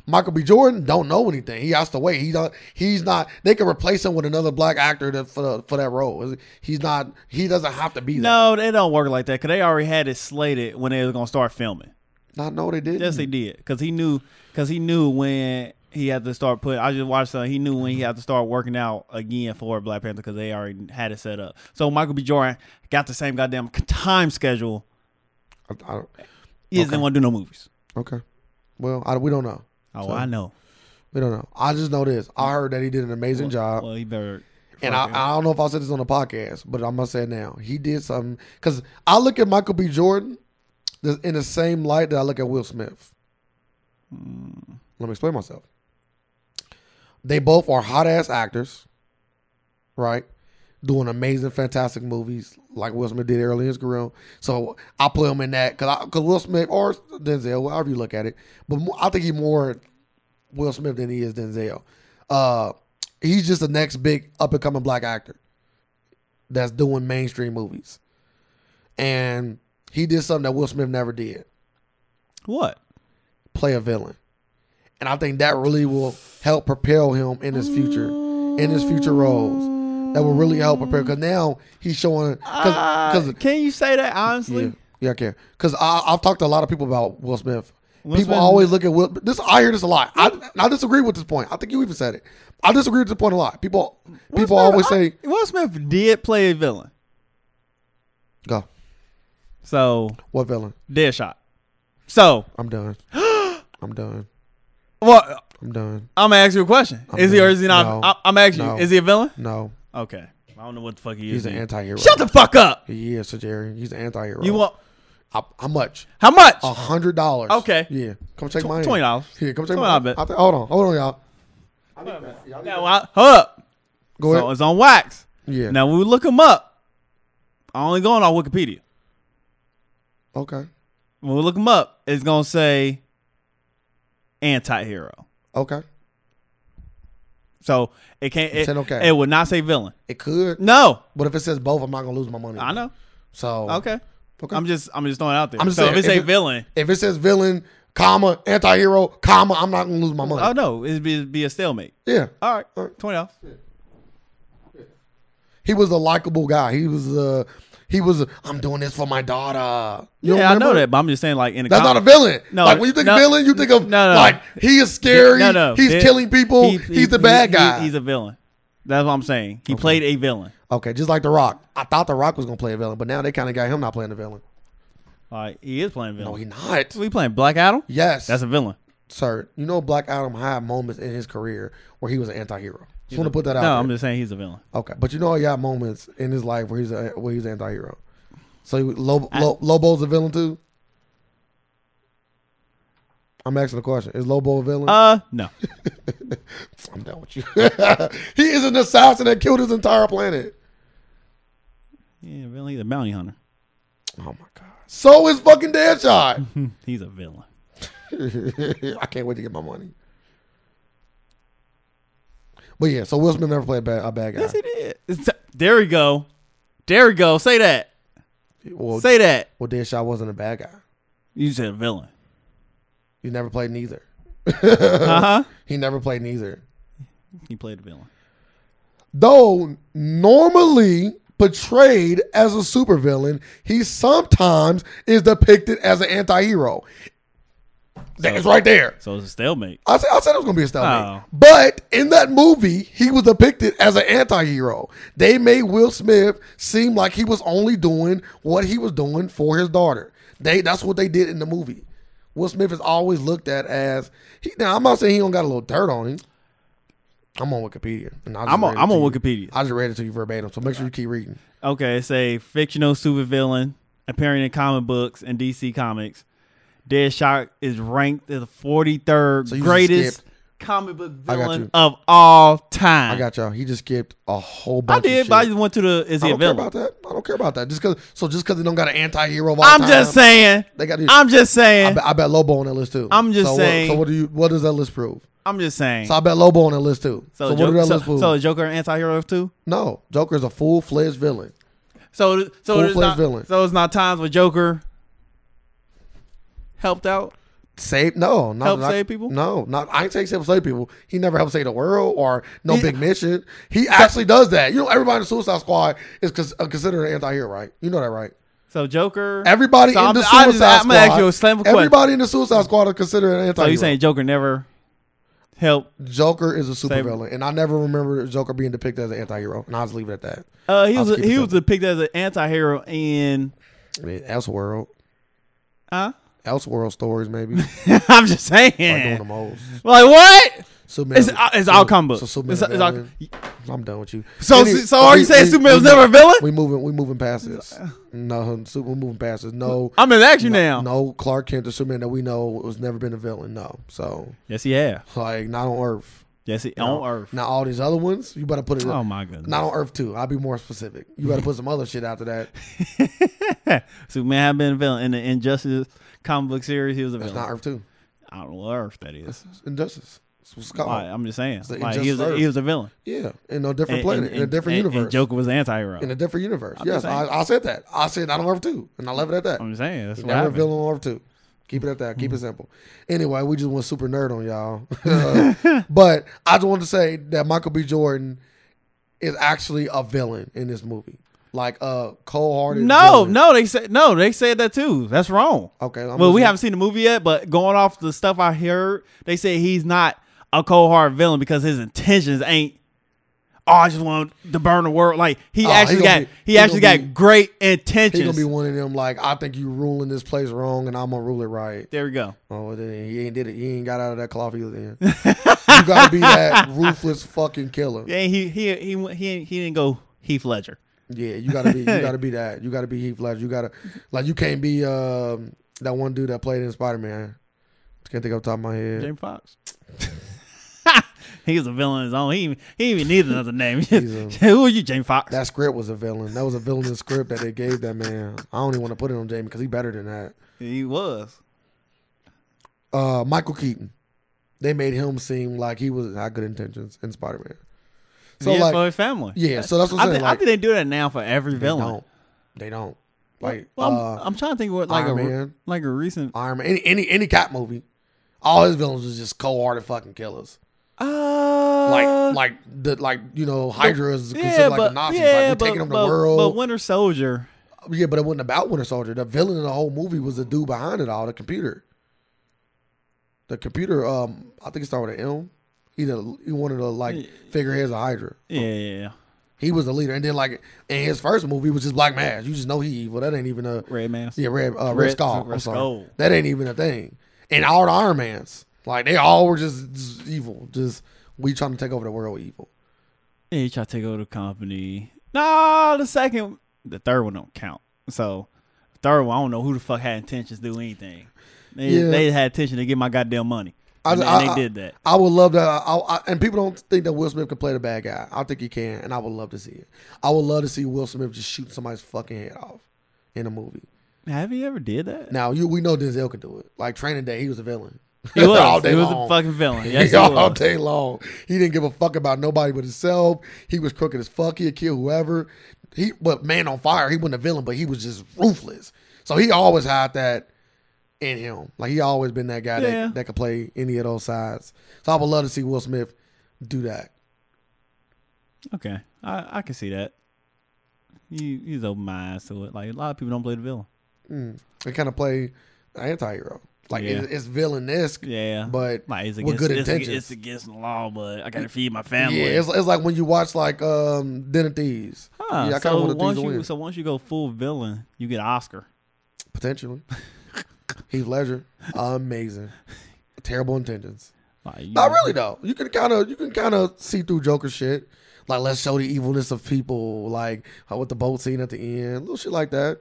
[SPEAKER 2] Michael B. Jordan don't know anything. He has to wait. He's not. He's not. They can replace him with another black actor that, for the, for that role. He's not. He doesn't have to be there.
[SPEAKER 1] No, they don't work like that because they already had it slated when they was gonna start filming.
[SPEAKER 2] Not no, they didn't.
[SPEAKER 1] Yes, they did because he knew because he knew when he had to start putting. I just watched something. He knew when he had to start working out again for Black Panther because they already had it set up. So Michael B. Jordan got the same goddamn time schedule.
[SPEAKER 2] I- I don't-
[SPEAKER 1] He just didn't want to do no movies.
[SPEAKER 2] okay. Well, I, we don't know.
[SPEAKER 1] Oh,
[SPEAKER 2] So-
[SPEAKER 1] I know.
[SPEAKER 2] We don't know. I just know this. I heard that he did an amazing job.
[SPEAKER 1] Well, he better.
[SPEAKER 2] And I, I don't know if I said this on the podcast, but I'm gonna say it now. He did something because I look at Michael B. Jordan th- in the same light that I look at Will Smith. Let me explain myself. They both are hot ass actors, right? Doing amazing, fantastic movies like Will Smith did early in his career. So I put him in that because because Will Smith or Denzel, however you look at it, but mo- I think he more Will Smith than he is Denzel. Uh, he's just the next big up and coming black actor that's doing mainstream movies, and he did something that Will Smith never did:
[SPEAKER 1] what?
[SPEAKER 2] play a villain. And I think that really will help propel him in his future, in his future roles. That will really help prepare because now he's showing
[SPEAKER 1] Uh,
[SPEAKER 2] because
[SPEAKER 1] can you say that honestly?
[SPEAKER 2] yeah, yeah, I can. Because I've talked to a lot of people about Will Smith.
[SPEAKER 1] Will
[SPEAKER 2] people
[SPEAKER 1] Smith-
[SPEAKER 2] always look at Will. This I hear this a lot. I, and I disagree with this point. I think you even said it. I disagree with this point a lot. People
[SPEAKER 1] Will
[SPEAKER 2] people
[SPEAKER 1] Smith-
[SPEAKER 2] always
[SPEAKER 1] I-
[SPEAKER 2] say
[SPEAKER 1] Will Smith did play a villain.
[SPEAKER 2] go
[SPEAKER 1] So
[SPEAKER 2] what villain?
[SPEAKER 1] Deadshot. So
[SPEAKER 2] I'm done. I'm done.
[SPEAKER 1] what?
[SPEAKER 2] I'm done.
[SPEAKER 1] I'm gonna ask you a question.
[SPEAKER 2] I'm
[SPEAKER 1] is he or
[SPEAKER 2] not-
[SPEAKER 1] is he not?
[SPEAKER 2] no.
[SPEAKER 1] I, I'm asking
[SPEAKER 2] No.
[SPEAKER 1] you. Is he a villain?
[SPEAKER 2] No,
[SPEAKER 1] Okay. I don't know what the fuck he is.
[SPEAKER 2] he's an
[SPEAKER 1] then.
[SPEAKER 2] anti-hero.
[SPEAKER 1] Shut the fuck up.
[SPEAKER 2] He is, Sir Jerry. He's an anti-hero.
[SPEAKER 1] You want
[SPEAKER 2] I- how much?
[SPEAKER 1] how much?
[SPEAKER 2] A hundred dollars.
[SPEAKER 1] Okay.
[SPEAKER 2] Yeah. Come check my
[SPEAKER 1] Twenty dollars.
[SPEAKER 2] Here, come check
[SPEAKER 1] $20
[SPEAKER 2] my hand.
[SPEAKER 1] bet.
[SPEAKER 2] I think- Hold on. Hold on, y'all.
[SPEAKER 1] Now, I, hold up.
[SPEAKER 2] Go
[SPEAKER 1] So uh,
[SPEAKER 2] ahead.
[SPEAKER 1] it's on wax.
[SPEAKER 2] Yeah.
[SPEAKER 1] Now when we look him up, I only going on Wikipedia.
[SPEAKER 2] Okay.
[SPEAKER 1] When we look him up, it's gonna say anti-hero.
[SPEAKER 2] Okay.
[SPEAKER 1] So it can't. It,
[SPEAKER 2] said okay.
[SPEAKER 1] it would not say villain.
[SPEAKER 2] It could,
[SPEAKER 1] No.
[SPEAKER 2] but if it says both, I'm not gonna lose my money.
[SPEAKER 1] I know.
[SPEAKER 2] So
[SPEAKER 1] Okay.
[SPEAKER 2] okay.
[SPEAKER 1] I'm just. I'm just throwing it out there.
[SPEAKER 2] I'm just
[SPEAKER 1] so
[SPEAKER 2] saying,
[SPEAKER 1] if it's
[SPEAKER 2] if
[SPEAKER 1] a
[SPEAKER 2] it-
[SPEAKER 1] villain,
[SPEAKER 2] If it says villain, comma, anti-hero, comma, I'm not gonna lose my money.
[SPEAKER 1] oh no, it'd be, it'd be a stalemate.
[SPEAKER 2] yeah.
[SPEAKER 1] All right.
[SPEAKER 2] All right.
[SPEAKER 1] Twenty dollars.
[SPEAKER 2] He was a likable guy. He was uh he was i I'm doing this for my daughter. You
[SPEAKER 1] yeah, I know
[SPEAKER 2] remember?
[SPEAKER 1] that, but I'm just saying, like in the
[SPEAKER 2] That's
[SPEAKER 1] comic-
[SPEAKER 2] not a villain.
[SPEAKER 1] No,
[SPEAKER 2] like when you think
[SPEAKER 1] no,
[SPEAKER 2] of villain, you think of
[SPEAKER 1] no, no.
[SPEAKER 2] like he is scary.
[SPEAKER 1] No, no,
[SPEAKER 2] he's
[SPEAKER 1] Thi-
[SPEAKER 2] killing people.
[SPEAKER 1] he-
[SPEAKER 2] he's the bad
[SPEAKER 1] he-
[SPEAKER 2] guy.
[SPEAKER 1] he's a villain. That's what I'm saying. He played a villain.
[SPEAKER 2] okay, just like The Rock. I thought The Rock was gonna play a villain, but now they kind of got him not playing a villain.
[SPEAKER 1] Like he is playing a villain.
[SPEAKER 2] No, he not.
[SPEAKER 1] we playing Black Adam.
[SPEAKER 2] Yes,
[SPEAKER 1] That's a villain.
[SPEAKER 2] sir. You know Black Adam had moments in his career where he was an anti-hero. Just want to put that out.
[SPEAKER 1] no,
[SPEAKER 2] there.
[SPEAKER 1] I'm just saying he's a villain.
[SPEAKER 2] Okay, but you know he got moments in his life where he's a, where he's an anti-hero. So you, Lobo,
[SPEAKER 1] I-
[SPEAKER 2] Lo, Lobo's a villain too. I'm asking the question: Is Lobo a villain?
[SPEAKER 1] Uh, no.
[SPEAKER 2] I'm done with you. he is an assassin that killed his entire planet.
[SPEAKER 1] Yeah, really, he's a bounty hunter.
[SPEAKER 2] Oh my god! So is fucking Deadshot.
[SPEAKER 1] he's a villain.
[SPEAKER 2] I can't wait to get my money. But yeah, so Will Smith never played a bad, a bad guy.
[SPEAKER 1] Yes, he did. It's- there we go. There we go. Say that.
[SPEAKER 2] Well,
[SPEAKER 1] Say that.
[SPEAKER 2] well, Deadshot wasn't a bad guy.
[SPEAKER 1] You said villain.
[SPEAKER 2] He never played neither.
[SPEAKER 1] Uh huh.
[SPEAKER 2] He never played neither.
[SPEAKER 1] He played a villain.
[SPEAKER 2] Though normally portrayed as a supervillain, he sometimes is depicted as an anti-hero. That's right there.
[SPEAKER 1] So it's a stalemate.
[SPEAKER 2] I said, I said it was going to be a stalemate.
[SPEAKER 1] Oh.
[SPEAKER 2] But in that movie, he was depicted as an anti-hero. They made Will Smith seem like he was only doing what he was doing for his daughter. They That's what they did in the movie. Will Smith is always looked at as he, now. I'm not saying he don't got a little dirt on him. I'm on Wikipedia. and I just
[SPEAKER 1] I'm on,
[SPEAKER 2] read it
[SPEAKER 1] I'm
[SPEAKER 2] to
[SPEAKER 1] on
[SPEAKER 2] you.
[SPEAKER 1] Wikipedia.
[SPEAKER 2] I just read it to you verbatim, so make sure you keep reading.
[SPEAKER 1] Okay, it's a fictional supervillain appearing in comic books and DC Comics. Deadshot is ranked as the 43rd
[SPEAKER 2] So you just
[SPEAKER 1] greatest
[SPEAKER 2] skipped.
[SPEAKER 1] comic book
[SPEAKER 2] I got
[SPEAKER 1] villain
[SPEAKER 2] you.
[SPEAKER 1] of all time.
[SPEAKER 2] I got y'all. He just skipped a whole
[SPEAKER 1] I
[SPEAKER 2] bunch. of
[SPEAKER 1] did,
[SPEAKER 2] shit.
[SPEAKER 1] but I just went to the is
[SPEAKER 2] I
[SPEAKER 1] he a
[SPEAKER 2] don't care
[SPEAKER 1] villain?
[SPEAKER 2] about that. I don't care about that. Just cause, so just because they don't got an anti-hero of all
[SPEAKER 1] I'm
[SPEAKER 2] time,
[SPEAKER 1] just saying.
[SPEAKER 2] they got. These, I,
[SPEAKER 1] I'm just saying.
[SPEAKER 2] bet, I bet Lobo on that list too.
[SPEAKER 1] I'm just
[SPEAKER 2] so
[SPEAKER 1] saying-
[SPEAKER 2] What, so what do you? What does that list prove?
[SPEAKER 1] I'm just saying.
[SPEAKER 2] So I bet Lobo on that list too.
[SPEAKER 1] So,
[SPEAKER 2] So, what
[SPEAKER 1] Joker,
[SPEAKER 2] did that
[SPEAKER 1] so,
[SPEAKER 2] list prove?
[SPEAKER 1] so is Joker an anti-hero too?
[SPEAKER 2] no, Joker is a full-fledged villain.
[SPEAKER 1] So th- so there's
[SPEAKER 2] Full-fledged
[SPEAKER 1] not,
[SPEAKER 2] villain.
[SPEAKER 1] so it's not times where Joker helped out.
[SPEAKER 2] Save no, not
[SPEAKER 1] Help
[SPEAKER 2] not-
[SPEAKER 1] save people?
[SPEAKER 2] No, not I ain't saying help save people. He never helped save the world or no big mission. He actually does that. You know, everybody in the Suicide Squad is cons- uh, considered an anti-hero, right? You know that, right?
[SPEAKER 1] So Joker. oh,
[SPEAKER 2] Everybody
[SPEAKER 1] So
[SPEAKER 2] in
[SPEAKER 1] I'm-
[SPEAKER 2] the
[SPEAKER 1] I'm
[SPEAKER 2] Suicide
[SPEAKER 1] just- I'm
[SPEAKER 2] Squad.
[SPEAKER 1] gonna ask you a simple question.
[SPEAKER 2] Everybody in the Suicide Squad are considered an
[SPEAKER 1] so
[SPEAKER 2] anti-hero.
[SPEAKER 1] you saying Joker never helped?
[SPEAKER 2] Joker is a
[SPEAKER 1] Same.
[SPEAKER 2] supervillain, and I never remember Joker being depicted as an anti-hero. And I'll just leave it at that.
[SPEAKER 1] Uh, he
[SPEAKER 2] I'll
[SPEAKER 1] was
[SPEAKER 2] just keep it
[SPEAKER 1] he was
[SPEAKER 2] simple.
[SPEAKER 1] depicted as an anti-hero in
[SPEAKER 2] I mean, Elseworld,
[SPEAKER 1] Huh?
[SPEAKER 2] Elseworld stories, maybe. like
[SPEAKER 1] I'm just saying.
[SPEAKER 2] doing
[SPEAKER 1] Like,
[SPEAKER 2] the most.
[SPEAKER 1] what?
[SPEAKER 2] Superman.
[SPEAKER 1] It's, uh, it's all comic
[SPEAKER 2] So
[SPEAKER 1] book.
[SPEAKER 2] Superman
[SPEAKER 1] it's, it's all,
[SPEAKER 2] villain. I'm done with you.
[SPEAKER 1] so
[SPEAKER 2] Any-
[SPEAKER 1] so are you
[SPEAKER 2] we-
[SPEAKER 1] saying
[SPEAKER 2] we-
[SPEAKER 1] Superman was
[SPEAKER 2] we-
[SPEAKER 1] never a villain?
[SPEAKER 2] We moving, we moving past this. No, Super- we're moving past this. No,
[SPEAKER 1] I'm gonna ask you now.
[SPEAKER 2] no Clark Kent or Superman that we know has never been a villain. No, so
[SPEAKER 1] Yes, he have.
[SPEAKER 2] like not on Earth.
[SPEAKER 1] Yes, he
[SPEAKER 2] No.
[SPEAKER 1] on Earth.
[SPEAKER 2] Now all these other ones, you better put it.
[SPEAKER 1] Oh my goodness.
[SPEAKER 2] Not on Earth too. I'll be more specific. You better put some other shit after that.
[SPEAKER 1] Superman have been a villain in the Injustice comic book series. He was a
[SPEAKER 2] That's
[SPEAKER 1] villain.
[SPEAKER 2] not Earth too.
[SPEAKER 1] I don't know what Earth that is.
[SPEAKER 2] It's injustice. It's what's called.
[SPEAKER 1] Like, I'm just saying.
[SPEAKER 2] the
[SPEAKER 1] Like, he
[SPEAKER 2] Injustice
[SPEAKER 1] was a,
[SPEAKER 2] Earth.
[SPEAKER 1] he was a villain.
[SPEAKER 2] Yeah, in a different
[SPEAKER 1] And-
[SPEAKER 2] planet,
[SPEAKER 1] and-
[SPEAKER 2] in a different
[SPEAKER 1] and-
[SPEAKER 2] universe,
[SPEAKER 1] And Joker was an anti-hero.
[SPEAKER 2] in a different universe.
[SPEAKER 1] I'm
[SPEAKER 2] yes,
[SPEAKER 1] just
[SPEAKER 2] I,
[SPEAKER 1] saying.
[SPEAKER 2] I said that. I said I don't Earth too, and I left it at that.
[SPEAKER 1] I'm just saying. That's what
[SPEAKER 2] Never a
[SPEAKER 1] happened. Hmm.
[SPEAKER 2] villain on Earth too. Keep it at that. Keep it simple. Anyway, we just went super nerd on y'all. Uh, but I just wanted to say that Michael B. Jordan is actually a villain in this movie, like a cold-hearted.
[SPEAKER 1] No,
[SPEAKER 2] villain.
[SPEAKER 1] no, they said no. They said that too. That's wrong.
[SPEAKER 2] Okay, I'm
[SPEAKER 1] well, we
[SPEAKER 2] listening.
[SPEAKER 1] haven't seen the movie yet, but going off the stuff I heard, they say he's not a cold hard villain because his intentions ain't. Oh, I just want to burn the world. Like he
[SPEAKER 2] Oh, he
[SPEAKER 1] actually got,
[SPEAKER 2] gonna be-
[SPEAKER 1] he,
[SPEAKER 2] he
[SPEAKER 1] actually
[SPEAKER 2] gonna
[SPEAKER 1] got
[SPEAKER 2] be-
[SPEAKER 1] great
[SPEAKER 2] He gonna
[SPEAKER 1] intentions.
[SPEAKER 2] be one of them. Like I think you ruling this place wrong, and I'm gonna rule it right.
[SPEAKER 1] there we go.
[SPEAKER 2] Oh, well, then he ain't did it. He ain't got out of that cloth either. Then you gotta be that ruthless fucking killer.
[SPEAKER 1] Yeah, he he he he he didn't go Heath Ledger.
[SPEAKER 2] Yeah, you gotta be. You gotta be that. You gotta be Heath Ledger. You gotta like. You can't be um, that one dude that played in Spider Man. Can't think off the top of my head.
[SPEAKER 1] Jamie Foxx. he was a villain on his own. He even, he even needed another name.
[SPEAKER 2] He's
[SPEAKER 1] Who are you, Jamie Foxx?
[SPEAKER 2] That script was a villain. That was a villainous script that they gave that man. I don't even want to put it on Jamie because he better than that.
[SPEAKER 1] He was.
[SPEAKER 2] Uh, Michael Keaton. They made him seem like he was had good intentions in Spider Man. So
[SPEAKER 1] yeah,
[SPEAKER 2] like,
[SPEAKER 1] for his family.
[SPEAKER 2] yeah. So that's what
[SPEAKER 1] I
[SPEAKER 2] I'm saying.
[SPEAKER 1] think, I
[SPEAKER 2] like,
[SPEAKER 1] think they do that now for every
[SPEAKER 2] they
[SPEAKER 1] villain.
[SPEAKER 2] don't. They don't. Like
[SPEAKER 1] Well, I'm,
[SPEAKER 2] uh,
[SPEAKER 1] I'm trying to think of what like
[SPEAKER 2] Iron
[SPEAKER 1] a re-
[SPEAKER 2] Man.
[SPEAKER 1] like a recent.
[SPEAKER 2] Iron Man. Any any any cop movie. All his villains was just cold hearted fucking killers.
[SPEAKER 1] Uh,
[SPEAKER 2] Like like the like you know Hydra is considered
[SPEAKER 1] yeah,
[SPEAKER 2] like
[SPEAKER 1] but
[SPEAKER 2] the Nazis.
[SPEAKER 1] yeah,
[SPEAKER 2] like we're
[SPEAKER 1] but,
[SPEAKER 2] taking them to
[SPEAKER 1] but,
[SPEAKER 2] the world.
[SPEAKER 1] But Winter Soldier,
[SPEAKER 2] yeah, but it wasn't about Winter Soldier. The villain of the whole movie was the dude behind it all, the computer. The computer. Um, I think it started with an M. He the he wanted to like figureheads of Hydra.
[SPEAKER 1] yeah, yeah, yeah.
[SPEAKER 2] He was the leader, and then like in his first movie was just Black Mass. You just know he evil. That ain't even a
[SPEAKER 1] Red Mask.
[SPEAKER 2] Yeah, Red, uh, Red,
[SPEAKER 1] Red-
[SPEAKER 2] Skull.
[SPEAKER 1] Red
[SPEAKER 2] I'm sorry.
[SPEAKER 1] Skull.
[SPEAKER 2] That ain't even a thing. And all the Iron Mans, like they all were just, just evil. Just we trying to take over the world, evil.
[SPEAKER 1] Yeah, he tried to take over the company. Nah, the second, the third one don't count. So third one, I don't know who the fuck had intentions to do anything. They,
[SPEAKER 2] Yeah.
[SPEAKER 1] they had intention to get my goddamn money.
[SPEAKER 2] I-
[SPEAKER 1] And,
[SPEAKER 2] I-
[SPEAKER 1] and
[SPEAKER 2] I-
[SPEAKER 1] they did that.
[SPEAKER 2] I would love to. I, I, and people don't think that Will Smith can play the bad guy. I think he can, and I would love to see it. I would love to see Will Smith just shoot somebody's fucking head off in a movie.
[SPEAKER 1] Have you ever did that?
[SPEAKER 2] Now you, we know Denzel can do it. Like Training Day, he was a villain.
[SPEAKER 1] He was.
[SPEAKER 2] all day
[SPEAKER 1] he was
[SPEAKER 2] long.
[SPEAKER 1] a fucking villain. Yes, he
[SPEAKER 2] all
[SPEAKER 1] was.
[SPEAKER 2] day long. He didn't give a fuck about nobody but himself. He was crooked as fuck. He'd kill whoever. He but man on fire. He wasn't a villain, but he was just ruthless. So he always had that in him. Like he always been that guy
[SPEAKER 1] Yeah.
[SPEAKER 2] that, that could play any of those sides. So I would love to see Will Smith do that.
[SPEAKER 1] Okay, I, I can see that. You he's open my eyes to it. Like a lot of people don't play the villain.
[SPEAKER 2] Mm. They kind of play anti-hero. Like
[SPEAKER 1] Yeah.
[SPEAKER 2] it, it's villain esque,
[SPEAKER 1] Yeah,
[SPEAKER 2] but
[SPEAKER 1] like it's
[SPEAKER 2] with
[SPEAKER 1] against
[SPEAKER 2] good
[SPEAKER 1] it's, ag-
[SPEAKER 2] intentions.
[SPEAKER 1] it's against the law, but I gotta feed my family.
[SPEAKER 2] yeah, it's, it's like when you watch like um Den of Thieves.
[SPEAKER 1] Huh,
[SPEAKER 2] yeah, I kind of
[SPEAKER 1] so
[SPEAKER 2] want
[SPEAKER 1] once
[SPEAKER 2] to
[SPEAKER 1] you
[SPEAKER 2] win
[SPEAKER 1] so once you go full villain, you get an Oscar.
[SPEAKER 2] potentially. Heath Ledger, amazing, terrible intentions.
[SPEAKER 1] Like, you-
[SPEAKER 2] Not really though. You can kind of you can kind of see through Joker shit. Like let's show the evilness of people. Like uh, with the boat scene at the end, little shit like that.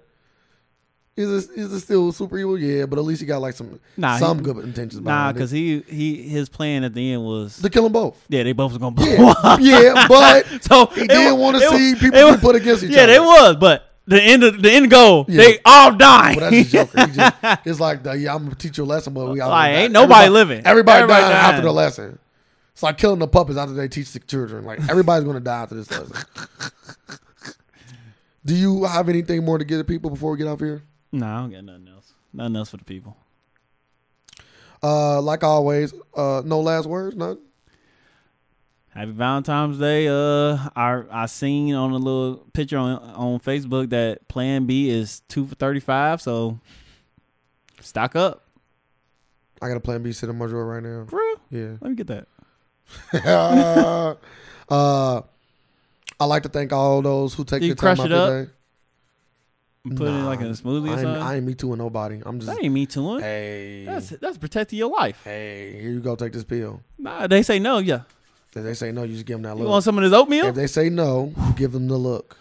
[SPEAKER 2] Is it, is it still super evil? Yeah, but at least you got like some
[SPEAKER 1] Nah, he-
[SPEAKER 2] some good intentions.
[SPEAKER 1] Nah,
[SPEAKER 2] behind it.
[SPEAKER 1] because he he his plan at the end was
[SPEAKER 2] to kill them both.
[SPEAKER 1] yeah they both was gonna blow
[SPEAKER 2] Yeah,
[SPEAKER 1] up.
[SPEAKER 2] yeah, but
[SPEAKER 1] so
[SPEAKER 2] he
[SPEAKER 1] it
[SPEAKER 2] didn't
[SPEAKER 1] wa-
[SPEAKER 2] want to
[SPEAKER 1] it wa-
[SPEAKER 2] see people
[SPEAKER 1] it
[SPEAKER 2] be
[SPEAKER 1] wa-
[SPEAKER 2] put against each
[SPEAKER 1] Yeah,
[SPEAKER 2] other.
[SPEAKER 1] they was, but the end of the end goal
[SPEAKER 2] Yeah.
[SPEAKER 1] they all die.
[SPEAKER 2] Well, that's the Joker. He just, it's like, the, yeah, I'm gonna teach you a lesson, but we all
[SPEAKER 1] Like, ain't nobody
[SPEAKER 2] everybody-
[SPEAKER 1] living.
[SPEAKER 2] Everybody,
[SPEAKER 1] Everybody
[SPEAKER 2] dying after
[SPEAKER 1] dying.
[SPEAKER 2] the lesson. It's like killing the puppets after they teach the children. Like everybody's gonna die after this lesson. Do you have anything more to give to people before we get off here?
[SPEAKER 1] no, I don't got nothing else. Nothing else for the people.
[SPEAKER 2] Uh, like always, uh, no last words, none.
[SPEAKER 1] Happy Valentine's Day. Uh, I I seen on a little picture on on Facebook that Plan B is two for thirty five. So stock up,
[SPEAKER 2] I got a plan B sitting in my drawer right now.
[SPEAKER 1] for real.
[SPEAKER 2] Yeah.
[SPEAKER 1] Let me get that.
[SPEAKER 2] uh, I like to thank all those who take
[SPEAKER 1] You
[SPEAKER 2] the time
[SPEAKER 1] crush
[SPEAKER 2] out
[SPEAKER 1] it up?
[SPEAKER 2] today.
[SPEAKER 1] And Put it in like in a
[SPEAKER 2] Nah,
[SPEAKER 1] smoothie or
[SPEAKER 2] I ain't,
[SPEAKER 1] something.
[SPEAKER 2] I ain't me too with nobody. I'm just
[SPEAKER 1] that ain't me too much.
[SPEAKER 2] hey.
[SPEAKER 1] That's that's protecting your life.
[SPEAKER 2] hey, here you go, take this pill.
[SPEAKER 1] Nah, they say no. Yeah,
[SPEAKER 2] If they say no, you just give them that
[SPEAKER 1] you
[SPEAKER 2] look.
[SPEAKER 1] want some of this oatmeal?
[SPEAKER 2] If they say no, you give them the look.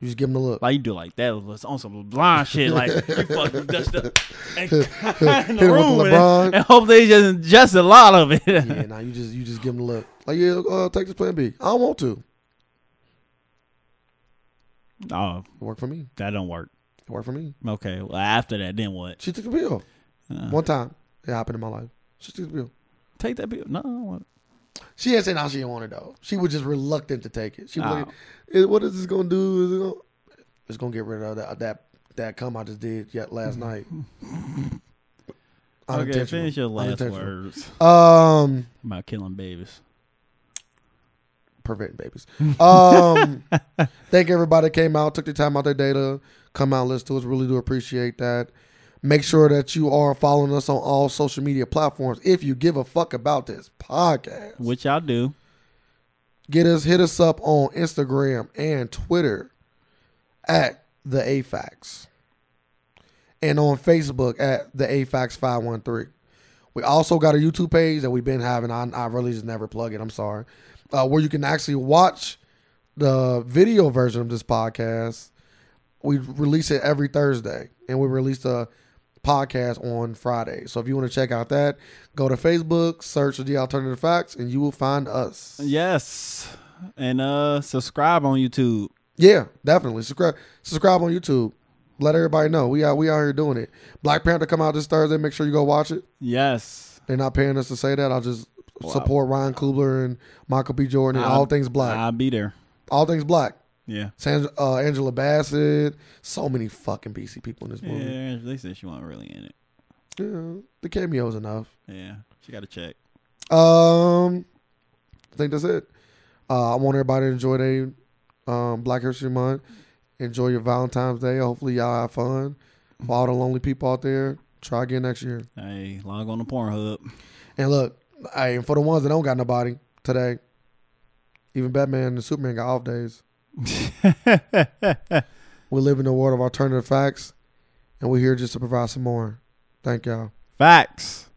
[SPEAKER 2] You just give them the look.
[SPEAKER 1] like you do like that was on some blind shit. Like you fucking dust up and in
[SPEAKER 2] Hit
[SPEAKER 1] the
[SPEAKER 2] 'em with
[SPEAKER 1] room
[SPEAKER 2] the
[SPEAKER 1] and,
[SPEAKER 2] LeBron.
[SPEAKER 1] and hope they just ingest a lot of it.
[SPEAKER 2] yeah, now you just you just give them the look. Like yeah, uh, take this plan B. I don't want to.
[SPEAKER 1] Oh,
[SPEAKER 2] It worked for me.
[SPEAKER 1] that don't work.
[SPEAKER 2] It worked for me.
[SPEAKER 1] Okay, well after that, then what?
[SPEAKER 2] She took the pill
[SPEAKER 1] Uh.
[SPEAKER 2] one time. It happened in my life. She took the pill.
[SPEAKER 1] Take that bill. No, I don't want
[SPEAKER 2] She didn't say now she didn't want it though. She was just reluctant to take it. She was
[SPEAKER 1] Oh.
[SPEAKER 2] like, "Eh, "What is this gonna do? Is it gonna, it's gonna get rid of that that, that cum I just did yet last night."
[SPEAKER 1] it. Mm-hmm. Ah, Okay,
[SPEAKER 2] Unintentional.
[SPEAKER 1] finish your last
[SPEAKER 2] Unintentional.
[SPEAKER 1] words
[SPEAKER 2] Um,
[SPEAKER 1] about killing babies.
[SPEAKER 2] preventing babies. Um, thank everybody that came out, took the time out their day to come out, listen to us. Really do appreciate that. Make sure that you are following us on all social media platforms. If you give a fuck about this podcast,
[SPEAKER 1] Which y'all do.
[SPEAKER 2] get us hit us up on Instagram and Twitter at the AFAX. And on Facebook at the AFAX five one three. We also got a YouTube page that we've been having. I, I really just never plug it. I'm sorry. Uh, where you can actually watch the video version of this podcast. We release it every Thursday, and we release the podcast on Friday. So if you want to check out that, go to Facebook, search the Alternative Facts, and you will find us.
[SPEAKER 1] Yes. And uh subscribe on YouTube.
[SPEAKER 2] Yeah, definitely. Subscribe subscribe on YouTube. Let everybody know. We out we out here doing it. Black Panther come out this Thursday. Make sure you go watch it.
[SPEAKER 1] Yes.
[SPEAKER 2] They're not paying us to say that. I'll just
[SPEAKER 1] Wow.
[SPEAKER 2] support Ryan Coogler and Michael B. Jordan and
[SPEAKER 1] I'll-
[SPEAKER 2] all things black.
[SPEAKER 1] I'll be there.
[SPEAKER 2] all things black.
[SPEAKER 1] Yeah.
[SPEAKER 2] Sandra, uh, Angela Bassett. So many fucking BC people in this movie.
[SPEAKER 1] Yeah, they said she wasn't really in it.
[SPEAKER 2] Yeah. the cameo's enough.
[SPEAKER 1] Yeah. She got a check.
[SPEAKER 2] Um I think that's it. Uh, I want everybody to enjoy their um, Black History Month. Enjoy your Valentine's Day. Hopefully y'all have fun. For all the lonely people out there, try again next year.
[SPEAKER 1] Hey, log on to Pornhub.
[SPEAKER 2] And look, hey, and for the ones that don't got nobody today, even Batman and Superman got off days. We live in a world of alternative facts, and we're here just to provide some more. Thank y'all.
[SPEAKER 1] Facts.